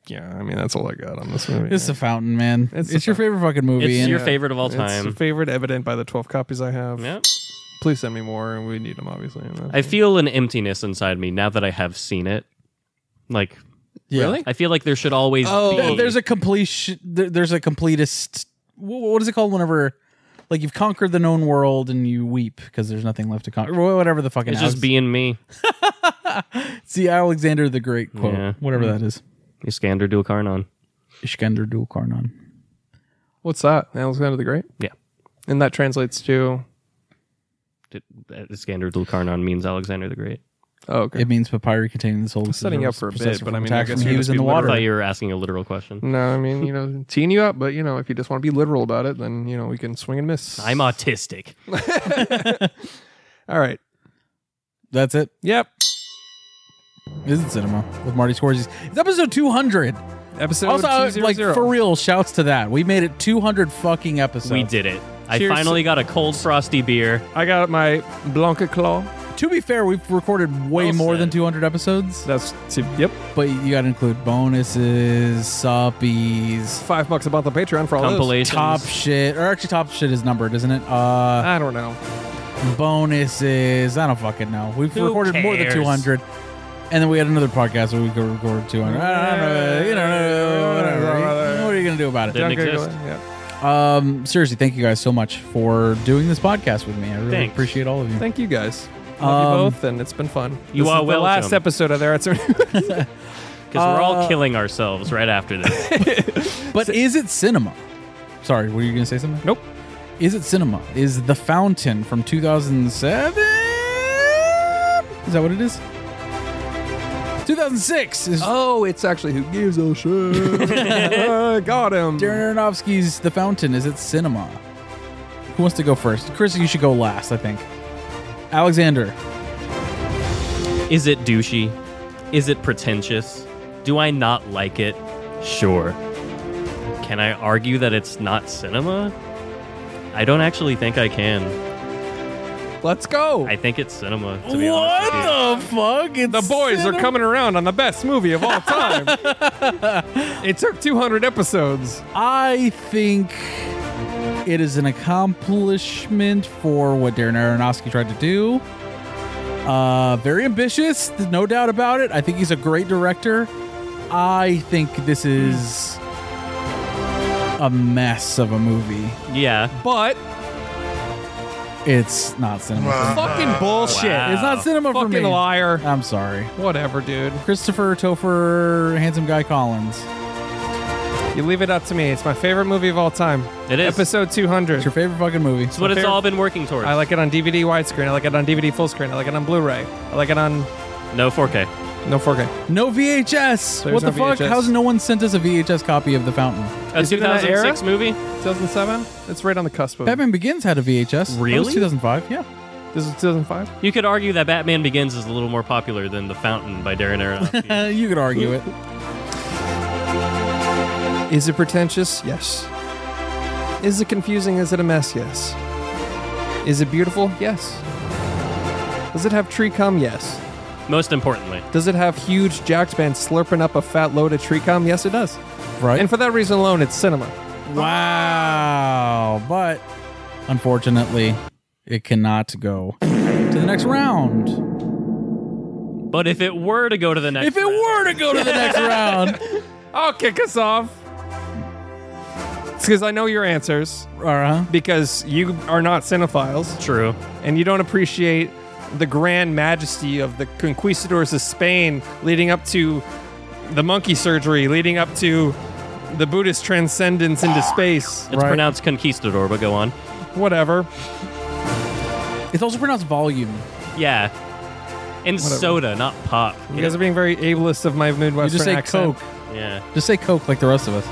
Speaker 1: yeah. I mean, that's all I got on this movie.
Speaker 3: It's the fountain, man. It's,
Speaker 1: The
Speaker 3: your favorite fucking movie.
Speaker 2: it's
Speaker 3: and
Speaker 2: your favorite of all
Speaker 1: It's
Speaker 2: time.
Speaker 1: favorite evident by the 12 copies I have.
Speaker 2: Yeah.
Speaker 1: Please send me more. and We need them, obviously. and that's-
Speaker 2: I feel an emptiness inside me now that I have seen it. Like,
Speaker 3: Yeah.
Speaker 2: I feel like there should always
Speaker 1: Oh.
Speaker 2: be.
Speaker 3: Th- There's a complete. Sh- there- there's a completist. wh- What is it called? Whenever, like you've conquered the known world and you weep because there's nothing left to conquer. Whatever the fucking.
Speaker 2: it's just
Speaker 3: Alex-
Speaker 2: being me.
Speaker 3: it's the Alexander the Great quote.
Speaker 2: Yeah. Mm.
Speaker 3: Whatever that is.
Speaker 2: Iskander Dulkarnon.
Speaker 3: Iskender Dul Karnan.
Speaker 1: What's that? Alexander the Great?
Speaker 2: Yeah.
Speaker 1: And that translates to.
Speaker 2: Did- uh, Iskander Dulkarnon means Alexander the Great.
Speaker 1: Oh, okay.
Speaker 3: It means papyri containing the soul. of
Speaker 1: Setting up for a bit,
Speaker 3: possessor
Speaker 1: but
Speaker 3: from
Speaker 1: I mean,
Speaker 3: attack
Speaker 1: I guess
Speaker 3: from
Speaker 1: you
Speaker 3: he
Speaker 1: just
Speaker 3: was in
Speaker 1: be
Speaker 3: the
Speaker 2: I
Speaker 3: water.
Speaker 2: thought you were asking a literal question.
Speaker 1: no, I mean, you know, teeing you up, but, you know, if you just want to be literal about it, then, you know, we can swing and miss.
Speaker 2: I'm autistic.
Speaker 1: All right.
Speaker 3: That's it.
Speaker 1: Yep.
Speaker 3: Visit Cinema with Marty Scorsese. It's episode 200.
Speaker 1: Episode
Speaker 3: Also, uh,
Speaker 1: 200.
Speaker 3: like for real, shouts to that. We made it 200 fucking episodes.
Speaker 2: We did it. I
Speaker 1: Cheers.
Speaker 2: finally got a cold frosty beer.
Speaker 1: I got my Blanca Claw.
Speaker 3: To be fair, we've recorded way
Speaker 2: Well
Speaker 3: more
Speaker 2: said.
Speaker 3: than 200 episodes,
Speaker 1: That's, yep,
Speaker 3: but you got to include bonuses, suppies,
Speaker 1: five bucks a month on Patreon for all Oh, those.
Speaker 2: Compilations.
Speaker 3: top shit, or actually top shit is numbered, isn't it? Uh,
Speaker 1: I don't know.
Speaker 3: bonuses. I don't fucking know. We've
Speaker 2: Who
Speaker 3: recorded more than
Speaker 2: cares?
Speaker 3: 200. And then we had another podcast where we go record 200. I don't know. You don't know. Whatever. What are you going to do about it?
Speaker 2: Didn't
Speaker 1: Don't Google
Speaker 2: exist.
Speaker 1: it, yeah.
Speaker 3: Um, seriously, thank you guys so much for doing this podcast with me. I really
Speaker 2: Thanks.
Speaker 3: appreciate all of you.
Speaker 1: Thank you guys. Love you
Speaker 3: Um,
Speaker 1: both, and it's been fun.
Speaker 2: You
Speaker 1: This
Speaker 2: are
Speaker 1: is the
Speaker 2: welcome.
Speaker 1: last Uh. episode of there. It's
Speaker 2: Because we're all killing ourselves right after this.
Speaker 3: But is it cinema? Sorry, were you going to say something?
Speaker 1: nope.
Speaker 3: Is it cinema? Is The Fountain from 2007? Is that what it is? 2006 is
Speaker 1: Oh, it's actually who gives a shit. I got him.
Speaker 3: Darren Aronofsky's The Fountain is at cinema. Who wants to go first? Chris, you should go last, I think. Alexander.
Speaker 2: Is it douchey? Is it pretentious? Do I not like it? Sure. Can I argue that it's not cinema? I don't actually think I can.
Speaker 1: Let's go.
Speaker 2: I think it's cinema, to be honest with you.
Speaker 3: the fuck? It's
Speaker 1: the boys
Speaker 3: cinema.
Speaker 1: are coming around on the best movie of all time. it took 200 episodes.
Speaker 3: I think it is an accomplishment for what Darren Aronofsky tried to do. Uh, very ambitious, th- no doubt about it. I think he's a great director. I think this is a mess of a movie.
Speaker 2: Yeah.
Speaker 1: But
Speaker 3: It's not cinema. for me.
Speaker 1: fucking bullshit.
Speaker 2: Wow.
Speaker 3: It's not cinema for
Speaker 1: Fucking
Speaker 3: me.
Speaker 1: liar.
Speaker 3: I'm sorry.
Speaker 1: Whatever, dude.
Speaker 3: Christopher Topher, handsome guy Collins.
Speaker 1: You leave it up to me. It's my favorite movie of all time.
Speaker 2: It is.
Speaker 1: Episode
Speaker 3: It's
Speaker 1: 200.
Speaker 3: your favorite fucking movie.
Speaker 2: It's what it's all been working towards.
Speaker 1: I like it on DVD widescreen. I like it on DVD full screen. I like it on Blu-ray. I like it on
Speaker 2: no 4K.
Speaker 1: no 4K.
Speaker 3: No VHS.
Speaker 1: There's
Speaker 3: what the
Speaker 1: no
Speaker 3: fuck?
Speaker 1: VHS.
Speaker 3: How's no one sent us a VHS copy of The Fountain?
Speaker 2: A
Speaker 1: Is it in that era?
Speaker 2: 2006 movie?
Speaker 1: 2007. It's right on the cusp of.
Speaker 3: Batman Begins had a VHS. That was
Speaker 2: Really?
Speaker 3: 2005. Yeah.
Speaker 1: This is 2005.
Speaker 2: You could argue that Batman Begins is a little more popular than The Fountain by Darren Aronofsky.
Speaker 3: Uh, you could argue it.
Speaker 1: Is it pretentious? Yes. Is it confusing? Is it a mess? Yes. Is it beautiful? Yes. Does it have tree cum? Yes.
Speaker 2: Most importantly.
Speaker 1: Does it have huge jacked man slurping up a fat load of tree cum? Yes, it does.
Speaker 3: Right.
Speaker 1: And for that reason alone, it's cinema.
Speaker 3: wow. But unfortunately, it cannot go to the next round.
Speaker 2: But if it were to go to the next
Speaker 3: If it
Speaker 2: round-
Speaker 3: were to go to the next round.
Speaker 1: I'll kick us off. It's because I know your answers
Speaker 3: Uh-huh.
Speaker 1: because you are not cinephiles.
Speaker 2: True.
Speaker 1: and you don't appreciate the grand majesty of the conquistadors of Spain leading up to the monkey surgery, leading up to the Buddhist transcendence into space.
Speaker 2: It's pronounced conquistador, but go on.
Speaker 1: Whatever.
Speaker 3: It's also pronounced volume.
Speaker 2: Yeah. And soda, not pop.
Speaker 1: You guys are being very ableist of my Midwestern
Speaker 3: You just say
Speaker 1: accent.
Speaker 3: Coke.
Speaker 2: yeah.
Speaker 3: Just say Coke like the rest of us.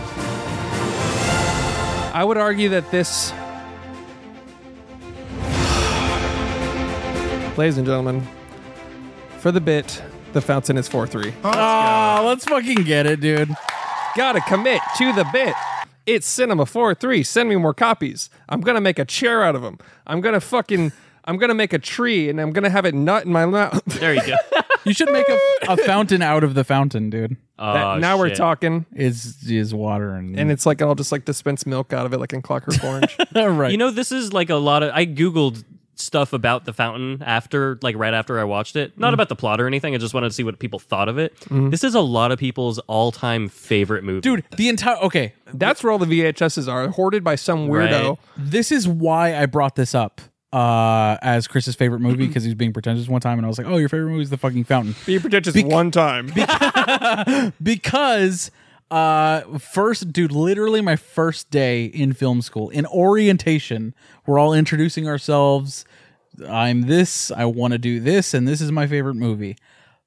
Speaker 1: I would argue that this. Ladies and gentlemen, for the bit, the fountain is 4 3.
Speaker 3: Ah, let's fucking get it, dude.
Speaker 1: Gotta commit to the bit. It's Cinema 4 3. Send me more copies. I'm gonna make a chair out of them. I'm gonna fucking. I'm gonna make a tree and I'm gonna have it nut in my mouth.
Speaker 2: There you go.
Speaker 3: You should make a, a fountain out of the fountain, dude.
Speaker 2: Oh,
Speaker 1: now we're
Speaker 2: shit.
Speaker 1: talking,
Speaker 3: Is is water and,
Speaker 1: and it's like I'll just like dispense milk out of it, like in Clockwork Orange.
Speaker 3: right.
Speaker 2: You know, this is like a lot of. I Googled stuff about the fountain after, like right after I watched it.
Speaker 3: Mm.
Speaker 2: Not about the plot or anything. I just wanted to see what people thought of it. This is a lot of people's all time favorite movie.
Speaker 3: dude, the entire okay.
Speaker 1: That's where all the VHSs are hoarded by some weirdo.
Speaker 2: Right.
Speaker 3: This is why I brought this up uh as Chris's favorite movie because he was being pretentious one time, and I was like, "Oh, your favorite movie is The Fucking Fountain,"
Speaker 1: Be pretentious one time.
Speaker 3: because uh first dude literally my first day in film school in orientation we're all introducing ourselves i'm this i want to do this and this is my favorite movie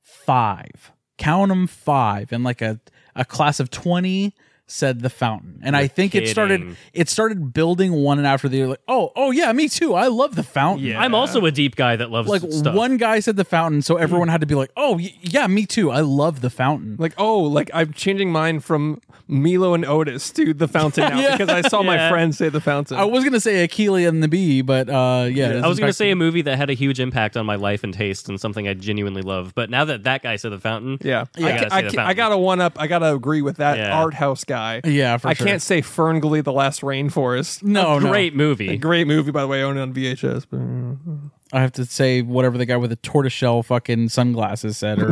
Speaker 3: five count them five and like a a class of 20 said the fountain. And I think it started
Speaker 2: kidding.
Speaker 3: it started building one after the other like, "Oh, oh yeah, me too. I love the fountain."
Speaker 2: I'm also a deep guy that loves
Speaker 3: Like
Speaker 2: stuff. Mm-hmm.
Speaker 3: one guy said the fountain, so everyone had to be like, "Oh, y- yeah, me too. I love the fountain."
Speaker 1: Like, oh, like I'm changing mine from Milo and Otis to the fountain now because I saw my friend say the fountain.
Speaker 3: I was going to say Achille and the Bee, but uh yeah, it is
Speaker 2: I was
Speaker 3: in
Speaker 2: going to
Speaker 3: fact-
Speaker 2: say a movie that had a huge impact on my life and taste and something I genuinely love. But now that that guy said The Fountain,
Speaker 1: yeah,
Speaker 2: I gotta say
Speaker 1: I,
Speaker 2: The
Speaker 1: ca- I,
Speaker 2: Fountain.
Speaker 1: gotta one up. I gotta agree with that
Speaker 2: Yeah.
Speaker 1: art house guy.
Speaker 3: Yeah, for
Speaker 1: I
Speaker 3: sure.
Speaker 1: can't say Ferngully, the Last Rainforest.
Speaker 2: Mm.
Speaker 3: No, no.
Speaker 2: uh, great
Speaker 1: A
Speaker 2: movie.
Speaker 1: great movie, by the way, owned on VHS. But, mm.
Speaker 3: I have to say whatever the guy with the tortoiseshell fucking sunglasses said, or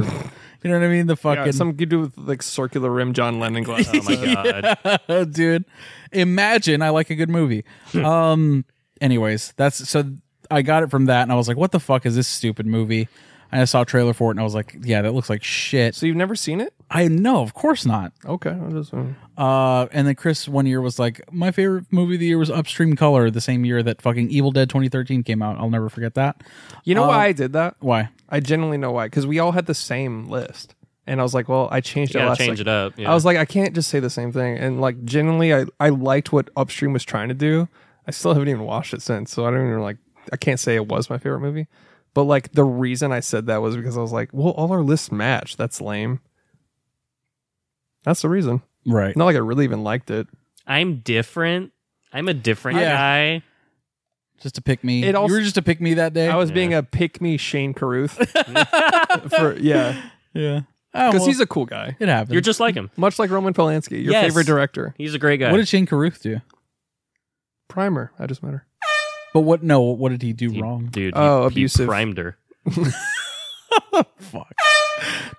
Speaker 3: you know what I mean? The
Speaker 1: Yeah,
Speaker 3: fucking
Speaker 1: some you do with like circular rim John Lennon glass.
Speaker 2: Oh my god!
Speaker 3: dude, imagine I like a good movie.
Speaker 2: Hmm.
Speaker 3: um, anyways, that's so I got it from that, and I was like, what the fuck is this stupid movie? And I saw a trailer for it, and I was like, yeah, that looks like shit.
Speaker 1: So you've never seen it?
Speaker 3: I know, of course not.
Speaker 1: Okay, I just, uh,
Speaker 3: Uh, and then Chris one year was like, my favorite movie of the year was Upstream Color, the same year that fucking Evil Dead 2013 came out. I'll never forget that.
Speaker 1: you know
Speaker 3: uh,
Speaker 1: why I did that?
Speaker 3: Why?
Speaker 1: I genuinely know why. Because we all had the same list. And I was like, well, I changed it
Speaker 2: gotta
Speaker 1: last
Speaker 2: change
Speaker 1: sec-
Speaker 2: it up, yeah.
Speaker 1: I was like, I can't just say the same thing. And like genuinely I, I liked what Upstream was trying to do. I still haven't even watched it since, so I don't even like I can't say it was my favorite movie. But like the reason I said that was because I was like, well, all our lists match. That's lame. That's the reason.
Speaker 3: Right.
Speaker 1: Not like I really even liked it.
Speaker 2: I'm different. I'm a different
Speaker 3: Yeah.
Speaker 2: guy.
Speaker 3: Just to pick me.
Speaker 1: It also-
Speaker 3: you were just to pick me that day.
Speaker 1: I was being a pick me Shane Carruth. for yeah.
Speaker 3: yeah. Oh,
Speaker 1: Because
Speaker 3: well,
Speaker 1: he's a cool guy.
Speaker 3: it happens.
Speaker 2: You're just like him.
Speaker 1: Much like Roman Polanski, your
Speaker 2: Yes.
Speaker 1: favorite director.
Speaker 2: He's a great guy.
Speaker 3: what did Shane Carruth do?
Speaker 1: Primer. I just met her.
Speaker 3: But what? No, what did he do
Speaker 2: He-
Speaker 3: wrong?
Speaker 2: dude?
Speaker 1: Oh,
Speaker 2: he,
Speaker 1: abusive.
Speaker 2: He primed her.
Speaker 3: Fuck.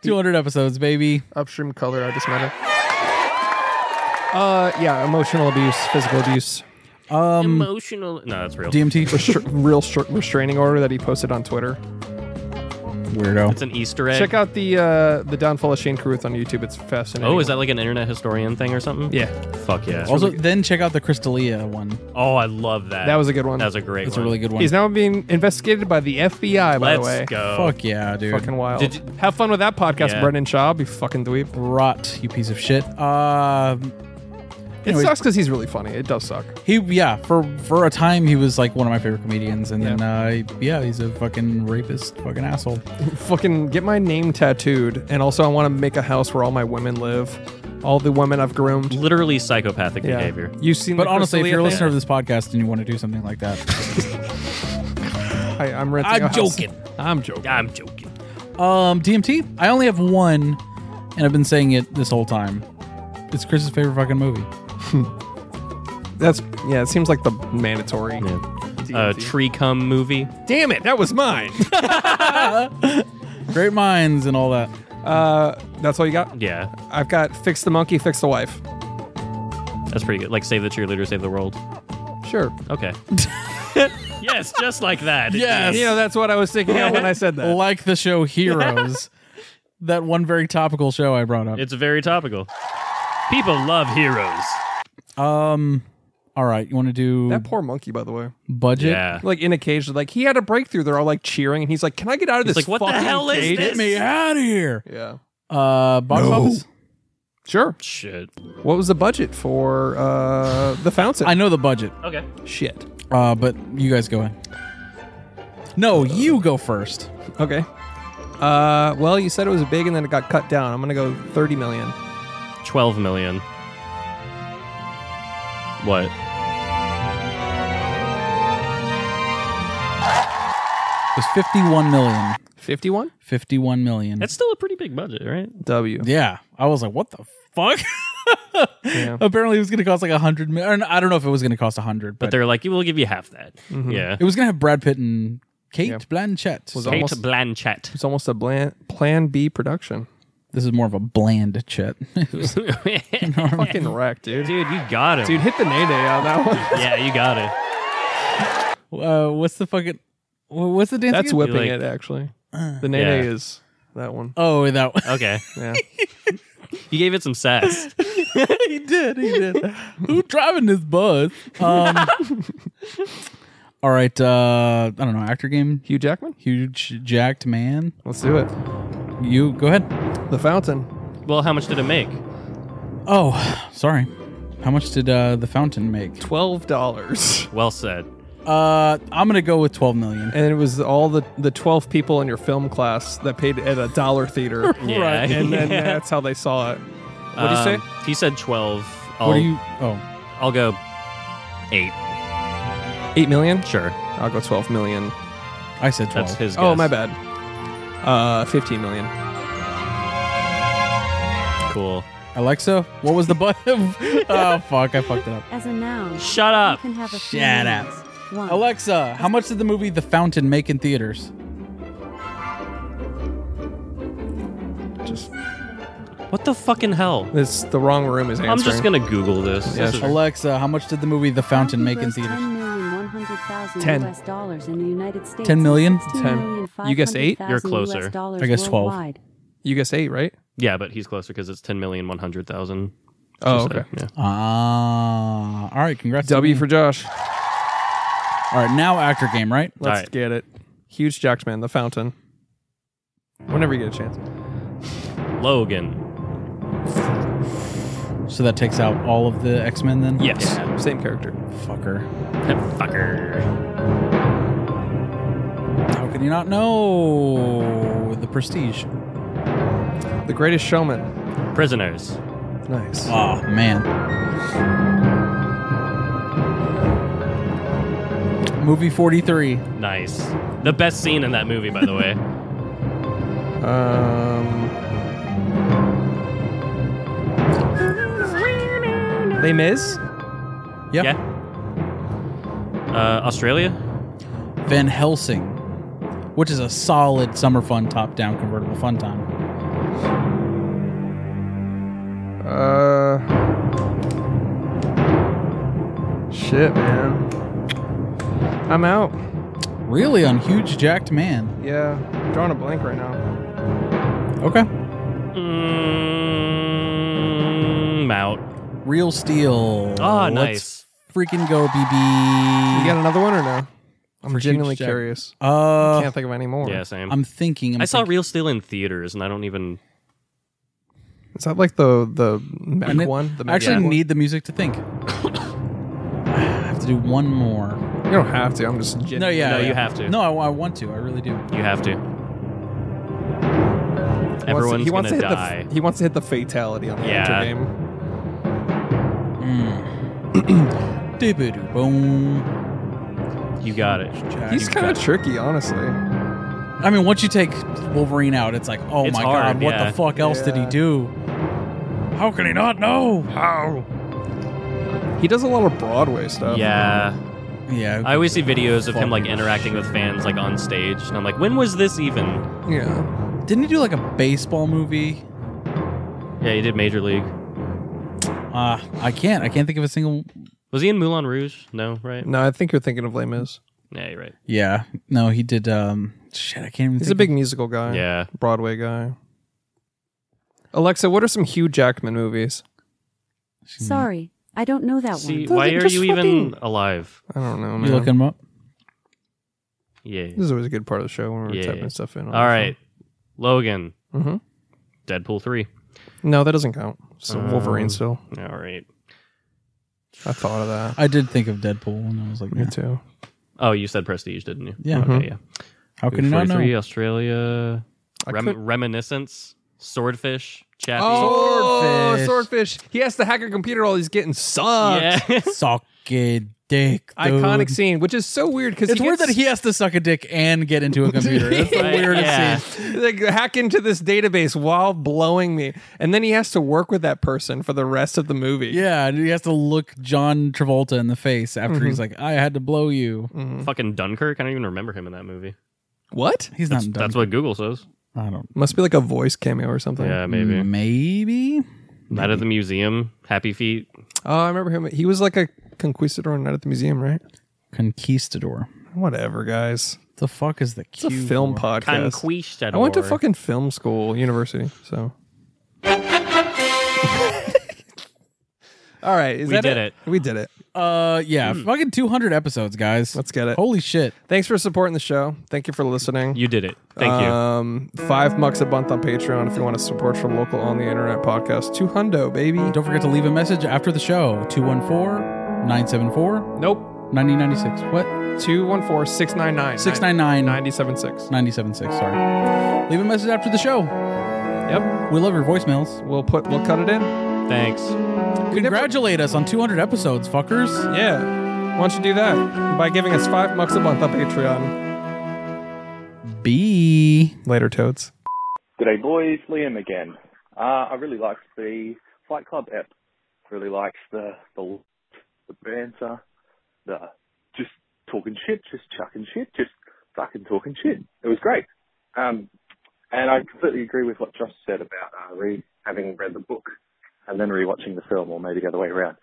Speaker 3: 200 episodes, baby.
Speaker 1: upstream color. I just met her. Uh, yeah, emotional abuse, physical abuse, Um,
Speaker 2: Emotional. No, that's real.
Speaker 3: DMT for
Speaker 1: Restra- real str- restraining order that he posted on Twitter.
Speaker 3: Weirdo.
Speaker 2: It's an Easter egg.
Speaker 1: Check out the uh, the downfall of Shane Carruth on YouTube. It's fascinating.
Speaker 2: Oh, is that like an internet historian thing or something?
Speaker 1: yeah?
Speaker 2: Fuck yeah.
Speaker 3: Also, then check out the Crystalia one.
Speaker 2: oh, I love that.
Speaker 1: That was a good one.
Speaker 2: That was a great.
Speaker 3: That's a
Speaker 2: one.
Speaker 3: really good one.
Speaker 1: He's now being investigated by the FBI. By
Speaker 2: Let's
Speaker 1: the way,
Speaker 2: go.
Speaker 3: Fuck yeah, dude.
Speaker 1: fucking wild.
Speaker 2: Did you-
Speaker 1: Have fun with that podcast,
Speaker 2: Yeah.
Speaker 1: Brendan Shaw. You fucking dweeb.
Speaker 3: Rot, you piece of shit. Um,
Speaker 1: It
Speaker 3: Anyways.
Speaker 1: sucks because he's really funny. It does suck.
Speaker 3: he yeah for for a time he was like one of my favorite comedians, and then uh, yeah he's a fucking rapist, fucking asshole.
Speaker 1: Fucking get my name tattooed, and also I want to make a house where all my women live, all the women I've groomed.
Speaker 2: Literally psychopathic
Speaker 1: Yeah,
Speaker 2: behavior.
Speaker 1: you've seen.
Speaker 3: But
Speaker 1: the
Speaker 3: honestly, if
Speaker 1: Crystalia
Speaker 3: you're a
Speaker 1: thing?
Speaker 3: listener of this podcast and you want to do something like that,
Speaker 1: I, I'm renting.
Speaker 3: I'm
Speaker 1: a house.
Speaker 3: joking.
Speaker 1: I'm joking.
Speaker 2: I'm joking.
Speaker 3: um, DMT. I only have one, and I've been saying it this whole time. It's Chris's favorite fucking movie.
Speaker 1: That's yeah. It seems like the mandatory.
Speaker 2: Uh, tree cum movie.
Speaker 1: Damn it, that was mine.
Speaker 3: Great minds and all that.
Speaker 1: uh, that's all you got.
Speaker 2: Yeah,
Speaker 1: I've got fix the monkey, fix the wife.
Speaker 2: that's pretty good. Like save the cheerleader, save the world.
Speaker 1: Sure.
Speaker 2: Okay. yes, just like that.
Speaker 3: Yes.
Speaker 1: You know that's what I was thinking of when I said that.
Speaker 3: like the show Heroes, that one very topical show I brought up.
Speaker 2: It's very topical. People love heroes.
Speaker 3: Um, All right, you want to do
Speaker 1: That poor monkey, by the way.
Speaker 3: budget?
Speaker 2: Yeah.
Speaker 1: Like in a cage, like he had a breakthrough. They're all like cheering, and he's like, "Can I get out of
Speaker 2: He's
Speaker 1: this
Speaker 2: like, "What the
Speaker 1: fucking
Speaker 2: hell is
Speaker 1: cage?"
Speaker 2: this?
Speaker 3: Get me out of here.
Speaker 1: Yeah.
Speaker 3: Uh, box office.
Speaker 1: Sure.
Speaker 2: Shit.
Speaker 1: What was the budget for uh, the fountain?
Speaker 3: I know the budget,
Speaker 2: Okay.
Speaker 1: Shit.
Speaker 3: uh, but you guys go ahead. No, you go first.
Speaker 1: Okay. Uh, well, you said it was big, and then it got cut down. I'm gonna go 30 million.
Speaker 2: Twelve million. What?
Speaker 3: It was 51 million.
Speaker 1: 51.
Speaker 3: 51 million.
Speaker 2: That's still a pretty big budget, right?
Speaker 1: W.
Speaker 3: yeah. I was like, what the fuck? Apparently, it was going to cost like a hundred million. I don't know if it was going to cost a hundred, but,
Speaker 2: But they're like, we'll give you half that. Yeah.
Speaker 3: it was going to have Brad Pitt and Kate Blanchett.
Speaker 1: Was
Speaker 2: Kate
Speaker 1: almost-
Speaker 2: Blanchett.
Speaker 1: It's almost a bland, Plan B production.
Speaker 3: this is more of a bland chat.
Speaker 1: Fucking wreck, dude.
Speaker 2: Dude, you got it.
Speaker 1: Dude, hit the nay day on that one.
Speaker 2: Yeah, you got it.
Speaker 3: uh, what's the fucking wh- what's the dance?
Speaker 1: That's
Speaker 3: again?
Speaker 1: whipping
Speaker 2: like- Uh.
Speaker 1: it, actually. The nay day
Speaker 2: Yeah.
Speaker 1: is that one.
Speaker 3: oh that one.
Speaker 2: Okay.
Speaker 1: Yeah.
Speaker 2: You gave it some sass.
Speaker 3: he did he did. Who driving this bus? Um, all right, uh, I don't know actor game.
Speaker 1: Hugh Jackman?
Speaker 3: Huge jacked man.
Speaker 1: Let's do it.
Speaker 3: You go ahead.
Speaker 1: The Fountain.
Speaker 2: Well, how much did it make?
Speaker 3: Oh, sorry. How much did uh, the fountain make?
Speaker 1: Twelve dollars.
Speaker 2: Well said.
Speaker 3: Uh, I'm gonna go with twelve million.
Speaker 1: And it was all the, the 12 people in your film class that paid at a dollar theater.
Speaker 2: Yeah.
Speaker 1: And then that's how they saw it. What do you say?
Speaker 2: Um, He said 12. I'll,
Speaker 3: What do you? Oh,
Speaker 2: I'll go 8.
Speaker 1: 8 million?
Speaker 2: Sure.
Speaker 1: I'll go 12 million.
Speaker 3: I said twelve.
Speaker 2: That's his guess.
Speaker 1: Oh, my bad. Uh, 15 million.
Speaker 2: Cool.
Speaker 3: Alexa, what was the button? oh fuck, I fucked it up.
Speaker 11: As a noun,
Speaker 2: Shut up.
Speaker 11: you can have a few
Speaker 3: Shut up.
Speaker 11: nouns. One.
Speaker 3: Alexa, how much did the movie The Fountain make in theaters?
Speaker 1: Just
Speaker 2: What the fucking hell?
Speaker 1: this the wrong room is answering.
Speaker 2: I'm just going to Google this.
Speaker 1: Yeah,
Speaker 2: This is-
Speaker 1: sure.
Speaker 3: Alexa, how much did the movie The Fountain make in
Speaker 11: Grossed
Speaker 3: theaters?
Speaker 11: 10,100,000
Speaker 1: Ten.
Speaker 11: US dollars in the United States.
Speaker 3: 10 million?
Speaker 11: 16,500,000
Speaker 1: You guess eight?
Speaker 2: You're closer.
Speaker 11: US dollars
Speaker 3: I guess 12.
Speaker 11: worldwide.
Speaker 1: You guess 8, right?
Speaker 2: yeah, but he's closer because it's 10,100,000.
Speaker 1: Oh,
Speaker 2: So,
Speaker 1: okay.
Speaker 2: yeah.
Speaker 3: Ah, all right. Congrats. to
Speaker 1: W
Speaker 3: me.
Speaker 1: for Josh.
Speaker 3: all right. Now actor game, right?
Speaker 1: Let's
Speaker 2: right.
Speaker 1: get it. Huge Jocks Man, The Fountain. Whenever you get a chance.
Speaker 2: Logan.
Speaker 3: So that takes out all of the X Men then.
Speaker 1: Yes. Same character.
Speaker 3: Fucker.
Speaker 2: Fucker.
Speaker 3: How can you not know the Prestige?
Speaker 1: The Greatest Showman.
Speaker 2: Prisoners.
Speaker 1: Nice.
Speaker 3: Oh man. Movie forty three.
Speaker 2: Nice. The best scene in that movie, by the way.
Speaker 1: Um, Les Mis?
Speaker 3: Yeah.
Speaker 2: Yeah. Uh, Australia?
Speaker 3: Van Helsing, which is a solid summer fun top down convertible fun time.
Speaker 1: Uh, shit, man. I'm out.
Speaker 3: Really on huge jacked man.
Speaker 1: Yeah, drawing a blank right now.
Speaker 3: Okay.
Speaker 2: Mm, out.
Speaker 3: Real Steel.
Speaker 2: Ah,
Speaker 3: Let's
Speaker 2: nice.
Speaker 3: Freaking go, BB.
Speaker 1: You got another one or no? I'm
Speaker 3: For huge
Speaker 1: genuinely
Speaker 3: jack-
Speaker 1: curious.
Speaker 3: Uh,
Speaker 1: Can't think of any more.
Speaker 2: Yeah, same.
Speaker 3: I'm thinking. I'm
Speaker 2: I saw
Speaker 3: thinking.
Speaker 2: Real Steel in theaters, and I don't even.
Speaker 1: Is that like the the mech
Speaker 3: And it-
Speaker 1: one? The
Speaker 3: I
Speaker 1: mech
Speaker 3: actually
Speaker 1: one?
Speaker 3: need the music to think. I have to do one more.
Speaker 1: You don't have to. I'm just.
Speaker 3: No,
Speaker 1: genuinely-
Speaker 3: yeah,
Speaker 2: No,
Speaker 3: yeah.
Speaker 2: you have to.
Speaker 3: No, I, I want to. I really do.
Speaker 2: You have to.
Speaker 1: He wants to-
Speaker 2: Everyone's
Speaker 1: he wants
Speaker 2: gonna
Speaker 1: to hit
Speaker 2: die.
Speaker 1: The, f- he wants to hit the fatality on the
Speaker 2: Yeah.
Speaker 1: actor game.
Speaker 3: Boom.
Speaker 2: you got it.
Speaker 1: He's kind of tricky, honestly.
Speaker 3: I mean, once you take Wolverine out, it's like, oh
Speaker 2: It's
Speaker 3: my
Speaker 2: hard,
Speaker 3: god, what
Speaker 2: yeah.
Speaker 3: the fuck else did he
Speaker 1: Yeah.
Speaker 3: do? How can he not know? How?
Speaker 1: He does a lot of Broadway stuff.
Speaker 2: Yeah,
Speaker 3: Yeah.
Speaker 2: I always see videos of him like
Speaker 3: Fucking
Speaker 2: interacting with fans like on stage, and I'm like, when was this even?
Speaker 1: Yeah.
Speaker 3: Didn't he do like a baseball movie?
Speaker 2: Yeah, he did Major League.
Speaker 3: Uh, I can't. I can't think of a single.
Speaker 2: Was he in Moulin Rouge? No, right?
Speaker 1: No, I think you're thinking of Les Mis.
Speaker 2: Yeah, you're right.
Speaker 3: Yeah. No, he did. Um, shit, I can't even.
Speaker 1: He's
Speaker 3: think
Speaker 1: a big
Speaker 3: of-
Speaker 1: musical guy.
Speaker 2: Yeah,
Speaker 1: Broadway guy. Alexa, what are some Hugh Jackman movies?
Speaker 11: Sorry, I don't know that
Speaker 2: See,
Speaker 11: one.
Speaker 2: why are
Speaker 1: just
Speaker 2: you even alive?
Speaker 1: I don't know,
Speaker 3: You
Speaker 1: man.
Speaker 3: look him up.
Speaker 2: Yeah.
Speaker 1: this is always a good part of the show when we're
Speaker 2: Yeah.
Speaker 1: typing stuff in.
Speaker 2: All right, Logan.
Speaker 1: Mhm.
Speaker 2: Deadpool three.
Speaker 1: No, that doesn't count. So Wolverine
Speaker 2: Um,
Speaker 1: still.
Speaker 2: All right.
Speaker 1: I thought of that.
Speaker 3: I did think of Deadpool, and I was like,
Speaker 1: Me
Speaker 3: yeah.
Speaker 1: too.
Speaker 2: Oh, you said Prestige, didn't you?
Speaker 3: Yeah.
Speaker 2: Okay.
Speaker 1: Mhm.
Speaker 2: Yeah.
Speaker 3: how can he not know?
Speaker 2: 43, Australia.
Speaker 1: I
Speaker 2: Rem-
Speaker 1: could-
Speaker 2: Reminiscence. Swordfish. Chappie.
Speaker 1: Oh,
Speaker 3: Swordfish.
Speaker 1: swordfish. He has to hack a computer while he's getting sucked.
Speaker 2: yeah.
Speaker 3: Suck a dick. Dude.
Speaker 1: Iconic scene, which is so weird because
Speaker 3: It's weird that he has to suck a dick and get into a computer. That's the
Speaker 2: Right,
Speaker 3: weirdest
Speaker 2: yeah.
Speaker 3: scene.
Speaker 1: like hack into this database while blowing me, and then he has to work with that person for the rest of the movie.
Speaker 3: Yeah, and he has to look John Travolta in the face after he's
Speaker 1: Mm-hmm.
Speaker 3: like, "I had to blow you."
Speaker 1: Mm.
Speaker 2: Mm-hmm. Fucking Dunkirk. I don't even remember him in that movie.
Speaker 1: What?
Speaker 3: He's
Speaker 2: That's,
Speaker 3: not. Done.
Speaker 2: that's what Google says.
Speaker 3: I don't.
Speaker 1: Must be like a voice cameo or something.
Speaker 2: Yeah, maybe.
Speaker 3: Maybe.
Speaker 1: Mm-hmm.
Speaker 2: Night at the Museum. Happy Feet.
Speaker 1: Oh, I remember him. He was like a conquistador in Night at the Museum, right?
Speaker 3: Conquistador.
Speaker 1: Whatever, guys.
Speaker 3: The fuck is the Q?
Speaker 1: It's a film
Speaker 3: for?
Speaker 1: podcast.
Speaker 2: Conquistador.
Speaker 1: I went to fucking film school, university. So All right. Is
Speaker 2: We
Speaker 1: that
Speaker 2: did
Speaker 1: it? We did it.
Speaker 3: Uh, yeah, fucking 200 episodes, guys.
Speaker 1: Hmm. Let's get it.
Speaker 3: Holy shit.
Speaker 1: Thanks for supporting the show. Thank you for listening.
Speaker 2: You did it. Thank you.
Speaker 1: Um, five bucks a month on Patreon if you want to support your local on the internet podcast. Two hundo, baby.
Speaker 3: Don't forget to leave a message after the show 214 974
Speaker 1: Nope.
Speaker 3: 9096. What?
Speaker 1: 214 699
Speaker 3: 699
Speaker 1: 976.
Speaker 3: 976. Sorry. Leave a message after the show.
Speaker 1: Yep.
Speaker 3: We love your voicemails.
Speaker 1: We'll put, we'll cut it in.
Speaker 2: Thanks.
Speaker 3: Congratulate us on 200 episodes, fuckers.
Speaker 1: Yeah. Why don't you do that? By giving us five bucks a month on Patreon.
Speaker 3: B.
Speaker 1: Later, toads.
Speaker 9: G'day boys, Liam again. Uh, I really liked the Fight Club app. Really liked the the the banter, the just talking shit, just chucking shit, just fucking talking shit. It was great. Um, and I completely agree with what Josh said about uh, re having read the book and then rewatching the film, or maybe the other way around.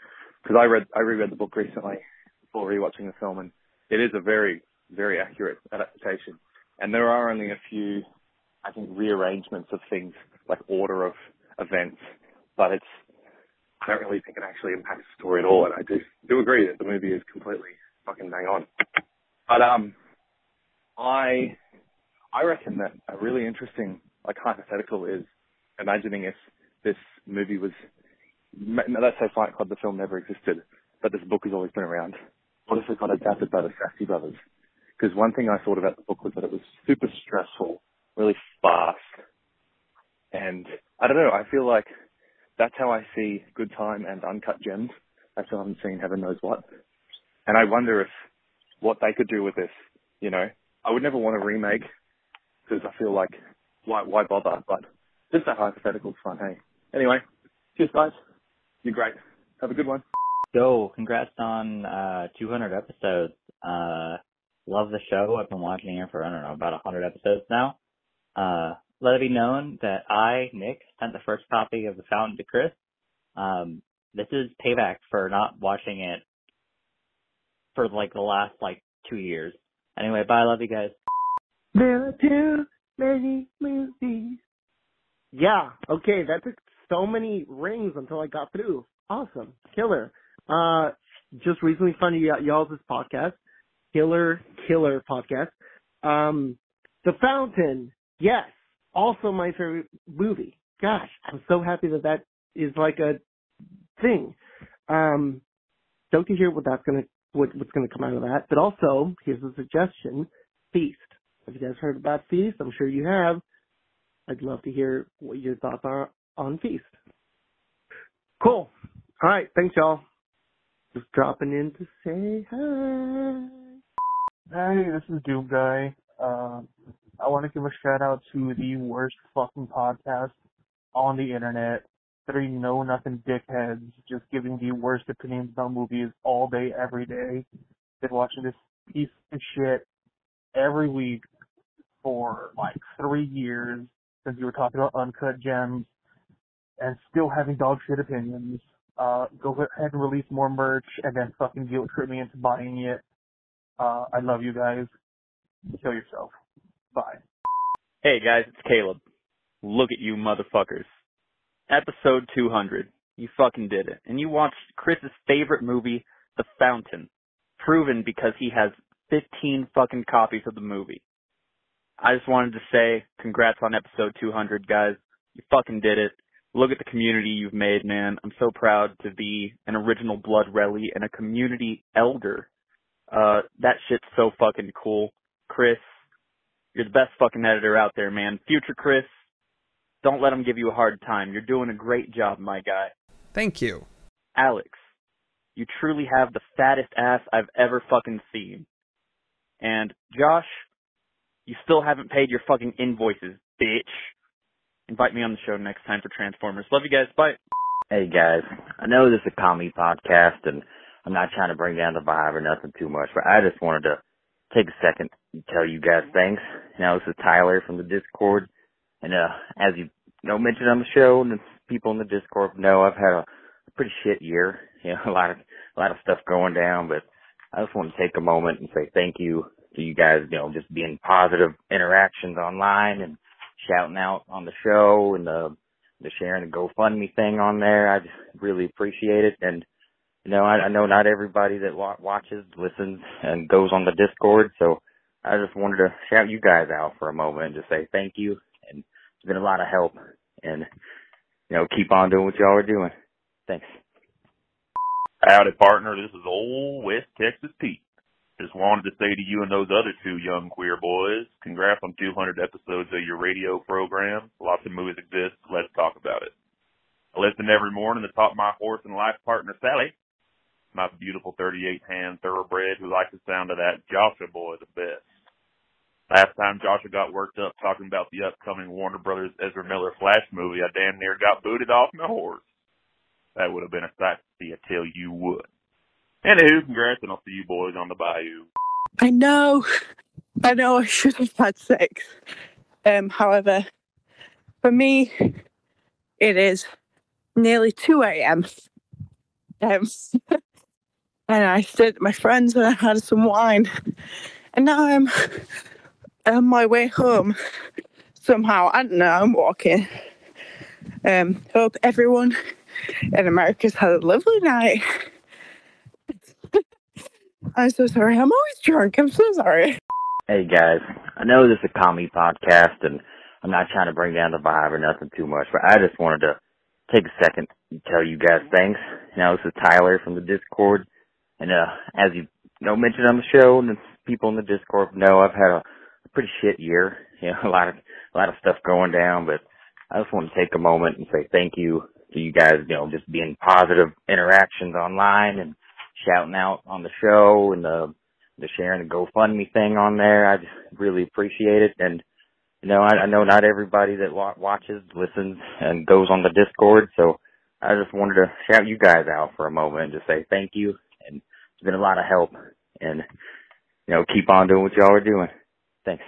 Speaker 9: Because I read I reread the book recently before rewatching the film, and it is a very very accurate adaptation. And there are only a few I think rearrangements of things like order of events, but it's I don't really think it actually impacts the story at all, and I do do agree that the movie is completely fucking bang on. But um, I I reckon that a really interesting like hypothetical is imagining if this movie was ma- let's say Fight Club the film never existed, but this book has always been around. What if it got adapted by the Safdie brothers? Because one thing I thought about the book was that it was super stressful, really fast, and I don't know. I feel like that's how I see Good Time and Uncut Gems. I still haven't seen Heaven Knows What, and I wonder if what they could do with this. You know, I would never want to remake because I feel like why why bother? But just a hypothetical fun, hey. Anyway, cheers guys. You're great. Have a good one.
Speaker 12: So, congrats on uh, 200 episodes. Uh, love the show. I've been watching it for, I don't know, about 100 episodes now. Uh, let it be known that I, Nick, sent the first copy of The Fountain to Chris. Um, this is payback for not watching it for like the last like two years. Anyway, bye. Love you guys.
Speaker 5: There are too many movies. Yeah, okay, that took so many rings until I got through. Awesome. Killer. Uh, just recently found y- y'all's podcast. Killer, killer podcast. Um, The Fountain. Yes. Also my favorite movie. Gosh, I'm so happy that that is like a thing. Um, don't you hear what that's gonna, what, what's gonna come out of that? But also, here's a suggestion. Feast. Have you guys heard about Feast? I'm sure you have. I'd love to hear what your thoughts are on Feast. Cool. All right. Thanks, y'all. Just dropping in to say hi.
Speaker 13: Hey, this is Doom Guy. Um, I want to give a shout out to the worst fucking podcast on the internet. Three know nothing dickheads just giving the worst opinions on movies all day, every day. Been watching this piece of shit every week for like three years since you were talking about uncut gems and still having dog shit opinions. Uh, go ahead and release more merch and then fucking guilt trip me into buying it. Uh, I love you guys. Kill yourself. Bye.
Speaker 9: Hey guys, it's Caleb. Look at you motherfuckers. Episode 200. You fucking did it. And you watched Chris's favorite movie, The Fountain. Proven because he has 15 fucking copies of the movie. I just wanted to say congrats on episode 200 guys. You fucking did it. Look at the community you've made, man. I'm so proud to be an original blood rally and a community elder. Uh, that shit's so fucking cool. Chris, you're the best fucking editor out there, man. Future Chris, don't let him give you a hard time. You're doing a great job, my guy.
Speaker 1: Thank you.
Speaker 9: Alex, you truly have the fattest ass I've ever fucking seen. And Josh, you still haven't paid your fucking invoices, bitch. Invite me on the show next time for Transformers. Love you guys. Bye.
Speaker 12: Hey guys, I know this is a comedy podcast and I'm not trying to bring down the vibe or nothing too much, but I just wanted to take a second to tell you guys thanks. Now this is Tyler from the Discord and uh as you know mentioned on the show and the people in the Discord know I've had a pretty shit year. You know, a lot of a lot of stuff going down, but I just want to take a moment and say thank you to you guys, you know, just being positive interactions online and shouting out on the show and the the sharing the GoFundMe thing on there. I just really appreciate it. And
Speaker 9: No, I, I know not everybody that wa- watches, listens, and goes on the Discord. So I just wanted to shout you guys out for a moment and just say thank you. And it's been a lot of help. And you know, keep on doing what y'all are doing. Thanks.
Speaker 12: Howdy, partner. This is old West Texas Pete. Just wanted to say to you and those other two young queer boys, congrats on 200 episodes of your radio program. Lots of movies exist. Let's talk about it. I listen every morning to talk my horse and life partner, Sally, my beautiful 38 hand thoroughbred who likes the sound of that Joshua boy the best. Last time Joshua got worked up talking about the upcoming Warner Brothers Ezra Miller Flash movie, I damn near got booted off my horse. That would have been a sight to see, I tell you what. Anywho, congrats, and I'll see you boys on the bayou.
Speaker 14: I know, I know I should have had sex. Um, however, for me, it is nearly 2 a.m. Um, and I stayed at my friend's and I had some wine. And now I'm on my way home somehow. I don't know, I'm walking. Um, hope everyone in America's had a lovely night. I'm so sorry. I'm always drunk. I'm so sorry.
Speaker 9: Hey guys, I know this is a comedy podcast and I'm not trying to bring down the vibe or nothing too much, but I just wanted to take a second to tell you guys thanks. You know, this is Tyler from the Discord and uh as you you know mentioned on the show and the people in the Discord know I've had a pretty shit year. You know, a lot of a lot of stuff going down, but I just want to take a moment and say thank you to you guys, you know, just being positive interactions online and shouting out on the show and the the sharing the GoFundMe thing on there. I just really appreciate it. And you know, I, I know not everybody that wa- watches, listens, and goes on the Discord. So I just wanted to shout you guys out for a moment and just say thank you. And it's been a lot of help. And you know, keep on doing what y'all are doing. Thanks.